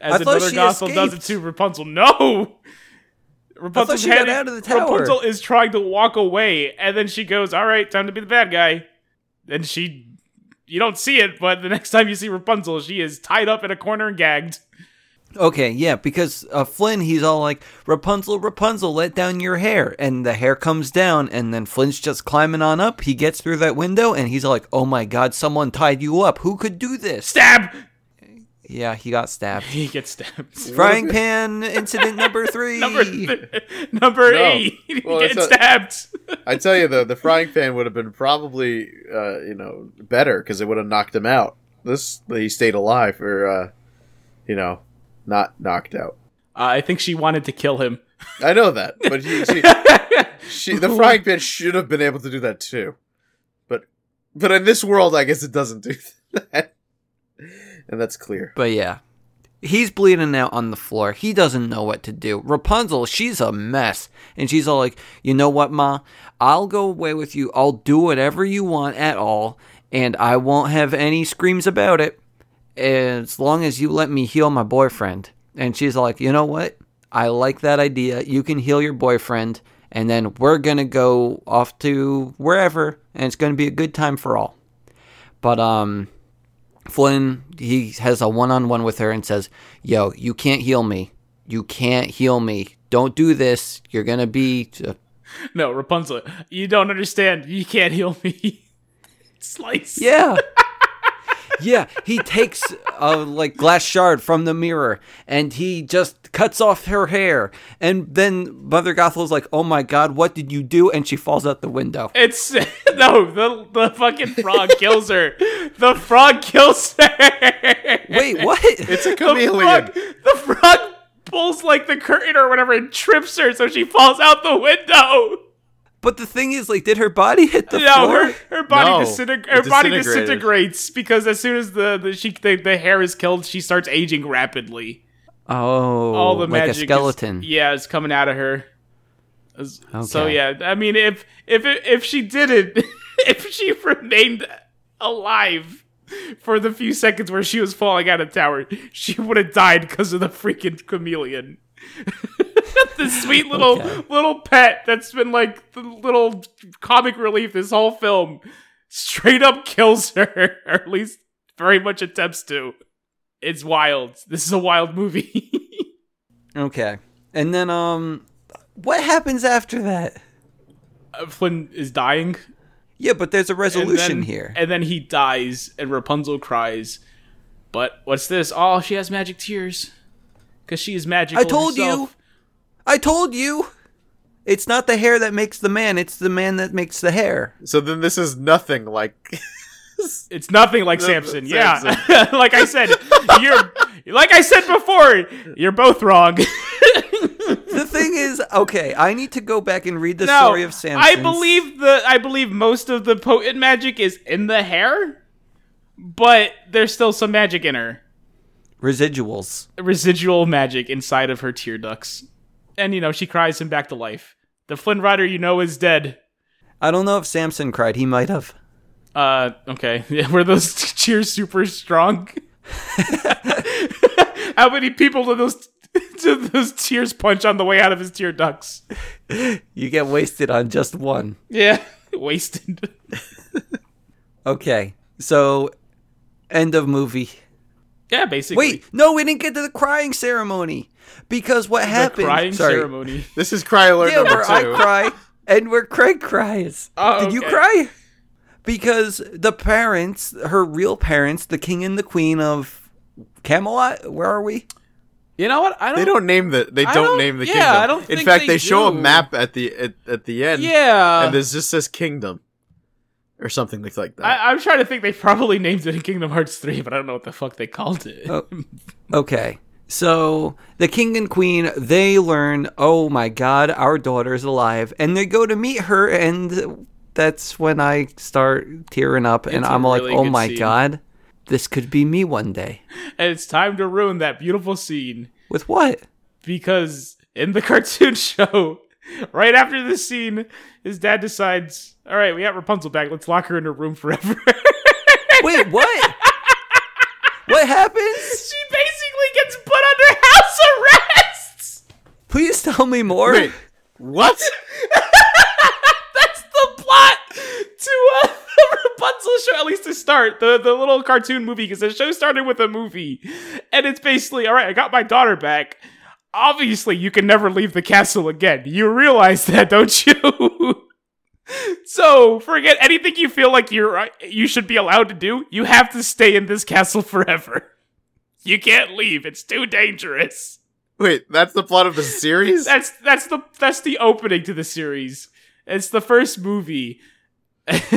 Speaker 3: As
Speaker 1: I thought
Speaker 3: another
Speaker 1: she
Speaker 3: gospel does it
Speaker 1: escaped.
Speaker 3: to Rapunzel. No. Rapunzel
Speaker 1: she got out of the tower.
Speaker 3: Rapunzel is trying to walk away, and then she goes, "All right, time to be the bad guy." And she, you don't see it, but the next time you see Rapunzel, she is tied up in a corner and gagged.
Speaker 1: Okay, yeah, because uh, Flynn, he's all like, Rapunzel, Rapunzel, let down your hair. And the hair comes down, and then Flynn's just climbing on up. He gets through that window, and he's like, oh my god, someone tied you up. Who could do this?
Speaker 3: Stab.
Speaker 1: Yeah, he got stabbed.
Speaker 3: He gets stabbed.
Speaker 1: Frying pan incident number three.
Speaker 3: number number
Speaker 2: No.
Speaker 3: eight. He
Speaker 2: Well,
Speaker 3: gets
Speaker 2: it's a-
Speaker 3: stabbed.
Speaker 2: I tell you, the the frying pan would have been probably uh, you know better because it would have knocked him out. This he stayed alive or uh, you know not knocked out.
Speaker 3: I think she wanted to kill him.
Speaker 2: I know that, but he, she, she, the frying pan should have been able to do that too. But, but in this world, I guess it doesn't do that, and that's clear.
Speaker 1: But yeah, he's bleeding out on the floor. He doesn't know what to do. Rapunzel, she's a mess. And she's all like, you know what, Ma? I'll go away with you. I'll do whatever you want at all. And I won't have any screams about it as long as you let me heal my boyfriend. And she's like, you know what? I like that idea. You can heal your boyfriend. and then we're going to go off to wherever and it's going to be a good time for all. But um Flynn, he has a one-on-one with her and says, "Yo, you can't heal me. You can't heal me. Don't do this. You're going to be
Speaker 3: No, Rapunzel, you don't understand. You can't heal me. Slice.
Speaker 1: Yeah. yeah, he takes a like glass shard from the mirror and he just cuts off her hair. And then Mother Gothel's like, "Oh my god, what did you do?" and she falls out the window.
Speaker 3: It's no, the the fucking frog kills her. The frog kills her.
Speaker 1: Wait, what?
Speaker 2: It's a
Speaker 3: The
Speaker 2: chameleon.
Speaker 3: frog, the frog pulls like the curtain or whatever and trips her, so she falls out the window.
Speaker 1: but the thing is like did her body hit the
Speaker 3: No,
Speaker 1: floor?
Speaker 3: her, her body
Speaker 2: No, it
Speaker 3: disintegr- her body
Speaker 2: disintegrated.
Speaker 3: disintegrates because as soon as the, the she the, the hair is killed, she starts aging rapidly.
Speaker 1: Oh,
Speaker 3: All the
Speaker 1: like
Speaker 3: magic
Speaker 1: a
Speaker 3: is-
Speaker 1: skeleton.
Speaker 3: yeah, is coming out of her. As- So
Speaker 1: Okay.
Speaker 3: yeah, I mean, if if it, if she didn't, if she remained alive for the few seconds where she was falling out of tower, she would have died because of the freaking chameleon. the sweet little
Speaker 1: Okay.
Speaker 3: little pet that's been like the little comic relief this whole film straight up kills her, or at least very much attempts to. It's wild. This is a wild movie.
Speaker 1: Okay. And then um what happens after that?
Speaker 3: Uh, Flynn is dying.
Speaker 1: Yeah, but there's a
Speaker 3: and
Speaker 1: resolution
Speaker 3: then-
Speaker 1: here.
Speaker 3: And then he dies, and Rapunzel cries. But what's this? Oh, she has magic tears, because she is magical.
Speaker 1: I told you.
Speaker 3: herself.
Speaker 1: I told you. It's not the hair that makes the man, it's the man that makes the hair.
Speaker 2: So then this is nothing like
Speaker 3: it's nothing like
Speaker 2: No,
Speaker 3: Samson.
Speaker 2: Samson.
Speaker 3: Yeah, like I said, you're like I said before, you're both wrong.
Speaker 1: The thing is, okay, I need to go back and read the
Speaker 3: no,
Speaker 1: story of Samson.
Speaker 3: I believe the I believe most of the potent magic is in the hair, but there's still some magic in her.
Speaker 1: residuals.
Speaker 3: residual magic inside of her tear ducts. And, you know, she cries him back to life. The Flynn Rider you know is dead.
Speaker 1: I don't know if Samson cried. He might have.
Speaker 3: Uh, okay. Yeah, were those cheers super strong? How many people did those did those tears punch on the way out of his tear ducts?
Speaker 1: You get wasted on just one.
Speaker 3: Yeah, wasted.
Speaker 1: Okay, so end of movie.
Speaker 3: Yeah, basically.
Speaker 1: Wait, no, we didn't get to the crying ceremony because what
Speaker 3: the
Speaker 1: happened?
Speaker 3: crying
Speaker 1: Sorry.
Speaker 3: ceremony.
Speaker 2: this is cry alert
Speaker 1: Yeah,
Speaker 2: number
Speaker 1: where I
Speaker 2: two.
Speaker 1: cry and where Craig cries.
Speaker 3: Oh,
Speaker 1: Did you
Speaker 3: okay.
Speaker 1: cry? Because the parents, her real parents, the king and the queen of Camelot, where are we?
Speaker 3: You know what? I don't.
Speaker 2: They don't name the. They don't,
Speaker 3: don't-
Speaker 2: name the
Speaker 3: yeah,
Speaker 2: kingdom.
Speaker 3: I don't
Speaker 2: In
Speaker 3: think
Speaker 2: fact,
Speaker 3: they
Speaker 2: they, show a
Speaker 3: do.
Speaker 2: map at the at, at the end.
Speaker 3: Yeah.
Speaker 2: and there's just this kingdom, or something like like that.
Speaker 3: I, I'm trying to think. They probably named it in Kingdom Hearts three, but I don't know what the fuck they called it.
Speaker 1: Oh, okay. So the king and queen, they learn, oh my god, our daughter's alive, and they go to meet her, and that's when I start tearing up, and
Speaker 3: It's a
Speaker 1: I'm like,
Speaker 3: really
Speaker 1: oh
Speaker 3: good
Speaker 1: my
Speaker 3: scene.
Speaker 1: god, this could be me one day.
Speaker 3: and it's time to ruin that beautiful scene
Speaker 1: With what?
Speaker 3: because in the cartoon show, right after this scene, his dad decides, "All right, we got Rapunzel back. Let's lock her in her room forever."
Speaker 1: Wait, what? what happens?
Speaker 3: she basically gets put under house arrest.
Speaker 1: Please tell me more.
Speaker 2: Wait, what?
Speaker 3: That's the plot to uh, the Rapunzel show, at least to start the the little cartoon movie, because the show started with a movie, and it's basically, "All right, I got my daughter back." Obviously, you can never leave the castle again. You realize that, don't you? So forget anything you feel like you're uh, you should be allowed to do. You have to stay in this castle forever. You can't leave. It's too dangerous.
Speaker 2: Wait, that's the plot of the series.
Speaker 3: That's that's the that's the opening to the series. It's the first movie.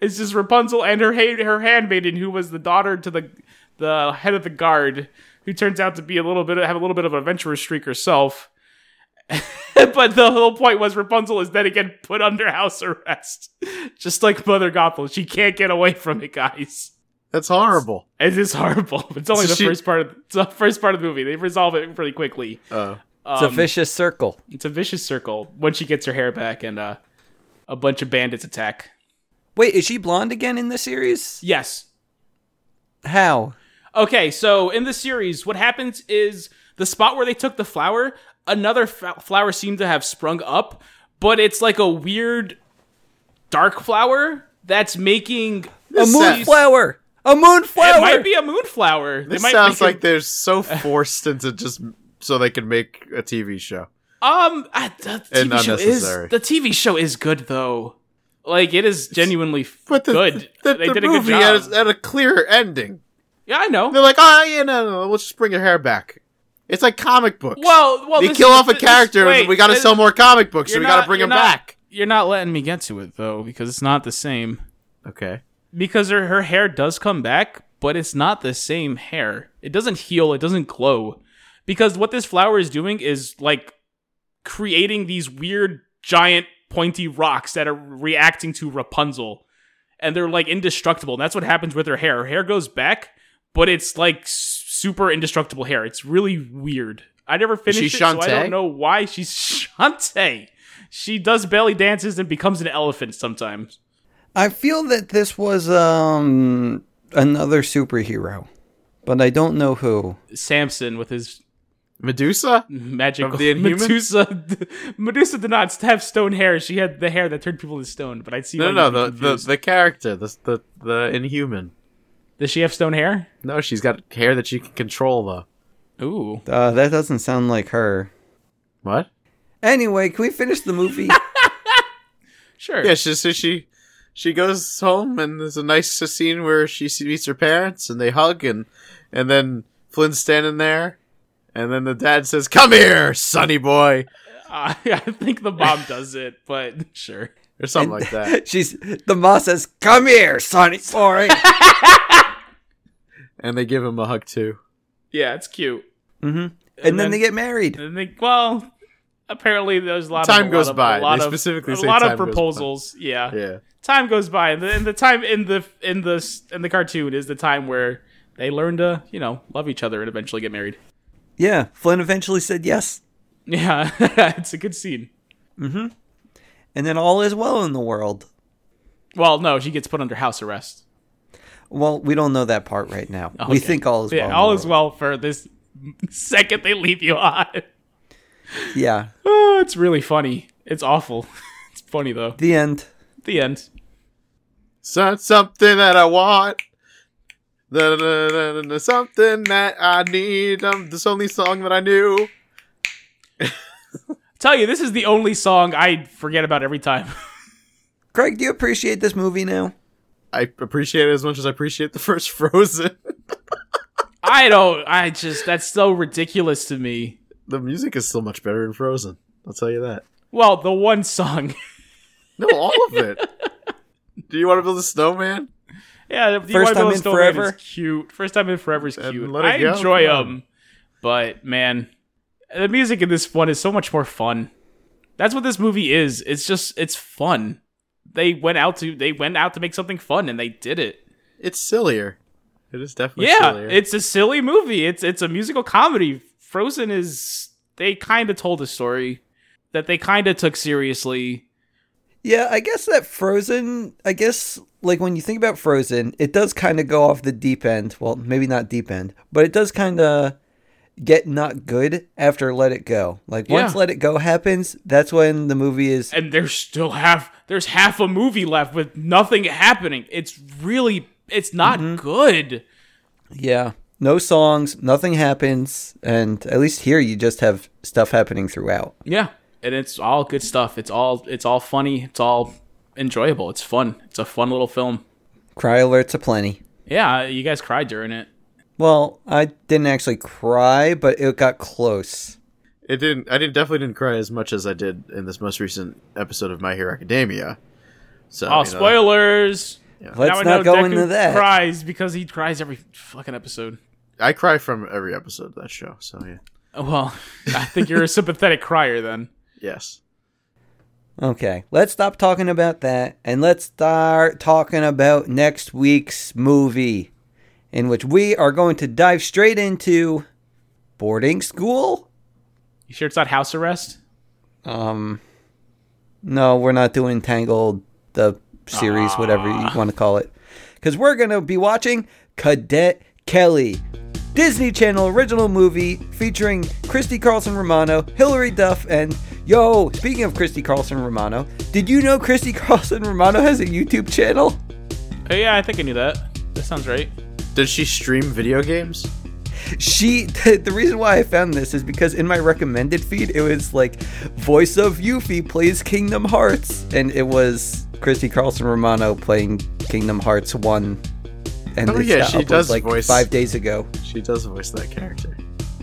Speaker 3: it's just Rapunzel and her ha- her handmaiden, who was the daughter to the the head of the guard, who turns out to be a little bit have a little bit of an adventurous streak herself. but the whole point was Rapunzel is then again put under house arrest, just like Mother Gothel. She can't get away from it, guys.
Speaker 2: That's horrible.
Speaker 3: It is horrible. It's only
Speaker 2: So
Speaker 3: the
Speaker 2: she-
Speaker 3: first part of the first part of the movie. They resolve it pretty quickly.
Speaker 2: Oh,
Speaker 1: It's a
Speaker 3: um,
Speaker 1: vicious circle.
Speaker 3: It's a vicious circle when she gets her hair back and uh, a bunch of bandits attack.
Speaker 1: Wait, is she blonde again in the series?
Speaker 3: Yes.
Speaker 1: How?
Speaker 3: Okay, so in the series, what happens is the spot where they took the flower, another fa- flower seemed to have sprung up, but it's like a weird dark flower that's making
Speaker 1: A
Speaker 2: This sounds-
Speaker 1: moonflower. A
Speaker 3: It
Speaker 1: moonflower.
Speaker 3: might be a moonflower. They
Speaker 2: This
Speaker 3: might
Speaker 2: sounds
Speaker 3: make
Speaker 2: like they're so forced into just so they can make a TV show.
Speaker 3: Um, I, the
Speaker 2: And
Speaker 3: TV show is
Speaker 2: unnecessary.
Speaker 3: the TV show is good though. Like it is genuinely f-
Speaker 2: But the,
Speaker 3: good.
Speaker 2: the,
Speaker 3: they
Speaker 2: the
Speaker 3: did a good
Speaker 2: movie
Speaker 3: job.
Speaker 2: had a, had a clear ending.
Speaker 3: yeah, I know.
Speaker 2: They're like, oh yeah, no, no, no, we'll just bring your hair back. It's like comic books.
Speaker 3: well, well,
Speaker 2: they
Speaker 3: this
Speaker 2: kill
Speaker 3: is-
Speaker 2: off a
Speaker 3: this-
Speaker 2: character.
Speaker 3: wait,
Speaker 2: we got to
Speaker 3: this-
Speaker 2: sell more comic books, so
Speaker 3: you're
Speaker 2: we got
Speaker 3: not-
Speaker 2: to bring
Speaker 3: you're
Speaker 2: them
Speaker 3: not-
Speaker 2: back.
Speaker 3: You're not letting me get to it though, because it's not the same.
Speaker 2: Okay.
Speaker 3: Because her her hair does come back, but it's not the same hair. It doesn't heal. It doesn't glow. Because what this flower is doing is like creating these weird giant pointy rocks that are reacting to Rapunzel. And they're like indestructible. And that's what happens with her hair. Her hair goes back, but it's like s- super indestructible hair. It's really weird. I never finished it, so I
Speaker 2: Shantae?
Speaker 3: don't know why she's Shantae. She does belly dances and becomes an elephant sometimes.
Speaker 1: I feel that this was um another superhero, but I don't know who.
Speaker 3: Samson with his
Speaker 2: Medusa.
Speaker 3: magical
Speaker 2: Of the Inhumans?
Speaker 3: Medusa. Medusa did not have stone hair. She had the hair that turned people to stone. But I see.
Speaker 2: No,
Speaker 3: why
Speaker 2: no,
Speaker 3: you'd be
Speaker 2: no, the, the
Speaker 3: confused.
Speaker 2: the character, the the the Inhuman.
Speaker 3: Does she have stone hair?
Speaker 2: No, she's got hair that she can control though.
Speaker 3: Ooh.
Speaker 1: Uh, that doesn't sound like her.
Speaker 2: What?
Speaker 1: Anyway, can we finish the movie?
Speaker 3: Sure.
Speaker 2: Yeah, she so she she goes home and there's a nice scene where she meets her parents and they hug and and then Flynn's standing there and then the dad says, "Come here, sonny boy,"
Speaker 3: Uh, I think the mom does it, but sure.
Speaker 2: or something like that.
Speaker 1: She's the mom says, "Come here, Sonny." Sorry.
Speaker 2: And they give him a hug too.
Speaker 3: Yeah, it's cute.
Speaker 1: and then,
Speaker 3: then-
Speaker 1: they get married.
Speaker 3: And they, well, apparently there's a lot.
Speaker 2: Time
Speaker 3: of, a
Speaker 2: goes
Speaker 3: lot of-
Speaker 2: by.
Speaker 3: A lot
Speaker 2: They
Speaker 3: of,
Speaker 2: specifically
Speaker 3: a
Speaker 2: say
Speaker 3: lot
Speaker 2: time
Speaker 3: of
Speaker 2: goes by.
Speaker 3: proposals. Yeah.
Speaker 2: Yeah,
Speaker 3: Time goes by, and the, and the time in the in the s- in the cartoon is the time where they learn to you know love each other and eventually get married.
Speaker 1: Yeah, Flynn eventually said yes,
Speaker 3: Yeah, it's a good scene.
Speaker 1: and then all is well in the world.
Speaker 3: Well, no, she gets put under house arrest.
Speaker 1: Well, we don't know that part right now. We
Speaker 3: Okay.
Speaker 1: think all is well.
Speaker 3: Oh, Yeah,
Speaker 1: in the
Speaker 3: all is
Speaker 1: world.
Speaker 3: well for this second they leave you on.
Speaker 1: Yeah,
Speaker 3: Oh, it's really funny. It's awful. It's funny though.
Speaker 1: the end.
Speaker 3: The end.
Speaker 2: so, something that I want. Da- da- da- da- da- Something that I need. Um, this only song that I knew.
Speaker 3: tell you, this is the only song I forget about every time.
Speaker 1: Craig, do you appreciate this movie now?
Speaker 2: I appreciate it as much as I appreciate the first Frozen.
Speaker 3: I don't. I just that's so ridiculous to me.
Speaker 2: the music is still much better in Frozen. I'll tell you that.
Speaker 3: Well, the one song.
Speaker 2: No, all of it. Do you want to build a snowman?
Speaker 3: yeah, the
Speaker 1: First
Speaker 3: Wild
Speaker 1: Time
Speaker 3: Bill
Speaker 1: in
Speaker 3: Stone Man
Speaker 1: Forever?
Speaker 3: is cute. First time in forever is
Speaker 2: And
Speaker 3: cute.
Speaker 2: Let It
Speaker 3: I
Speaker 2: Go,
Speaker 3: enjoy
Speaker 2: come on.
Speaker 3: them, but man, the music in this one is so much more fun. That's what this movie is. It's just it's fun. They went out to they went out to make something fun and they did it.
Speaker 2: It's sillier. It is definitely
Speaker 3: yeah,
Speaker 2: sillier.
Speaker 3: it's a silly movie. It's it's a musical comedy. Frozen is they kind of told a story that they kind of took seriously.
Speaker 1: Yeah, I guess that Frozen, I guess, like when you think about Frozen, it does kind of go off the deep end. Well, maybe not deep end, but it does kind of get not good after Let It Go. Like once
Speaker 3: Yeah.
Speaker 1: Let It Go happens, that's when the movie is.
Speaker 3: and there's still half there's half a movie left with nothing happening it's really it's not
Speaker 1: Mm-hmm.
Speaker 3: good
Speaker 1: Yeah. No songs, nothing happens. And at least here, you just have stuff happening throughout.
Speaker 3: yeah and it's all good stuff it's all it's all funny it's all enjoyable it's fun it's a fun little film
Speaker 1: Cry alerts aplenty.
Speaker 3: yeah you guys cried during it
Speaker 1: Well, I didn't actually cry, but it got close.
Speaker 2: It didn't. I didn't definitely didn't cry as much as I did in this most recent episode of My Hero Academia. So
Speaker 3: oh
Speaker 2: you know,
Speaker 3: spoilers
Speaker 1: Let's
Speaker 3: Now I know
Speaker 1: not go
Speaker 3: Deku
Speaker 1: into that.
Speaker 3: cries because he cries every fucking episode
Speaker 2: I cry from every episode of that show. So yeah.
Speaker 3: Oh, well i think you're a sympathetic crier then
Speaker 2: Yes.
Speaker 1: Okay, let's stop talking about that and let's start talking about next week's movie, in which we are going to dive straight into boarding school.
Speaker 3: you sure it's not house arrest
Speaker 1: Um, no, we're not doing Tangled, the series, whatever you want to call it, because we're gonna be watching Cadet Kelly. Disney Channel original movie featuring Christy Carlson Romano, Hilary Duff, and yo, speaking of Christy Carlson Romano, did you know Christy Carlson Romano has a YouTube channel?
Speaker 3: Oh, yeah, I think I knew that. That sounds right.
Speaker 2: Did she stream video games?
Speaker 1: She, the reason why I found this is because in my recommended feed, it was like, voice of Yuffie plays Kingdom Hearts. And it was Christy Carlson Romano playing Kingdom Hearts 1. And
Speaker 2: Oh,
Speaker 1: it's
Speaker 2: yeah,
Speaker 1: got
Speaker 2: she
Speaker 1: uploaded,
Speaker 2: does
Speaker 1: like
Speaker 2: voice-
Speaker 1: five days ago.
Speaker 2: She does voice that character.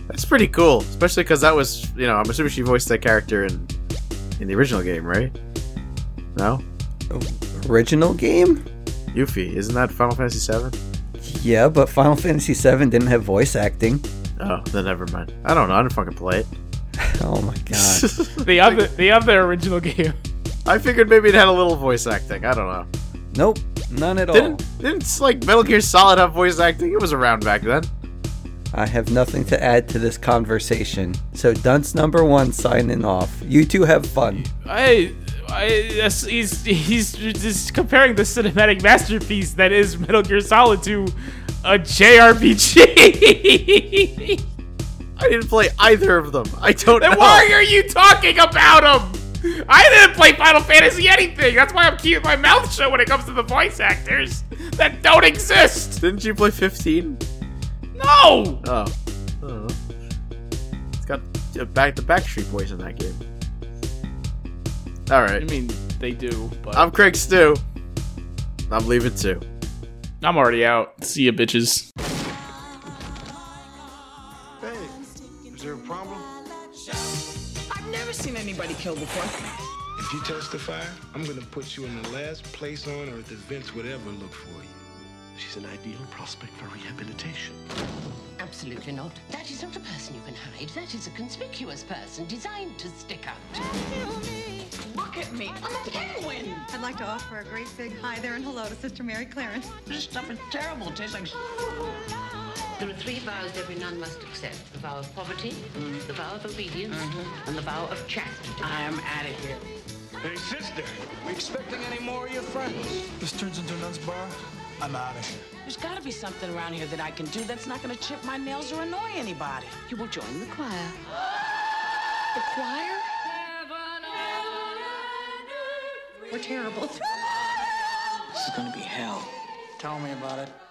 Speaker 2: That's pretty cool, especially because that was, you know, I'm assuming she voiced that character in in the original game, right? No,
Speaker 1: Original game?
Speaker 2: Yuffie, isn't that Final Fantasy VII?
Speaker 1: Yeah, but Final Fantasy VII didn't have voice acting.
Speaker 2: Oh, then never mind. I don't know. I didn't fucking play it.
Speaker 1: Oh my god.
Speaker 3: The other, the other original game.
Speaker 2: I figured maybe it had a little voice acting. I don't know.
Speaker 1: nope, none at all.
Speaker 2: Didn't didn't like Metal Gear Solid have voice acting? It was around back then.
Speaker 1: I have nothing to add to this conversation. So dunce number one signing off. You two have fun.
Speaker 3: I, I, yes, he's he's just comparing the cinematic masterpiece that is Metal Gear Solid to a JRPG.
Speaker 2: I didn't play either of them. I don't know.
Speaker 3: then why are you talking about him? I didn't play Final Fantasy anything. That's why I'm keeping my mouth shut when it comes to the voice actors that don't exist.
Speaker 2: Didn't you play 15?
Speaker 3: No.
Speaker 2: Oh. I don't know. It's got uh, back the Backstreet Boys in that game. All right.
Speaker 3: mean, they do, but
Speaker 2: I'm Craig Stew. I'm leaving too.
Speaker 3: I'm already out. See ya, bitches.
Speaker 5: Hey, is there a problem?
Speaker 6: I've never seen anybody killed before.
Speaker 5: If you testify, I'm gonna put you in the last place on earth events would ever look for you. She's an ideal prospect for rehabilitation.
Speaker 7: Absolutely not. That is not a person you can hide. That is a conspicuous person designed to stick out.
Speaker 6: Look at me. I'm a penguin.
Speaker 8: I'd like to offer a great big hi there and hello to Sister Mary Clarence.
Speaker 7: This stuff is terrible. It tastes like. There are three vows every nun must accept the vow of poverty,
Speaker 8: Mm.
Speaker 7: the vow of obedience,
Speaker 8: Mm-hmm.
Speaker 7: and the vow of chastity. I am out of here.
Speaker 5: Hey, sister, we expecting any more of your friends?
Speaker 9: This turns into a nun's bar. I'm out of here.
Speaker 7: There's got to be something around here that I can do that's not going to chip my nails or annoy anybody. You will join the choir. the choir?
Speaker 8: We're terrible.
Speaker 9: This is gonna be hell. Tell me about it.